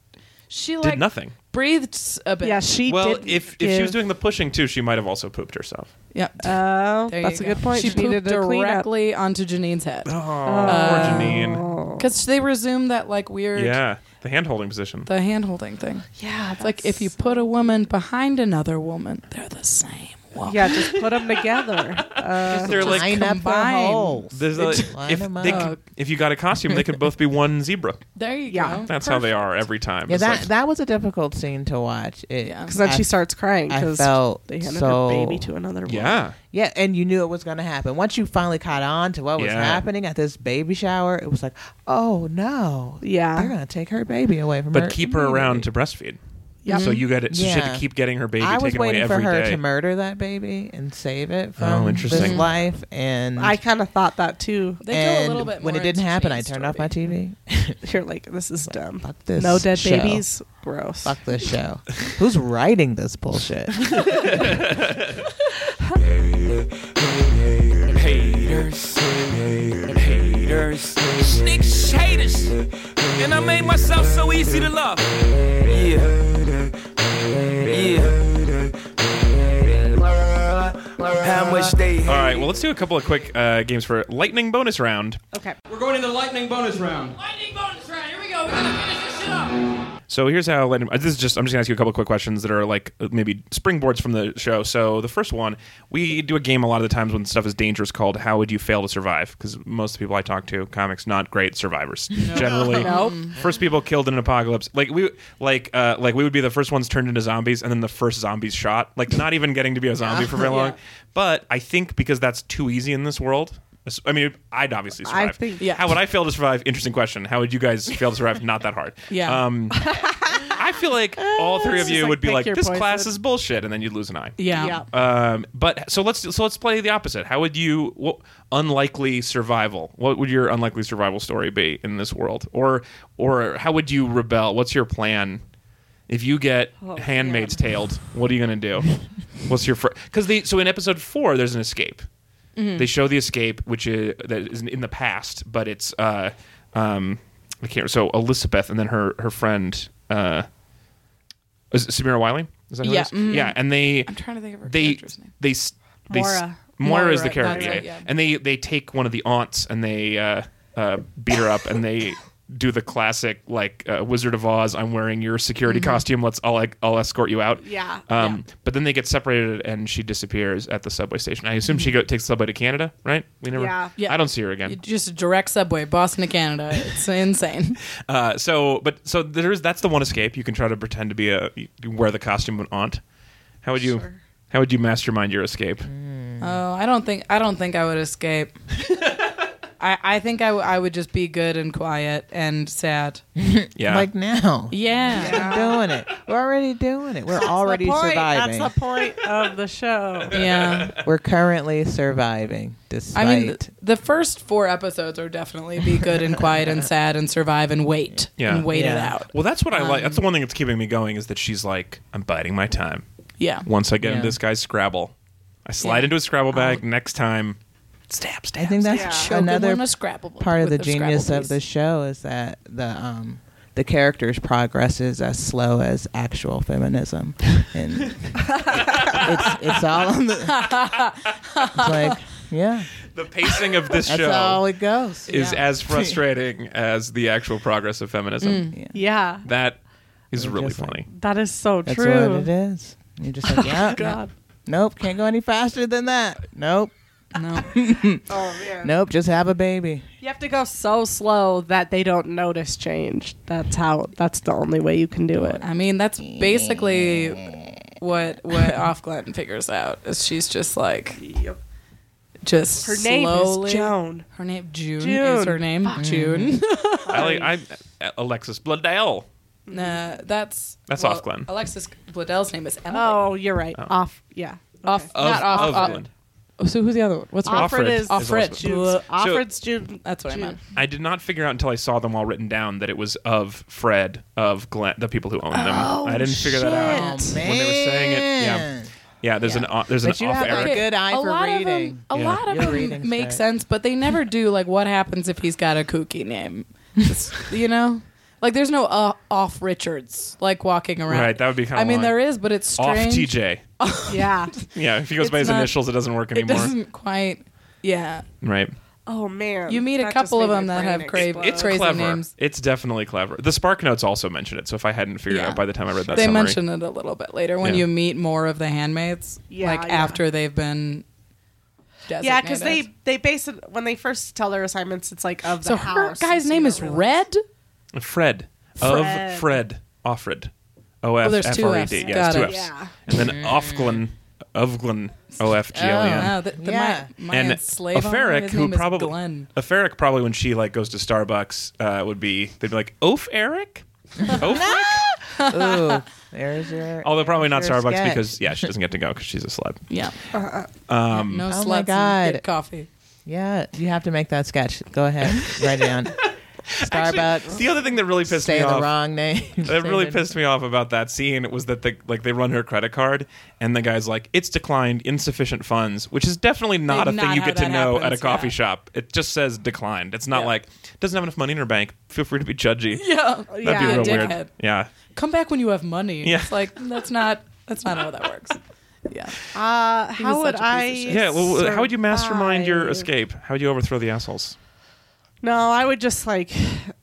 [SPEAKER 3] she like
[SPEAKER 1] nothing.
[SPEAKER 3] breathed a bit.
[SPEAKER 2] Yeah, she
[SPEAKER 1] Well,
[SPEAKER 2] didn't
[SPEAKER 1] if, if she was
[SPEAKER 2] give-
[SPEAKER 1] doing the pushing too, she might have also pooped herself.
[SPEAKER 3] yeah. Uh,
[SPEAKER 2] Oh,
[SPEAKER 3] There
[SPEAKER 2] that's a
[SPEAKER 3] you
[SPEAKER 2] good
[SPEAKER 3] go.
[SPEAKER 2] point.
[SPEAKER 3] She, pooped
[SPEAKER 2] needed a cleanup.
[SPEAKER 3] directly onto Janine's head
[SPEAKER 1] Oh, poor Janine.
[SPEAKER 2] Oh.
[SPEAKER 3] because they resumed that like weird
[SPEAKER 1] Yeah, the hand holding position.
[SPEAKER 3] the hand holding thing.
[SPEAKER 2] Yeah,
[SPEAKER 3] It's like if you put a woman behind another woman, they're the same. woman.
[SPEAKER 2] yeah, just put them together. Uh,
[SPEAKER 1] They're like,
[SPEAKER 4] Line up their
[SPEAKER 3] combined.
[SPEAKER 4] holes.
[SPEAKER 1] there's a-
[SPEAKER 4] Line
[SPEAKER 1] if,
[SPEAKER 4] 'em
[SPEAKER 1] they
[SPEAKER 4] up.
[SPEAKER 1] could, if you got a costume, they could both be one zebra.
[SPEAKER 3] There you
[SPEAKER 2] Yeah.
[SPEAKER 3] go.
[SPEAKER 1] That's how they are every time.
[SPEAKER 4] Yeah,
[SPEAKER 1] It's
[SPEAKER 4] that
[SPEAKER 1] like-
[SPEAKER 4] that was a difficult scene to watch. It,
[SPEAKER 3] Yeah.
[SPEAKER 2] because then
[SPEAKER 4] I-
[SPEAKER 2] she starts crying
[SPEAKER 4] I
[SPEAKER 2] because
[SPEAKER 4] felt
[SPEAKER 2] they handed
[SPEAKER 4] so
[SPEAKER 2] her baby to another woman.
[SPEAKER 1] yeah.
[SPEAKER 4] Yeah, and you knew it was going to happen. Once you finally caught on to what was
[SPEAKER 1] Yeah.
[SPEAKER 4] happening at this baby shower, it was like, oh no, they're
[SPEAKER 2] Yeah.
[SPEAKER 4] going to take her baby away from her.
[SPEAKER 1] But keep her around to
[SPEAKER 4] immediately.
[SPEAKER 1] breastfeed.
[SPEAKER 2] Yep.
[SPEAKER 1] So you got it. So She had
[SPEAKER 4] Yeah.
[SPEAKER 1] to keep getting her baby
[SPEAKER 4] I was
[SPEAKER 1] taken away
[SPEAKER 4] waiting for
[SPEAKER 1] every
[SPEAKER 4] her
[SPEAKER 1] day.
[SPEAKER 4] to murder that baby and save it
[SPEAKER 1] Oh,
[SPEAKER 4] from this
[SPEAKER 1] interesting.
[SPEAKER 4] life. And
[SPEAKER 2] I kind of thought that too.
[SPEAKER 3] They go
[SPEAKER 4] and
[SPEAKER 3] a little bit.
[SPEAKER 4] when it
[SPEAKER 3] more
[SPEAKER 4] didn't
[SPEAKER 3] into
[SPEAKER 4] happen, I
[SPEAKER 3] Janine's
[SPEAKER 4] turned off
[SPEAKER 3] story.
[SPEAKER 4] my TV.
[SPEAKER 2] You're like, this is dumb.
[SPEAKER 4] Fuck this.
[SPEAKER 2] no dead
[SPEAKER 4] show.
[SPEAKER 2] babies. Gross.
[SPEAKER 4] Fuck this show. Who's writing this bullshit?
[SPEAKER 5] haters, haters, snitch haters, and I made myself so easy to love. Yeah, yeah. How much they
[SPEAKER 1] All right, well, let's do a couple of quick uh, games for lightning bonus round.
[SPEAKER 2] Okay.
[SPEAKER 6] We're going into the lightning bonus round.
[SPEAKER 7] Lightning bonus round. Here we go. We gotta finish this shit up.
[SPEAKER 1] So here's how lightning. This is just. I'm just gonna ask you a couple of quick questions that are like uh, maybe springboards from the show. So the first one, we do a game a lot of the times when stuff is dangerous called "How would you fail to survive?" Because most of the people I talk to, comics, not great survivors generally.
[SPEAKER 2] Nope.
[SPEAKER 1] First people killed in an apocalypse, like we, like, uh, like we would be the first ones turned into zombies, and then the first zombies shot. Like not even getting to be a zombie for very long. But I think because that's too easy in this world. I mean, I'd obviously survive.
[SPEAKER 2] think-
[SPEAKER 3] Yeah.
[SPEAKER 1] How would I fail to survive? Interesting question. How would you guys fail to survive? Not that hard.
[SPEAKER 3] Yeah.
[SPEAKER 1] Um, I feel like all three of
[SPEAKER 2] just
[SPEAKER 1] you
[SPEAKER 2] like
[SPEAKER 1] would be
[SPEAKER 2] pick
[SPEAKER 1] like,
[SPEAKER 2] your
[SPEAKER 1] "This
[SPEAKER 2] poison."
[SPEAKER 1] class is bullshit," and then you'd lose an eye.
[SPEAKER 3] Yeah.
[SPEAKER 2] Yeah.
[SPEAKER 1] Um, but so let's so let's play the opposite. How would you what, unlikely survival? What would your unlikely survival story be in this world? Or or how would you rebel? What's your plan? If you get handmaid's tailed, what are you gonna do? What's your because they so in episode four there's an escape. They show the escape, which is that is in the past, but it's uh um I can't so Elizabeth and then her her friend uh is it Samira Wiley is that who
[SPEAKER 3] Yeah.
[SPEAKER 1] it is?
[SPEAKER 3] Mm.
[SPEAKER 1] yeah and they
[SPEAKER 3] I'm trying to think of her
[SPEAKER 1] they
[SPEAKER 3] character's name.
[SPEAKER 1] they s- they s-
[SPEAKER 2] Moira.
[SPEAKER 1] Moira, is the
[SPEAKER 3] Moira,
[SPEAKER 1] character,
[SPEAKER 3] that's
[SPEAKER 1] yeah.
[SPEAKER 3] right, yeah.
[SPEAKER 1] and they they take one of the aunts and they uh, uh, beat her up and they do the classic like uh, Wizard of Oz. I'm wearing your security
[SPEAKER 3] Mm-hmm.
[SPEAKER 1] costume. Let's I'll like, I'll escort you out.
[SPEAKER 2] Yeah.
[SPEAKER 1] Um, But then they get separated and she disappears at the subway station. I assume she go, takes the subway to Canada, right? We never.
[SPEAKER 2] Yeah.
[SPEAKER 3] Mm-hmm. Yeah.
[SPEAKER 1] I don't see her again.
[SPEAKER 3] Just a direct subway, Boston to Canada. It's insane.
[SPEAKER 1] Uh, so, but so there's that's the one escape. You can try to pretend to be a you can wear the costume of an aunt. How would you? How would you mastermind your escape?
[SPEAKER 4] Mm.
[SPEAKER 3] Oh, I don't think I don't think I would escape. I, I think I, w- I would just be good and quiet and sad.
[SPEAKER 1] Yeah.
[SPEAKER 4] Like now.
[SPEAKER 3] Yeah.
[SPEAKER 4] We're doing it. We're already doing it. We're already
[SPEAKER 2] That's the point.
[SPEAKER 4] surviving.
[SPEAKER 2] That's the point of the show.
[SPEAKER 3] Yeah.
[SPEAKER 4] We're currently surviving
[SPEAKER 3] I
[SPEAKER 4] despite.
[SPEAKER 3] mean, th- the first four episodes are definitely be good and quiet and sad and survive and wait
[SPEAKER 1] Yeah.
[SPEAKER 3] and wait it
[SPEAKER 4] Yeah.
[SPEAKER 3] out.
[SPEAKER 1] Well, that's what I like. That's
[SPEAKER 4] Um,
[SPEAKER 1] the one thing that's keeping me going is that she's like, I'm biding my time.
[SPEAKER 3] Yeah.
[SPEAKER 1] Once I get
[SPEAKER 4] Yeah.
[SPEAKER 1] into this guy's Scrabble, I slide
[SPEAKER 3] Yeah.
[SPEAKER 1] into a Scrabble bag. Next time, stab, stab.
[SPEAKER 4] I think that's
[SPEAKER 2] Yeah.
[SPEAKER 3] Choke him
[SPEAKER 4] another
[SPEAKER 3] on a Scrabble book
[SPEAKER 4] part of the
[SPEAKER 3] with a
[SPEAKER 4] genius
[SPEAKER 3] Scrabble
[SPEAKER 4] of the
[SPEAKER 3] piece.
[SPEAKER 4] show is that the um, the character's progress is as slow as actual feminism, and it's it's all on the. It's like yeah,
[SPEAKER 1] the pacing of this
[SPEAKER 4] That's
[SPEAKER 1] show
[SPEAKER 4] how it goes.
[SPEAKER 1] is
[SPEAKER 4] Yeah.
[SPEAKER 1] as frustrating as the actual progress of feminism.
[SPEAKER 2] Yeah,
[SPEAKER 1] That is really
[SPEAKER 4] Mm. just like-
[SPEAKER 1] funny.
[SPEAKER 2] that is so
[SPEAKER 4] That's
[SPEAKER 2] true.
[SPEAKER 4] what it is. You're just like, yeah,
[SPEAKER 2] God.
[SPEAKER 4] nope, can't go any faster than that. Nope,
[SPEAKER 3] No.
[SPEAKER 2] Oh man,
[SPEAKER 4] nope, just have a baby.
[SPEAKER 2] you have to go so slow that they don't notice change. That's how. That's the only way you can do it.
[SPEAKER 3] I mean, that's basically what what Off Glenn figures out is she's just like just
[SPEAKER 2] Her name
[SPEAKER 3] slowly.
[SPEAKER 2] is Joan.
[SPEAKER 3] Her name June, is
[SPEAKER 2] June.
[SPEAKER 3] her name. June.
[SPEAKER 4] Mm-hmm.
[SPEAKER 1] I like I Alexis Bledel.
[SPEAKER 3] nah, that's
[SPEAKER 1] That's Off Glenn.
[SPEAKER 3] Alexis Bledell's name is Emily.
[SPEAKER 2] Oh, you're right. Off. Yeah.
[SPEAKER 3] Off,
[SPEAKER 1] Of,
[SPEAKER 3] not off.
[SPEAKER 1] of
[SPEAKER 4] uh,
[SPEAKER 3] off-
[SPEAKER 1] Glenn.
[SPEAKER 3] so who's the other one? What's her?
[SPEAKER 1] Off- Offred
[SPEAKER 2] Offred is
[SPEAKER 1] is also-
[SPEAKER 2] Offred. June's- Offred's June.
[SPEAKER 3] That's what I meant.
[SPEAKER 1] I did not figure out until I saw them all written down that it was of Fred, of Glenn, the people who own them. I didn't figure that out
[SPEAKER 4] Oh,
[SPEAKER 1] when they were saying it. Yeah,
[SPEAKER 4] man.
[SPEAKER 1] yeah. There's an an there's
[SPEAKER 4] But
[SPEAKER 1] an
[SPEAKER 4] you
[SPEAKER 1] off
[SPEAKER 4] have,
[SPEAKER 1] Eric.
[SPEAKER 4] like, good eye
[SPEAKER 3] a
[SPEAKER 4] for
[SPEAKER 3] lot Of
[SPEAKER 4] reading.
[SPEAKER 3] them, a
[SPEAKER 1] Yeah.
[SPEAKER 3] lot of
[SPEAKER 4] Your
[SPEAKER 3] them
[SPEAKER 4] reading's
[SPEAKER 3] make
[SPEAKER 4] great.
[SPEAKER 3] sense, but they never do. Like, what happens if he's got a kooky name? It's- you know, like there's no uh, off Richards like walking around.
[SPEAKER 1] Right, that would be kinda
[SPEAKER 3] I mean,
[SPEAKER 1] long.
[SPEAKER 3] there is, but it's
[SPEAKER 1] off
[SPEAKER 3] strange.
[SPEAKER 1] TJ.
[SPEAKER 2] Yeah.
[SPEAKER 1] Yeah, if he goes
[SPEAKER 3] It's
[SPEAKER 1] by his
[SPEAKER 3] not-
[SPEAKER 1] initials, it doesn't work
[SPEAKER 3] It
[SPEAKER 1] anymore.
[SPEAKER 3] doesn't quite. Yeah,
[SPEAKER 1] right.
[SPEAKER 2] Oh man.
[SPEAKER 3] You meet a
[SPEAKER 2] That just
[SPEAKER 3] couple of
[SPEAKER 2] made
[SPEAKER 3] them
[SPEAKER 2] my
[SPEAKER 3] that
[SPEAKER 2] brain
[SPEAKER 3] have crave-
[SPEAKER 2] explode.
[SPEAKER 1] It's
[SPEAKER 3] Crazy
[SPEAKER 1] clever.
[SPEAKER 3] names.
[SPEAKER 1] It's definitely clever. The Spark Notes also mention it, so if I hadn't figured it
[SPEAKER 3] Yeah.
[SPEAKER 1] out by the time I read that
[SPEAKER 3] they
[SPEAKER 1] summary,
[SPEAKER 3] mention it a little bit later when
[SPEAKER 1] Yeah.
[SPEAKER 3] you meet more of the handmaids.
[SPEAKER 2] Yeah,
[SPEAKER 3] like
[SPEAKER 2] yeah.
[SPEAKER 3] after they've been.
[SPEAKER 2] Yeah, because they
[SPEAKER 3] designated.
[SPEAKER 2] they base it when they first tell their assignments. It's like of the
[SPEAKER 3] So her
[SPEAKER 2] house.
[SPEAKER 3] guy's
[SPEAKER 2] so
[SPEAKER 3] name
[SPEAKER 2] you
[SPEAKER 3] is
[SPEAKER 2] don't realize.
[SPEAKER 3] Red.
[SPEAKER 1] Fred,
[SPEAKER 2] Fred.
[SPEAKER 1] of Fred Offred, O F
[SPEAKER 3] there's
[SPEAKER 1] F
[SPEAKER 3] two
[SPEAKER 1] R E
[SPEAKER 3] Fs.
[SPEAKER 1] D. Yeah,
[SPEAKER 3] Got
[SPEAKER 1] it's two
[SPEAKER 3] it.
[SPEAKER 1] Fs,
[SPEAKER 2] Yeah.
[SPEAKER 1] and then Ofglin, Ofglin, O F G L E N.
[SPEAKER 3] wow, the, the
[SPEAKER 4] Yeah.
[SPEAKER 3] Ma- Mayan
[SPEAKER 1] and
[SPEAKER 3] slave owner,
[SPEAKER 1] Aferic,
[SPEAKER 3] his
[SPEAKER 1] who
[SPEAKER 3] name is
[SPEAKER 1] probably
[SPEAKER 3] Glenn.
[SPEAKER 1] Aferic probably when she like goes to Starbucks uh, would be they'd be like Oaf Eric, Oaf
[SPEAKER 4] Ooh, there's your.
[SPEAKER 1] Although probably not
[SPEAKER 4] there's your
[SPEAKER 1] Starbucks
[SPEAKER 4] sketch.
[SPEAKER 1] because yeah she doesn't get to go because she's a slut.
[SPEAKER 3] Yeah. Um, no
[SPEAKER 4] Oh my
[SPEAKER 3] sluts and good
[SPEAKER 4] God.
[SPEAKER 3] coffee.
[SPEAKER 4] yeah, you have to make that sketch. Go ahead, write it down. Starbucks.
[SPEAKER 1] The other thing that really pissed
[SPEAKER 4] Say
[SPEAKER 1] me
[SPEAKER 4] the
[SPEAKER 1] off.
[SPEAKER 4] wrong name.
[SPEAKER 1] That really pissed me off about that scene was that the like they run her credit card and the guy's like it's declined insufficient funds which is definitely not
[SPEAKER 3] Like,
[SPEAKER 1] a
[SPEAKER 3] not
[SPEAKER 1] thing you
[SPEAKER 3] how
[SPEAKER 1] get to
[SPEAKER 3] that
[SPEAKER 1] know at a
[SPEAKER 3] happens,
[SPEAKER 1] coffee
[SPEAKER 3] yeah.
[SPEAKER 1] shop it just says declined it's not
[SPEAKER 3] Yeah.
[SPEAKER 1] like doesn't have enough money in her bank feel free to be judgy
[SPEAKER 3] Yeah.
[SPEAKER 1] that'd be
[SPEAKER 2] yeah,
[SPEAKER 1] real
[SPEAKER 3] dickhead.
[SPEAKER 1] weird yeah
[SPEAKER 3] Come back when you have money.
[SPEAKER 1] Yeah.
[SPEAKER 3] It's like that's not that's not how that works. Yeah.
[SPEAKER 2] Uh,
[SPEAKER 3] was
[SPEAKER 2] how
[SPEAKER 3] such
[SPEAKER 2] would
[SPEAKER 3] a piece of
[SPEAKER 2] I?
[SPEAKER 3] shit.
[SPEAKER 1] Yeah, well, how would you mastermind your
[SPEAKER 2] survive?
[SPEAKER 1] escape? How would you overthrow the assholes?
[SPEAKER 2] No, I would just like,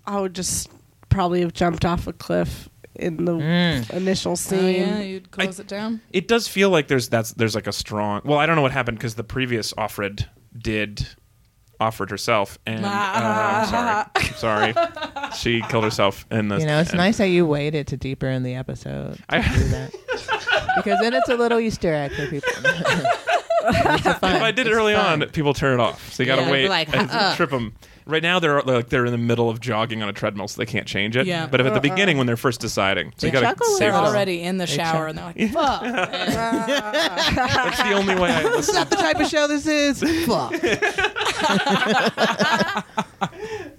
[SPEAKER 2] I would just probably have jumped off a cliff in the initial
[SPEAKER 3] So
[SPEAKER 2] scene.
[SPEAKER 3] Mm. Oh, yeah, you'd close it down.
[SPEAKER 1] It does feel like there's that's there's like a strong. Well, I don't know what happened because the previous Offred did Offred herself, and uh, I'm sorry, I'm sorry, she killed herself in the.
[SPEAKER 4] You know, it's
[SPEAKER 1] and-
[SPEAKER 4] nice that you waited to deeper in the episode to
[SPEAKER 1] I-
[SPEAKER 4] do that because then it's a little Easter egg for people. It's a fun-
[SPEAKER 1] If I did it
[SPEAKER 4] it's
[SPEAKER 1] early
[SPEAKER 4] fun.
[SPEAKER 1] on, people turn it off. So you gotta
[SPEAKER 3] Yeah,
[SPEAKER 1] wait,
[SPEAKER 3] they're like,
[SPEAKER 1] and trip them. Right now, they're like they're in the middle of jogging on a treadmill, so they can't change it.
[SPEAKER 3] Yeah.
[SPEAKER 1] But if at the beginning, when they're first deciding, so
[SPEAKER 4] They
[SPEAKER 1] you gotta
[SPEAKER 4] chuckle a
[SPEAKER 1] save
[SPEAKER 3] They're
[SPEAKER 4] little.
[SPEAKER 1] them.
[SPEAKER 3] already in the shower and they're like,
[SPEAKER 1] That's the only way. I listen.
[SPEAKER 4] That's the type of show this is. Fuck.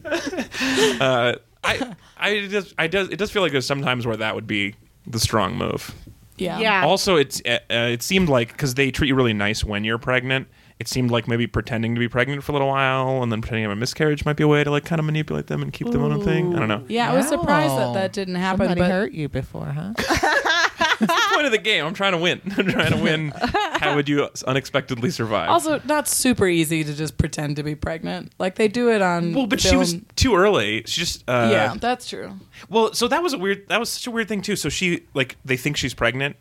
[SPEAKER 1] uh, I, I just, I does, it does feel like there's sometimes where that would be the strong move.
[SPEAKER 3] yeah.
[SPEAKER 2] Yeah.
[SPEAKER 1] Also, it's, uh, uh, it seemed like because they treat you really nice when you're pregnant. It seemed like maybe pretending to be pregnant for a little while and then pretending to have a miscarriage might be a way to like kind of manipulate them and keep them on a thing. I don't know.
[SPEAKER 3] Yeah, I was surprised that
[SPEAKER 4] Wow.
[SPEAKER 3] that didn't happen,
[SPEAKER 4] Somebody
[SPEAKER 3] but
[SPEAKER 4] hurt you before, huh?
[SPEAKER 1] That's the point of the game. I'm trying to win. I'm trying to win. How would you unexpectedly survive?
[SPEAKER 3] also not super easy to just pretend to be pregnant. Like they do it on
[SPEAKER 1] well, but she
[SPEAKER 3] film.
[SPEAKER 1] was too early. She just uh,
[SPEAKER 3] yeah, that's true.
[SPEAKER 1] Well, so that was a weird. That was such a weird thing too. So she like they think she's pregnant,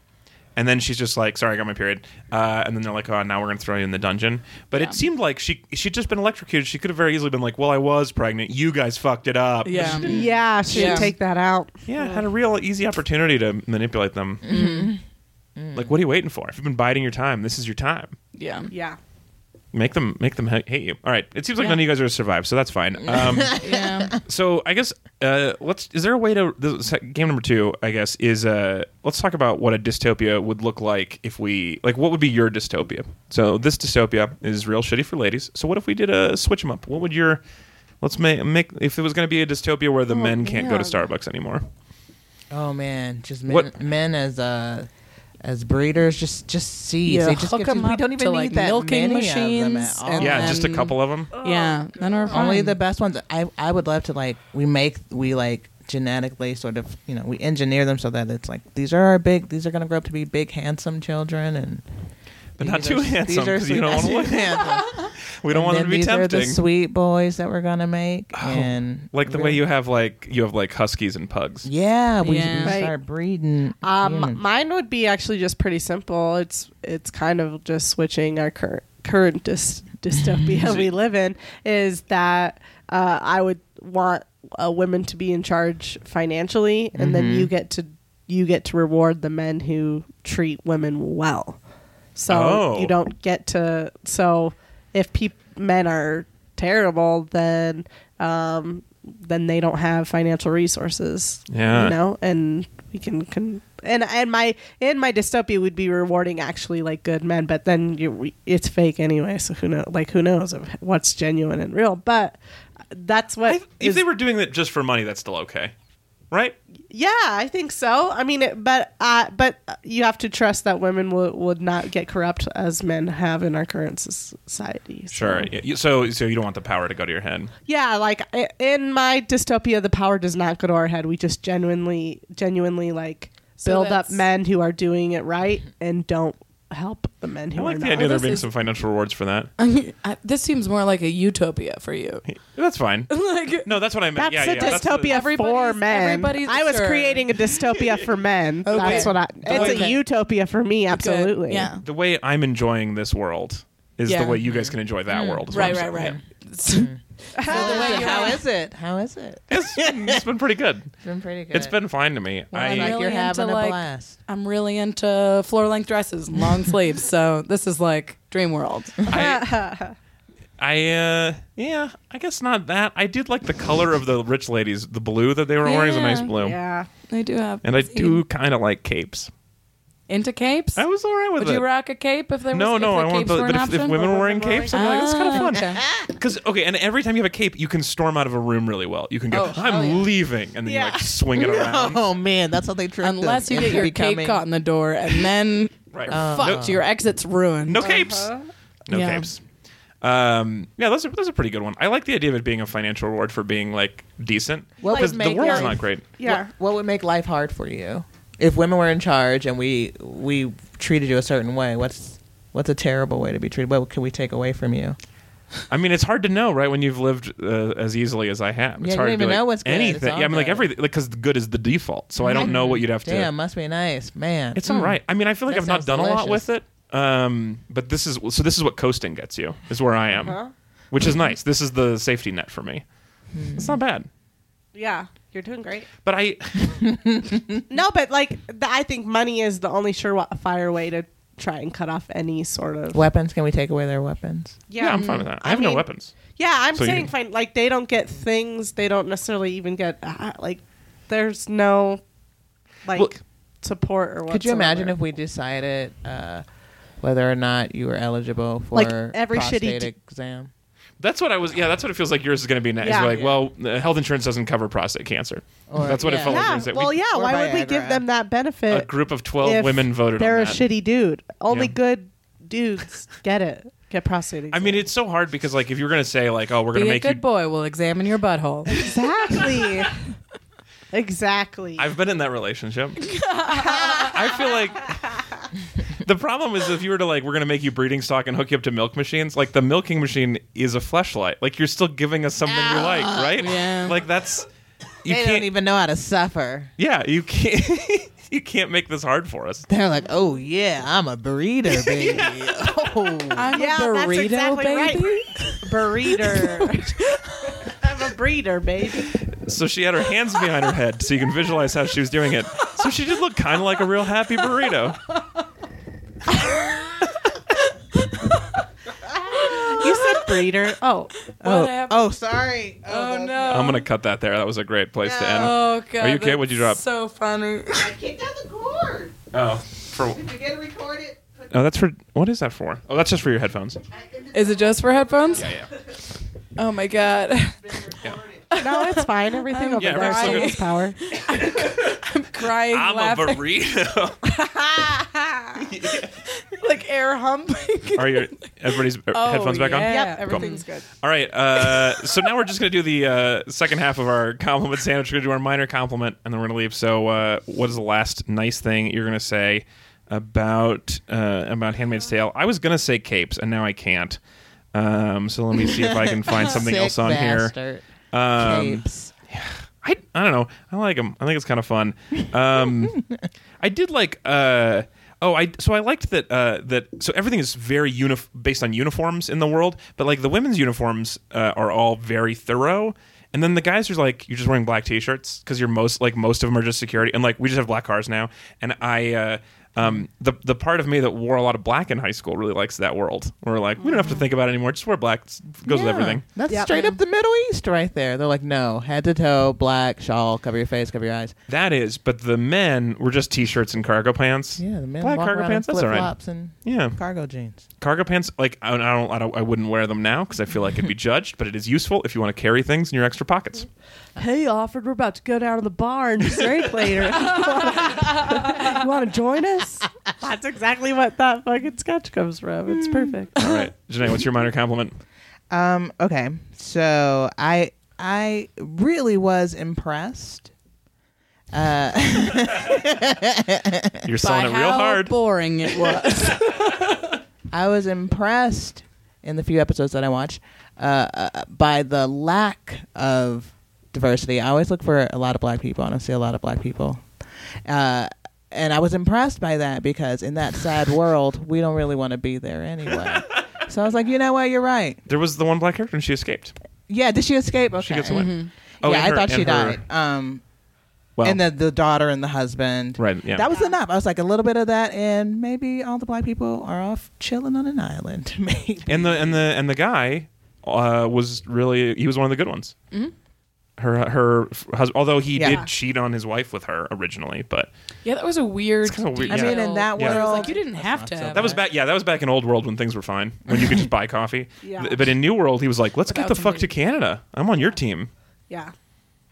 [SPEAKER 1] and then she's just like, "Sorry, I got my period," uh, and then they're like, "Oh, now we're gonna throw you in the dungeon." But
[SPEAKER 3] Yeah.
[SPEAKER 1] it seemed like she she'd just been electrocuted. She could have very easily been like, "Well, I was pregnant. You guys fucked it up."
[SPEAKER 3] Yeah.
[SPEAKER 2] Yeah, she
[SPEAKER 3] Yeah.
[SPEAKER 2] would take that out.
[SPEAKER 1] yeah. Had a real easy opportunity to manipulate them.
[SPEAKER 3] Mm-hmm.
[SPEAKER 1] Like, what are you waiting for? If you've been biding your time, this is your time.
[SPEAKER 3] Yeah.
[SPEAKER 2] Yeah.
[SPEAKER 1] Make them make them ha- hate you. All right. It seems like
[SPEAKER 3] Yeah.
[SPEAKER 1] none of you guys are gonna survive, so that's fine. Um,
[SPEAKER 3] Yeah.
[SPEAKER 1] so I guess uh, let's. Is there a way to the sec- game number two? I guess is uh, let's talk about what a dystopia would look like if we like. What would be your dystopia? So this dystopia is real shitty for ladies. So what if we did a switch them up? What would your let's make make if it was going to be a dystopia where the men can't go to Starbucks anymore?
[SPEAKER 4] Oh man, just men,
[SPEAKER 1] What-
[SPEAKER 4] men as uh as breeders, just just seeds.
[SPEAKER 3] Yeah,
[SPEAKER 4] they just
[SPEAKER 3] hook
[SPEAKER 4] get,
[SPEAKER 3] 'em
[SPEAKER 4] we
[SPEAKER 3] up
[SPEAKER 4] don't even
[SPEAKER 3] to,
[SPEAKER 4] need
[SPEAKER 3] like,
[SPEAKER 4] that
[SPEAKER 3] milking
[SPEAKER 4] many of them at
[SPEAKER 3] machines
[SPEAKER 4] all.
[SPEAKER 3] and
[SPEAKER 1] yeah, just a
[SPEAKER 3] then-
[SPEAKER 1] couple of them.
[SPEAKER 3] yeah. Then we're fine.
[SPEAKER 4] only the best ones. I I would love to like we make we like genetically sort of you know we engineer them so that it's like these are our big these are going to grow up to be big handsome children and
[SPEAKER 1] And not
[SPEAKER 4] These
[SPEAKER 1] too
[SPEAKER 4] are-
[SPEAKER 1] handsome,
[SPEAKER 4] these are
[SPEAKER 1] 'cause you don't
[SPEAKER 4] sweet-
[SPEAKER 1] wanna look-
[SPEAKER 4] handsome.
[SPEAKER 1] We don't want
[SPEAKER 4] Then
[SPEAKER 1] them to be
[SPEAKER 4] these are
[SPEAKER 1] tempting. Oh,
[SPEAKER 4] the sweet boys that we're gonna make, and
[SPEAKER 1] like the way you have like you have like huskies and pugs.
[SPEAKER 4] yeah, we, we
[SPEAKER 3] Yeah.
[SPEAKER 2] Right.
[SPEAKER 4] start breeding.
[SPEAKER 2] Um,
[SPEAKER 4] humans.
[SPEAKER 2] mine would be actually just pretty simple. It's it's kind of just switching our current current dys- dystopia we live in is that uh, I would want uh, women to be in charge financially, and then you get to you get to reward the men who treat women well. So
[SPEAKER 1] Oh.
[SPEAKER 2] you don't get to so if peop men are terrible, then um, then they don't have financial resources.
[SPEAKER 1] Yeah.
[SPEAKER 2] you know, and we can can and and my in my dystopia would be rewarding actually like good men, but then you, we- it's fake anyway. So who know? Like who knows of what's genuine and real? But that's what
[SPEAKER 1] I, if
[SPEAKER 2] is-
[SPEAKER 1] they were doing that just for money, that's still okay, right?
[SPEAKER 2] yeah, I think so. I mean, it, but uh, but you have to trust that women would would not get corrupt as men have in our current s- society. so.
[SPEAKER 1] Sure. Yeah, you- So so you don't want the power to go to your head.
[SPEAKER 2] Yeah, like i- in my dystopia, the power does not go to our head. We just genuinely, genuinely like
[SPEAKER 3] So
[SPEAKER 2] build up
[SPEAKER 3] that's-
[SPEAKER 2] men who are doing it right and don't help the men who
[SPEAKER 1] I like
[SPEAKER 2] are
[SPEAKER 1] the
[SPEAKER 2] not.
[SPEAKER 1] idea there
[SPEAKER 3] This
[SPEAKER 1] being
[SPEAKER 3] is-
[SPEAKER 1] some financial rewards for that.
[SPEAKER 3] I- this seems more like a utopia for you.
[SPEAKER 1] That's fine.
[SPEAKER 3] like,
[SPEAKER 1] No, that's what I meant.
[SPEAKER 2] That's
[SPEAKER 1] yeah,
[SPEAKER 2] a
[SPEAKER 1] yeah, that's the-
[SPEAKER 2] dystopia for
[SPEAKER 3] Everybody's-
[SPEAKER 2] men.
[SPEAKER 3] everybody's-
[SPEAKER 2] I was
[SPEAKER 3] sure.
[SPEAKER 2] creating a dystopia for men.
[SPEAKER 3] Okay.
[SPEAKER 2] That's what I. It's a
[SPEAKER 3] Okay.
[SPEAKER 2] utopia for me,
[SPEAKER 3] Good.
[SPEAKER 2] absolutely.
[SPEAKER 3] Yeah.
[SPEAKER 1] the way I'm enjoying this world is
[SPEAKER 3] Yeah. Mm.
[SPEAKER 1] the way you guys can enjoy that world. is what
[SPEAKER 3] Right,
[SPEAKER 1] I'm
[SPEAKER 3] right,
[SPEAKER 1] saying.
[SPEAKER 3] right.
[SPEAKER 1] Yeah.
[SPEAKER 4] how is it? How is it?
[SPEAKER 1] It's, it's been pretty good.
[SPEAKER 4] It's been pretty good.
[SPEAKER 1] It's been fine to me.
[SPEAKER 4] I
[SPEAKER 1] I,
[SPEAKER 4] like
[SPEAKER 3] Really
[SPEAKER 4] you're having
[SPEAKER 3] into,
[SPEAKER 4] a
[SPEAKER 3] like-
[SPEAKER 4] blast.
[SPEAKER 3] I'm really into floor length dresses and long sleeves, so this is like dream world.
[SPEAKER 1] I, I, uh, yeah, I guess not that. I did like the color of the rich ladies. The blue that they were wearing is a nice
[SPEAKER 3] Yeah.
[SPEAKER 1] blue.
[SPEAKER 2] Yeah.
[SPEAKER 3] I do have,
[SPEAKER 1] And I
[SPEAKER 3] see.
[SPEAKER 1] do kind of like capes.
[SPEAKER 3] into capes.
[SPEAKER 1] I was all right with
[SPEAKER 3] Would
[SPEAKER 1] it.
[SPEAKER 3] you rock a cape if there was
[SPEAKER 1] no,
[SPEAKER 3] if
[SPEAKER 1] no,
[SPEAKER 3] the
[SPEAKER 1] I want
[SPEAKER 3] capes
[SPEAKER 1] the,
[SPEAKER 3] were an
[SPEAKER 1] but if, if
[SPEAKER 3] option?
[SPEAKER 1] women were wearing capes, I'm like, that's kind of fun.
[SPEAKER 3] Ah, okay.
[SPEAKER 1] Because okay, and every time you have a cape, you can storm out of a room really well. You can go,
[SPEAKER 3] Oh,
[SPEAKER 1] "I'm
[SPEAKER 3] hell yeah.
[SPEAKER 1] leaving," and then
[SPEAKER 2] Yeah.
[SPEAKER 1] you like swing it around.
[SPEAKER 4] Oh man, that's how they tricked us
[SPEAKER 3] Unless you
[SPEAKER 4] into
[SPEAKER 3] get your
[SPEAKER 4] becoming-
[SPEAKER 3] cape caught in the door and then
[SPEAKER 1] Right.
[SPEAKER 3] you're
[SPEAKER 2] Um,
[SPEAKER 1] Uh,
[SPEAKER 3] fucked,
[SPEAKER 1] no.
[SPEAKER 3] your exit's ruined.
[SPEAKER 1] No capes. No
[SPEAKER 3] Yeah.
[SPEAKER 1] capes. Um, yeah, that's a, that's a pretty good one. I like the idea of it being a financial reward for being like decent.
[SPEAKER 4] What
[SPEAKER 1] because
[SPEAKER 4] would
[SPEAKER 1] the
[SPEAKER 4] make
[SPEAKER 1] world's
[SPEAKER 4] life-
[SPEAKER 1] not great.
[SPEAKER 2] Yeah.
[SPEAKER 4] What, what would make life hard for you if women were in charge and we we treated you a certain way? What's what's a terrible way to be treated? What can we take away from you?
[SPEAKER 1] I mean, it's hard to know, right? When you've lived uh, as easily as I have, it's
[SPEAKER 4] Yeah, you
[SPEAKER 1] hard
[SPEAKER 4] don't
[SPEAKER 1] to be
[SPEAKER 4] even
[SPEAKER 1] like,
[SPEAKER 4] know what's good. It's
[SPEAKER 1] anything.
[SPEAKER 4] all
[SPEAKER 1] yeah, I mean, like
[SPEAKER 4] good.
[SPEAKER 1] everything, because good is the default. So I don't know what you'd have to.
[SPEAKER 4] Damn, must be nice, man.
[SPEAKER 1] It's all right. I mean, I feel like
[SPEAKER 4] Hmm. That
[SPEAKER 1] I've not
[SPEAKER 4] sounds
[SPEAKER 1] done a lot
[SPEAKER 4] delicious.
[SPEAKER 1] with it. Um, but this is so. This is what coasting gets you. Is where I am,
[SPEAKER 2] Uh-huh.
[SPEAKER 1] which is nice. This is the safety net for me. It's not bad.
[SPEAKER 2] Yeah. You're doing great.
[SPEAKER 1] But I,
[SPEAKER 2] No, but like th- I think money is the only surefire way to try and cut off any sort of.
[SPEAKER 4] Mm. Weapons? Can we take away their weapons?
[SPEAKER 1] yeah, I'm fine with that. I
[SPEAKER 2] mm, I
[SPEAKER 1] have no
[SPEAKER 2] mean-
[SPEAKER 1] weapons.
[SPEAKER 2] Yeah, I'm
[SPEAKER 1] So you-
[SPEAKER 2] saying fine. Like they don't get things. They don't necessarily even get uh, like. There's no, like,
[SPEAKER 1] Well-
[SPEAKER 2] support or.
[SPEAKER 4] Could you
[SPEAKER 2] whatsoever.
[SPEAKER 4] imagine if we decided uh, whether or not you were eligible for
[SPEAKER 2] Like every shitty
[SPEAKER 4] prostate
[SPEAKER 2] d-
[SPEAKER 4] exam?
[SPEAKER 1] That's what I was. Yeah, that's what it feels like. Yours is going to be next.
[SPEAKER 2] Yeah.
[SPEAKER 1] You're like, well, uh, health insurance doesn't cover prostate cancer.
[SPEAKER 4] Or-
[SPEAKER 1] that's what it
[SPEAKER 4] yeah.
[SPEAKER 1] felt like.
[SPEAKER 2] Yeah.
[SPEAKER 1] yours did.
[SPEAKER 2] Well,
[SPEAKER 1] We-
[SPEAKER 2] yeah.
[SPEAKER 4] or
[SPEAKER 2] Why would we
[SPEAKER 4] Viagra.
[SPEAKER 2] give them that benefit?
[SPEAKER 1] A group of twelve
[SPEAKER 2] if
[SPEAKER 1] women voted.
[SPEAKER 2] They're
[SPEAKER 1] on
[SPEAKER 2] a
[SPEAKER 1] that.
[SPEAKER 2] shitty dude. Only
[SPEAKER 1] Yeah.
[SPEAKER 2] good dudes get it. Get prostate.
[SPEAKER 1] I mean, it's so hard because like if you're going to say like, oh, we're going
[SPEAKER 3] Be
[SPEAKER 1] to
[SPEAKER 3] a
[SPEAKER 1] make
[SPEAKER 3] good
[SPEAKER 1] you.
[SPEAKER 3] boy. We'll examine your butthole.
[SPEAKER 2] exactly. exactly.
[SPEAKER 1] I've been in that relationship. I feel like the problem is if you were to like, we're gonna make you breeding stock and hook you up to milk machines. Like the milking machine is a fleshlight. Like you're still giving us something you like, right?
[SPEAKER 3] Yeah.
[SPEAKER 1] Like that's you
[SPEAKER 4] They
[SPEAKER 1] can't.
[SPEAKER 4] don't even know how to suffer.
[SPEAKER 1] yeah, you can't. you can't make this hard for us.
[SPEAKER 4] They're like, oh yeah, I'm a breeder, baby. Oh,
[SPEAKER 3] I'm
[SPEAKER 2] Yeah,
[SPEAKER 3] a burrito,
[SPEAKER 2] that's exactly right.
[SPEAKER 3] baby.
[SPEAKER 2] breeder. I'm a breeder, baby.
[SPEAKER 1] So she had her hands behind her head, so you can visualize how she was doing it. So she did look kind of like a real happy burrito.
[SPEAKER 2] You said breeder. Oh,
[SPEAKER 3] What
[SPEAKER 4] oh,
[SPEAKER 3] happened?
[SPEAKER 4] oh, sorry.
[SPEAKER 3] Oh, no.
[SPEAKER 1] I'm gonna cut that there. That was a great place to end.
[SPEAKER 3] Oh god.
[SPEAKER 1] Are you okay? What'd you drop?
[SPEAKER 3] that's So funny.
[SPEAKER 8] Kicked out the cord.
[SPEAKER 1] Oh, for
[SPEAKER 8] You gotta record it. Put
[SPEAKER 1] oh, that's for what is that for? Oh, that's just for your headphones.
[SPEAKER 8] it in the
[SPEAKER 3] Is it just for headphones?
[SPEAKER 1] Yeah, yeah.
[SPEAKER 3] Oh my god.
[SPEAKER 2] no, it's fine. Everything over
[SPEAKER 1] yeah,
[SPEAKER 2] there
[SPEAKER 1] everything's
[SPEAKER 2] still
[SPEAKER 1] good.
[SPEAKER 2] has power.
[SPEAKER 3] Crying,
[SPEAKER 1] I'm
[SPEAKER 3] laughing,
[SPEAKER 1] a burrito.
[SPEAKER 3] like air humping.
[SPEAKER 1] Are your everybody's
[SPEAKER 3] Oh,
[SPEAKER 1] headphones back on?
[SPEAKER 3] yeah.
[SPEAKER 2] Yep, everything's good.
[SPEAKER 1] All right. Uh, so now we're just gonna do the uh, second half of our compliment sandwich. We're gonna do our minor compliment, and then we're gonna leave. So, uh, what is the last nice thing you're gonna say? about uh, about Handmaid's Tale. I was gonna say capes, and now I can't. Um, so let me see if I can find something else on here. Um,
[SPEAKER 4] Capes.
[SPEAKER 1] I, I don't know. I like them. I think it's kind of fun. Um, I did like. Uh, oh, I so I liked that. Uh, that so everything is very uni- based on uniforms in the world, but like the women's uniforms uh, are all very thorough. And then the guys are like, you're just wearing black t-shirts because you're most like most of them are just security, and like we just have black cars now. And I. Uh, um, the the part of me that wore a lot of black in high school really likes that world. Where like we don't have to think about it anymore. Just wear black. It's- goes
[SPEAKER 4] Yeah.
[SPEAKER 1] with everything.
[SPEAKER 4] That's
[SPEAKER 3] Yep.
[SPEAKER 4] straight up the Middle East right there. They're like, no, head to toe, black shawl, cover your face, cover your eyes.
[SPEAKER 1] That is, but the men were just t-shirts and cargo pants.
[SPEAKER 4] Yeah, the men
[SPEAKER 1] black
[SPEAKER 4] walk
[SPEAKER 1] cargo
[SPEAKER 4] around
[SPEAKER 1] pants.
[SPEAKER 4] in
[SPEAKER 1] That's all
[SPEAKER 4] flip
[SPEAKER 1] right.
[SPEAKER 4] flops and
[SPEAKER 1] Yeah,
[SPEAKER 4] cargo jeans.
[SPEAKER 1] cargo pants. Like I I don't, I don't, I wouldn't wear them now because I feel like it'd be judged. But it is useful if you want to carry things in your extra pockets.
[SPEAKER 9] Hey, Alfred, we're about to go down to the bar and just rape later. you want to join us?
[SPEAKER 2] That's exactly what that fucking sketch comes from. It's perfect.
[SPEAKER 4] Mm-hmm.
[SPEAKER 1] All right, Janae, what's your minor compliment?
[SPEAKER 4] Um, okay. So I I really was impressed. Uh,
[SPEAKER 1] You're selling
[SPEAKER 3] By
[SPEAKER 1] it real
[SPEAKER 3] how
[SPEAKER 1] hard.
[SPEAKER 3] boring it was.
[SPEAKER 4] I was impressed in the few episodes that I watched uh, uh, by the lack of diversity. I always look for a lot of black people, and I see a lot of black people. Uh, and I was impressed by that because in that sad world, we don't really want to be there anyway. so I was like, you know what, you're right.
[SPEAKER 1] there was the one black character and she escaped.
[SPEAKER 4] Yeah, did she escape? Okay.
[SPEAKER 1] She gets away. Oh,
[SPEAKER 4] Mm-hmm.
[SPEAKER 1] and
[SPEAKER 4] yeah, I
[SPEAKER 1] her-
[SPEAKER 4] thought she
[SPEAKER 1] and her-
[SPEAKER 4] died. Um,
[SPEAKER 1] Well,
[SPEAKER 4] and the the daughter and the husband.
[SPEAKER 1] Right, yeah.
[SPEAKER 4] That was enough. I was like a little bit of that, and maybe all the black people are off chilling on an island. Maybe.
[SPEAKER 1] and the and the and the guy uh, was really he was one of the good ones. Her her husband, although he
[SPEAKER 4] Mm-hmm. Yeah.
[SPEAKER 1] did cheat on his wife with her originally, but
[SPEAKER 3] yeah, that was a weird.
[SPEAKER 1] kinda weird,
[SPEAKER 4] I
[SPEAKER 1] yeah.
[SPEAKER 4] mean, in that
[SPEAKER 1] Yeah.
[SPEAKER 4] world,
[SPEAKER 1] I was
[SPEAKER 3] like you didn't have to. have
[SPEAKER 1] That was
[SPEAKER 3] it.
[SPEAKER 1] back. Yeah, that was back in old world when things were fine, when you could just buy coffee.
[SPEAKER 2] Yeah.
[SPEAKER 1] Th- But in new world, he was like, "Let's
[SPEAKER 3] Without
[SPEAKER 1] get the fuck to
[SPEAKER 3] somebody-
[SPEAKER 1] Canada. I'm on your team."
[SPEAKER 2] Yeah.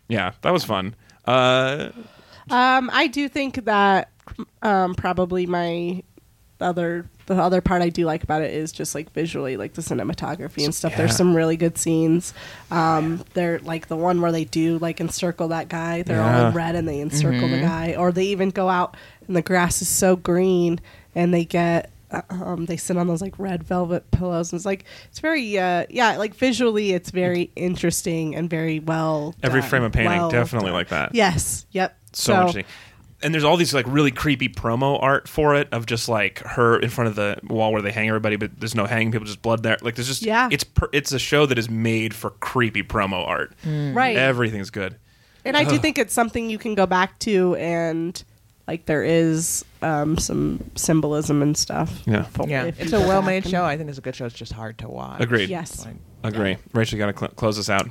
[SPEAKER 1] Yeah, that was fun. Uh,
[SPEAKER 2] Um, I do think that um, probably my other the other part I do like about it is just like visually, like the cinematography and stuff.
[SPEAKER 1] Yeah.
[SPEAKER 2] There's some really good scenes. Um, they're like the one where they do like encircle that guy. They're all
[SPEAKER 1] Yeah.
[SPEAKER 2] in red and they encircle the guy, or they even go out and the grass is so green and they get. uh, Um, they sit on those like red velvet pillows, and it's like it's very, uh, yeah, like visually, it's very interesting and very well.
[SPEAKER 1] every
[SPEAKER 2] done.
[SPEAKER 1] frame of painting,
[SPEAKER 2] Well
[SPEAKER 1] definitely like that.
[SPEAKER 2] Yes. Yep.
[SPEAKER 1] so, interesting. And there's all these like really creepy promo art for it of just like her in front of the wall where they hang everybody, but there's no hanging people, just blood there. Like there's just
[SPEAKER 2] Yeah.
[SPEAKER 1] It's per- it's a show that is made for creepy promo art.
[SPEAKER 2] Mm. Right.
[SPEAKER 1] Everything's good.
[SPEAKER 2] and I do think it's something you can go back to and like there is um, some symbolism and stuff.
[SPEAKER 1] Yeah.
[SPEAKER 2] For-
[SPEAKER 4] yeah,
[SPEAKER 2] if you
[SPEAKER 4] it's
[SPEAKER 2] go
[SPEAKER 4] a
[SPEAKER 2] back
[SPEAKER 4] well made
[SPEAKER 2] and-
[SPEAKER 4] show. I think it's a good show. It's just hard to watch.
[SPEAKER 1] Agreed.
[SPEAKER 2] Yes.
[SPEAKER 1] Agree. Rachel, you got to cl- close us out.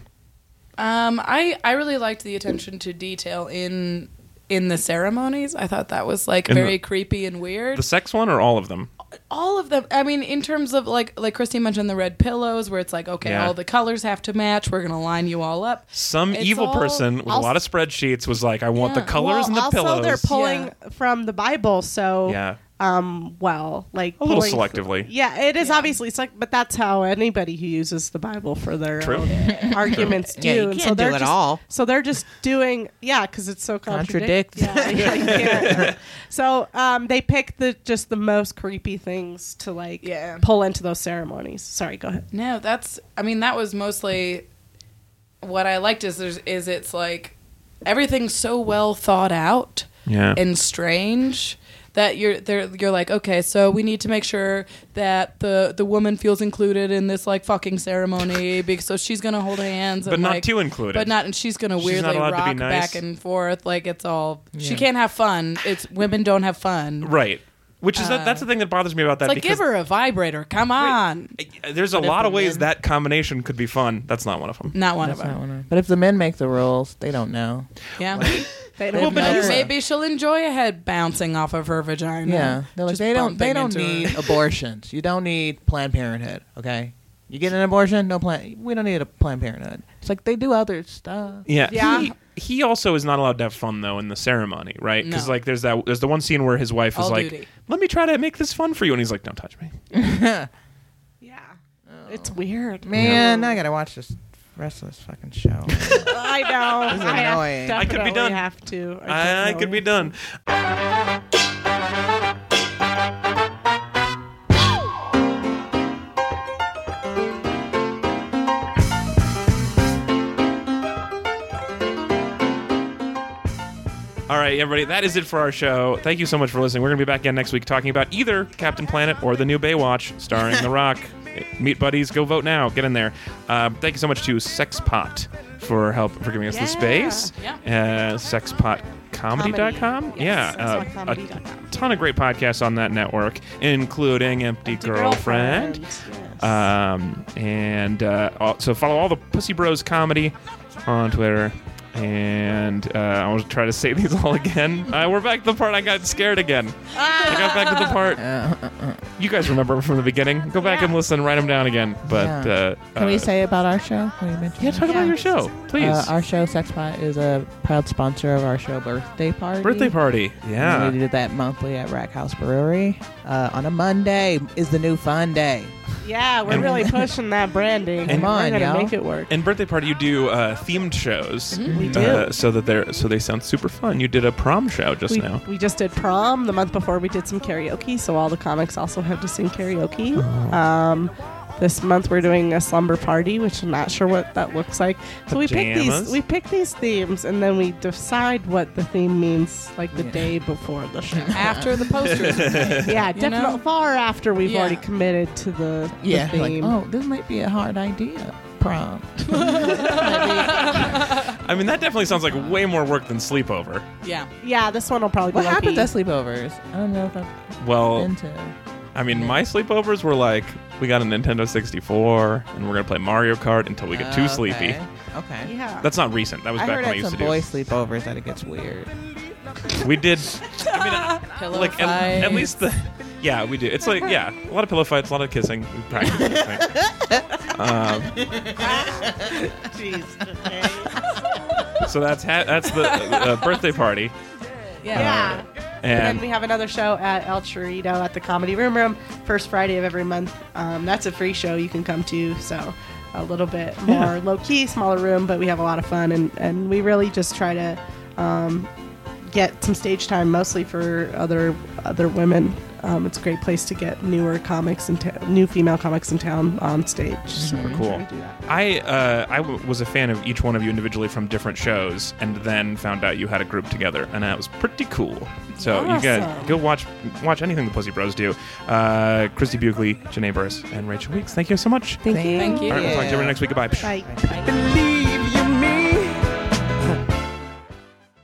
[SPEAKER 3] Um, I I really liked the attention to detail in in the ceremonies. I thought that was like
[SPEAKER 1] In the-
[SPEAKER 3] very creepy and weird.
[SPEAKER 1] The sex one or all of them?
[SPEAKER 3] all of them. I mean, in terms of like like Christine mentioned the red pillows, where it's like okay,
[SPEAKER 1] Yeah.
[SPEAKER 3] all the colors have to match. We're gonna line you all up.
[SPEAKER 1] Some
[SPEAKER 3] It's
[SPEAKER 1] evil
[SPEAKER 3] all-
[SPEAKER 1] person with a
[SPEAKER 3] I'll-
[SPEAKER 1] lot of spreadsheets was like, "I want the
[SPEAKER 3] Yeah.
[SPEAKER 1] colors
[SPEAKER 2] Well,
[SPEAKER 1] and the
[SPEAKER 2] also
[SPEAKER 1] pillows."
[SPEAKER 2] they're pulling
[SPEAKER 3] Yeah.
[SPEAKER 2] from the Bible, so
[SPEAKER 1] yeah,
[SPEAKER 2] um, well, like
[SPEAKER 1] a little
[SPEAKER 2] pulling-
[SPEAKER 1] selectively.
[SPEAKER 2] Yeah, it is obviously select, but that's how anybody who uses the Bible for their
[SPEAKER 1] True.
[SPEAKER 2] own arguments do.
[SPEAKER 4] Yeah, you
[SPEAKER 2] and
[SPEAKER 4] can't
[SPEAKER 2] so they're
[SPEAKER 4] do it
[SPEAKER 2] just-
[SPEAKER 4] all.
[SPEAKER 2] So they're just doing yeah, because it's so contradict.
[SPEAKER 4] Contradict.
[SPEAKER 2] Yeah, yeah, you can't. so um, they pick the just the most creepy things to like
[SPEAKER 3] Yeah.
[SPEAKER 2] pull into those ceremonies. Sorry, go ahead.
[SPEAKER 3] No, that's. I mean, that was mostly what I liked. Is there's is it's like everything's so well thought out.
[SPEAKER 1] Yeah.
[SPEAKER 3] and strange that you're there you're like okay so we need to make sure that the the woman feels included in this like fucking ceremony because so she's gonna hold hands
[SPEAKER 1] But
[SPEAKER 3] and,
[SPEAKER 1] not
[SPEAKER 3] like-
[SPEAKER 1] too included.
[SPEAKER 3] but not and she's gonna
[SPEAKER 1] She's
[SPEAKER 3] weirdly
[SPEAKER 1] not allowed to be
[SPEAKER 3] rock
[SPEAKER 1] nice.
[SPEAKER 3] back and forth like it's all she can't have fun it's women don't have fun
[SPEAKER 1] right. Which is that, that's the thing that bothers me about that.
[SPEAKER 3] uh, it's like
[SPEAKER 1] because
[SPEAKER 3] give her a vibrator come on
[SPEAKER 1] There's a lot of ways that combination could be fun. That's not one of them.
[SPEAKER 3] not one of
[SPEAKER 4] I
[SPEAKER 3] them
[SPEAKER 4] don't know. But if the men make the rules, they don't know.
[SPEAKER 3] yeah
[SPEAKER 2] They
[SPEAKER 4] Well,
[SPEAKER 2] don't
[SPEAKER 4] but
[SPEAKER 2] know.
[SPEAKER 4] it's-
[SPEAKER 3] maybe she'll enjoy a head bouncing off of her vagina
[SPEAKER 4] Yeah, they're like
[SPEAKER 3] Just
[SPEAKER 4] they don't. They
[SPEAKER 3] bumping
[SPEAKER 4] don't
[SPEAKER 3] into her.
[SPEAKER 4] need abortions. You don't need Planned Parenthood. Okay, you get an abortion, no plan. We don't need a Planned Parenthood. It's like they do other stuff.
[SPEAKER 1] Yeah.
[SPEAKER 2] Yeah.
[SPEAKER 1] He, he also is not allowed to have fun though in the ceremony, right? Because
[SPEAKER 3] No.
[SPEAKER 1] like there's that there's the one scene where his wife is
[SPEAKER 3] All
[SPEAKER 1] like,
[SPEAKER 3] duty.
[SPEAKER 1] "Let me try to make this fun for you," and he's like, "Don't touch me."
[SPEAKER 2] yeah,
[SPEAKER 4] Oh.
[SPEAKER 2] it's weird.
[SPEAKER 4] Man, I gotta watch this rest of this fucking show.
[SPEAKER 2] I know.
[SPEAKER 4] is
[SPEAKER 2] I have-
[SPEAKER 4] annoying.
[SPEAKER 1] I could be
[SPEAKER 2] definitely
[SPEAKER 1] done.
[SPEAKER 2] Have to.
[SPEAKER 1] I, I
[SPEAKER 2] definitely
[SPEAKER 1] could be
[SPEAKER 2] have
[SPEAKER 1] done. All right, everybody, that is it for our show. Thank you so much for listening. We're going to be back again next week talking about either Captain Planet or the new Baywatch starring The Rock. Meet buddies, go vote now. Get in there. Uh, thank you so much to Sexpot for help for giving us the space. Uh, Sexpotcomedy.com.
[SPEAKER 2] Comedy.
[SPEAKER 1] Yeah,
[SPEAKER 2] Yes,
[SPEAKER 1] uh,
[SPEAKER 2] sexpotcomedy.com.
[SPEAKER 1] a ton of great podcasts on that network, including Empty, Girlfriend.
[SPEAKER 2] Yes.
[SPEAKER 1] Um, and uh, all- so follow all the Pussy Bros comedy on Twitter. And uh, I'll try to say these all again. Uh, we're back to the part I got scared again. I got back to the
[SPEAKER 4] Uh,
[SPEAKER 1] part. You guys remember from the beginning. Go back and listen, write them down again. But
[SPEAKER 4] Yeah.
[SPEAKER 1] uh,
[SPEAKER 4] Can
[SPEAKER 1] uh,
[SPEAKER 4] we say about our show? What you mentioned?
[SPEAKER 1] Yeah, talk about your show, please.
[SPEAKER 4] Uh, our show, Sexpot, is a proud sponsor of our show, Birthday Party.
[SPEAKER 1] Birthday party.
[SPEAKER 4] We
[SPEAKER 1] Yeah.
[SPEAKER 4] do that monthly at Rack House Brewery. Uh, on a Monday is the new fun day.
[SPEAKER 2] yeah, we're really pushing that branding.
[SPEAKER 4] Come
[SPEAKER 2] we're
[SPEAKER 4] on,
[SPEAKER 2] gonna
[SPEAKER 4] y'all.
[SPEAKER 2] make it work.
[SPEAKER 1] And birthday party, you do uh, themed shows.
[SPEAKER 4] Mm-hmm.
[SPEAKER 1] We
[SPEAKER 2] do.
[SPEAKER 1] Uh, so that they're so they sound super fun. You did a prom show just
[SPEAKER 2] we,
[SPEAKER 1] now.
[SPEAKER 2] we just did prom the month before. We did some karaoke, so all the comics also have to sing karaoke.
[SPEAKER 1] Oh.
[SPEAKER 2] Um, this month we're doing a slumber party, which I'm not sure what that looks like. So we pick
[SPEAKER 1] Pajamas?
[SPEAKER 2] these we pick these themes, and then we decide what the theme means, like the day before the show.
[SPEAKER 3] After the posters.
[SPEAKER 2] yeah,
[SPEAKER 3] You know?
[SPEAKER 2] definitely far after we've
[SPEAKER 3] Yeah.
[SPEAKER 2] already committed to the, the
[SPEAKER 4] Yeah. Like,
[SPEAKER 2] theme.
[SPEAKER 4] oh, this might be a hard idea. Prom.
[SPEAKER 1] I mean, that definitely sounds like way more work than sleepover.
[SPEAKER 3] yeah.
[SPEAKER 2] Yeah, this one will probably
[SPEAKER 4] What
[SPEAKER 2] be low-key.
[SPEAKER 4] happened at sleepovers? I don't know if I've
[SPEAKER 1] Well,
[SPEAKER 4] been to.
[SPEAKER 1] I mean, my sleepovers were like, we got a Nintendo 64 and we're going to play Mario Kart until we get too
[SPEAKER 4] Oh,
[SPEAKER 1] sleepy.
[SPEAKER 4] Okay. okay.
[SPEAKER 2] Yeah.
[SPEAKER 1] That's not recent. That was
[SPEAKER 4] I
[SPEAKER 1] back
[SPEAKER 4] heard
[SPEAKER 1] when I
[SPEAKER 4] at
[SPEAKER 1] used to do.
[SPEAKER 4] some boy sleepovers that it gets weird.
[SPEAKER 1] We did. I mean, uh,
[SPEAKER 3] Pillow
[SPEAKER 1] like at,
[SPEAKER 3] fights.
[SPEAKER 1] at least the. Yeah, we do. It's like yeah, a lot of pillow fights, a lot of kissing. We practice kissing. um, so that's ha- that's the uh, birthday party.
[SPEAKER 3] Yeah.
[SPEAKER 2] yeah. And
[SPEAKER 1] And
[SPEAKER 2] then we have another show at El Chorito at the Comedy Room Room, first Friday of every month. Um, that's a free show you can come to. So a little bit more low key, smaller room, but we have a lot of fun. And, and we really just try to um, get some stage time mostly for other other women. Um, it's a great place to get newer comics and ta- new female comics in town on stage. So we
[SPEAKER 1] cool.
[SPEAKER 2] try to do that.
[SPEAKER 1] I uh, I w- was a fan of each one of you individually from different shows, and then found out you had a group together, and that was pretty cool. So you guys
[SPEAKER 2] Awesome.
[SPEAKER 1] go watch watch anything the Pussy Bros do. Uh, Christy Bugley, Janae Burris, and Rachel Weeks. Thank you so much.
[SPEAKER 2] Thank you.
[SPEAKER 1] All right, we'll talk to
[SPEAKER 4] you.
[SPEAKER 1] everyone next week. Goodbye.
[SPEAKER 2] Bye.
[SPEAKER 1] Believe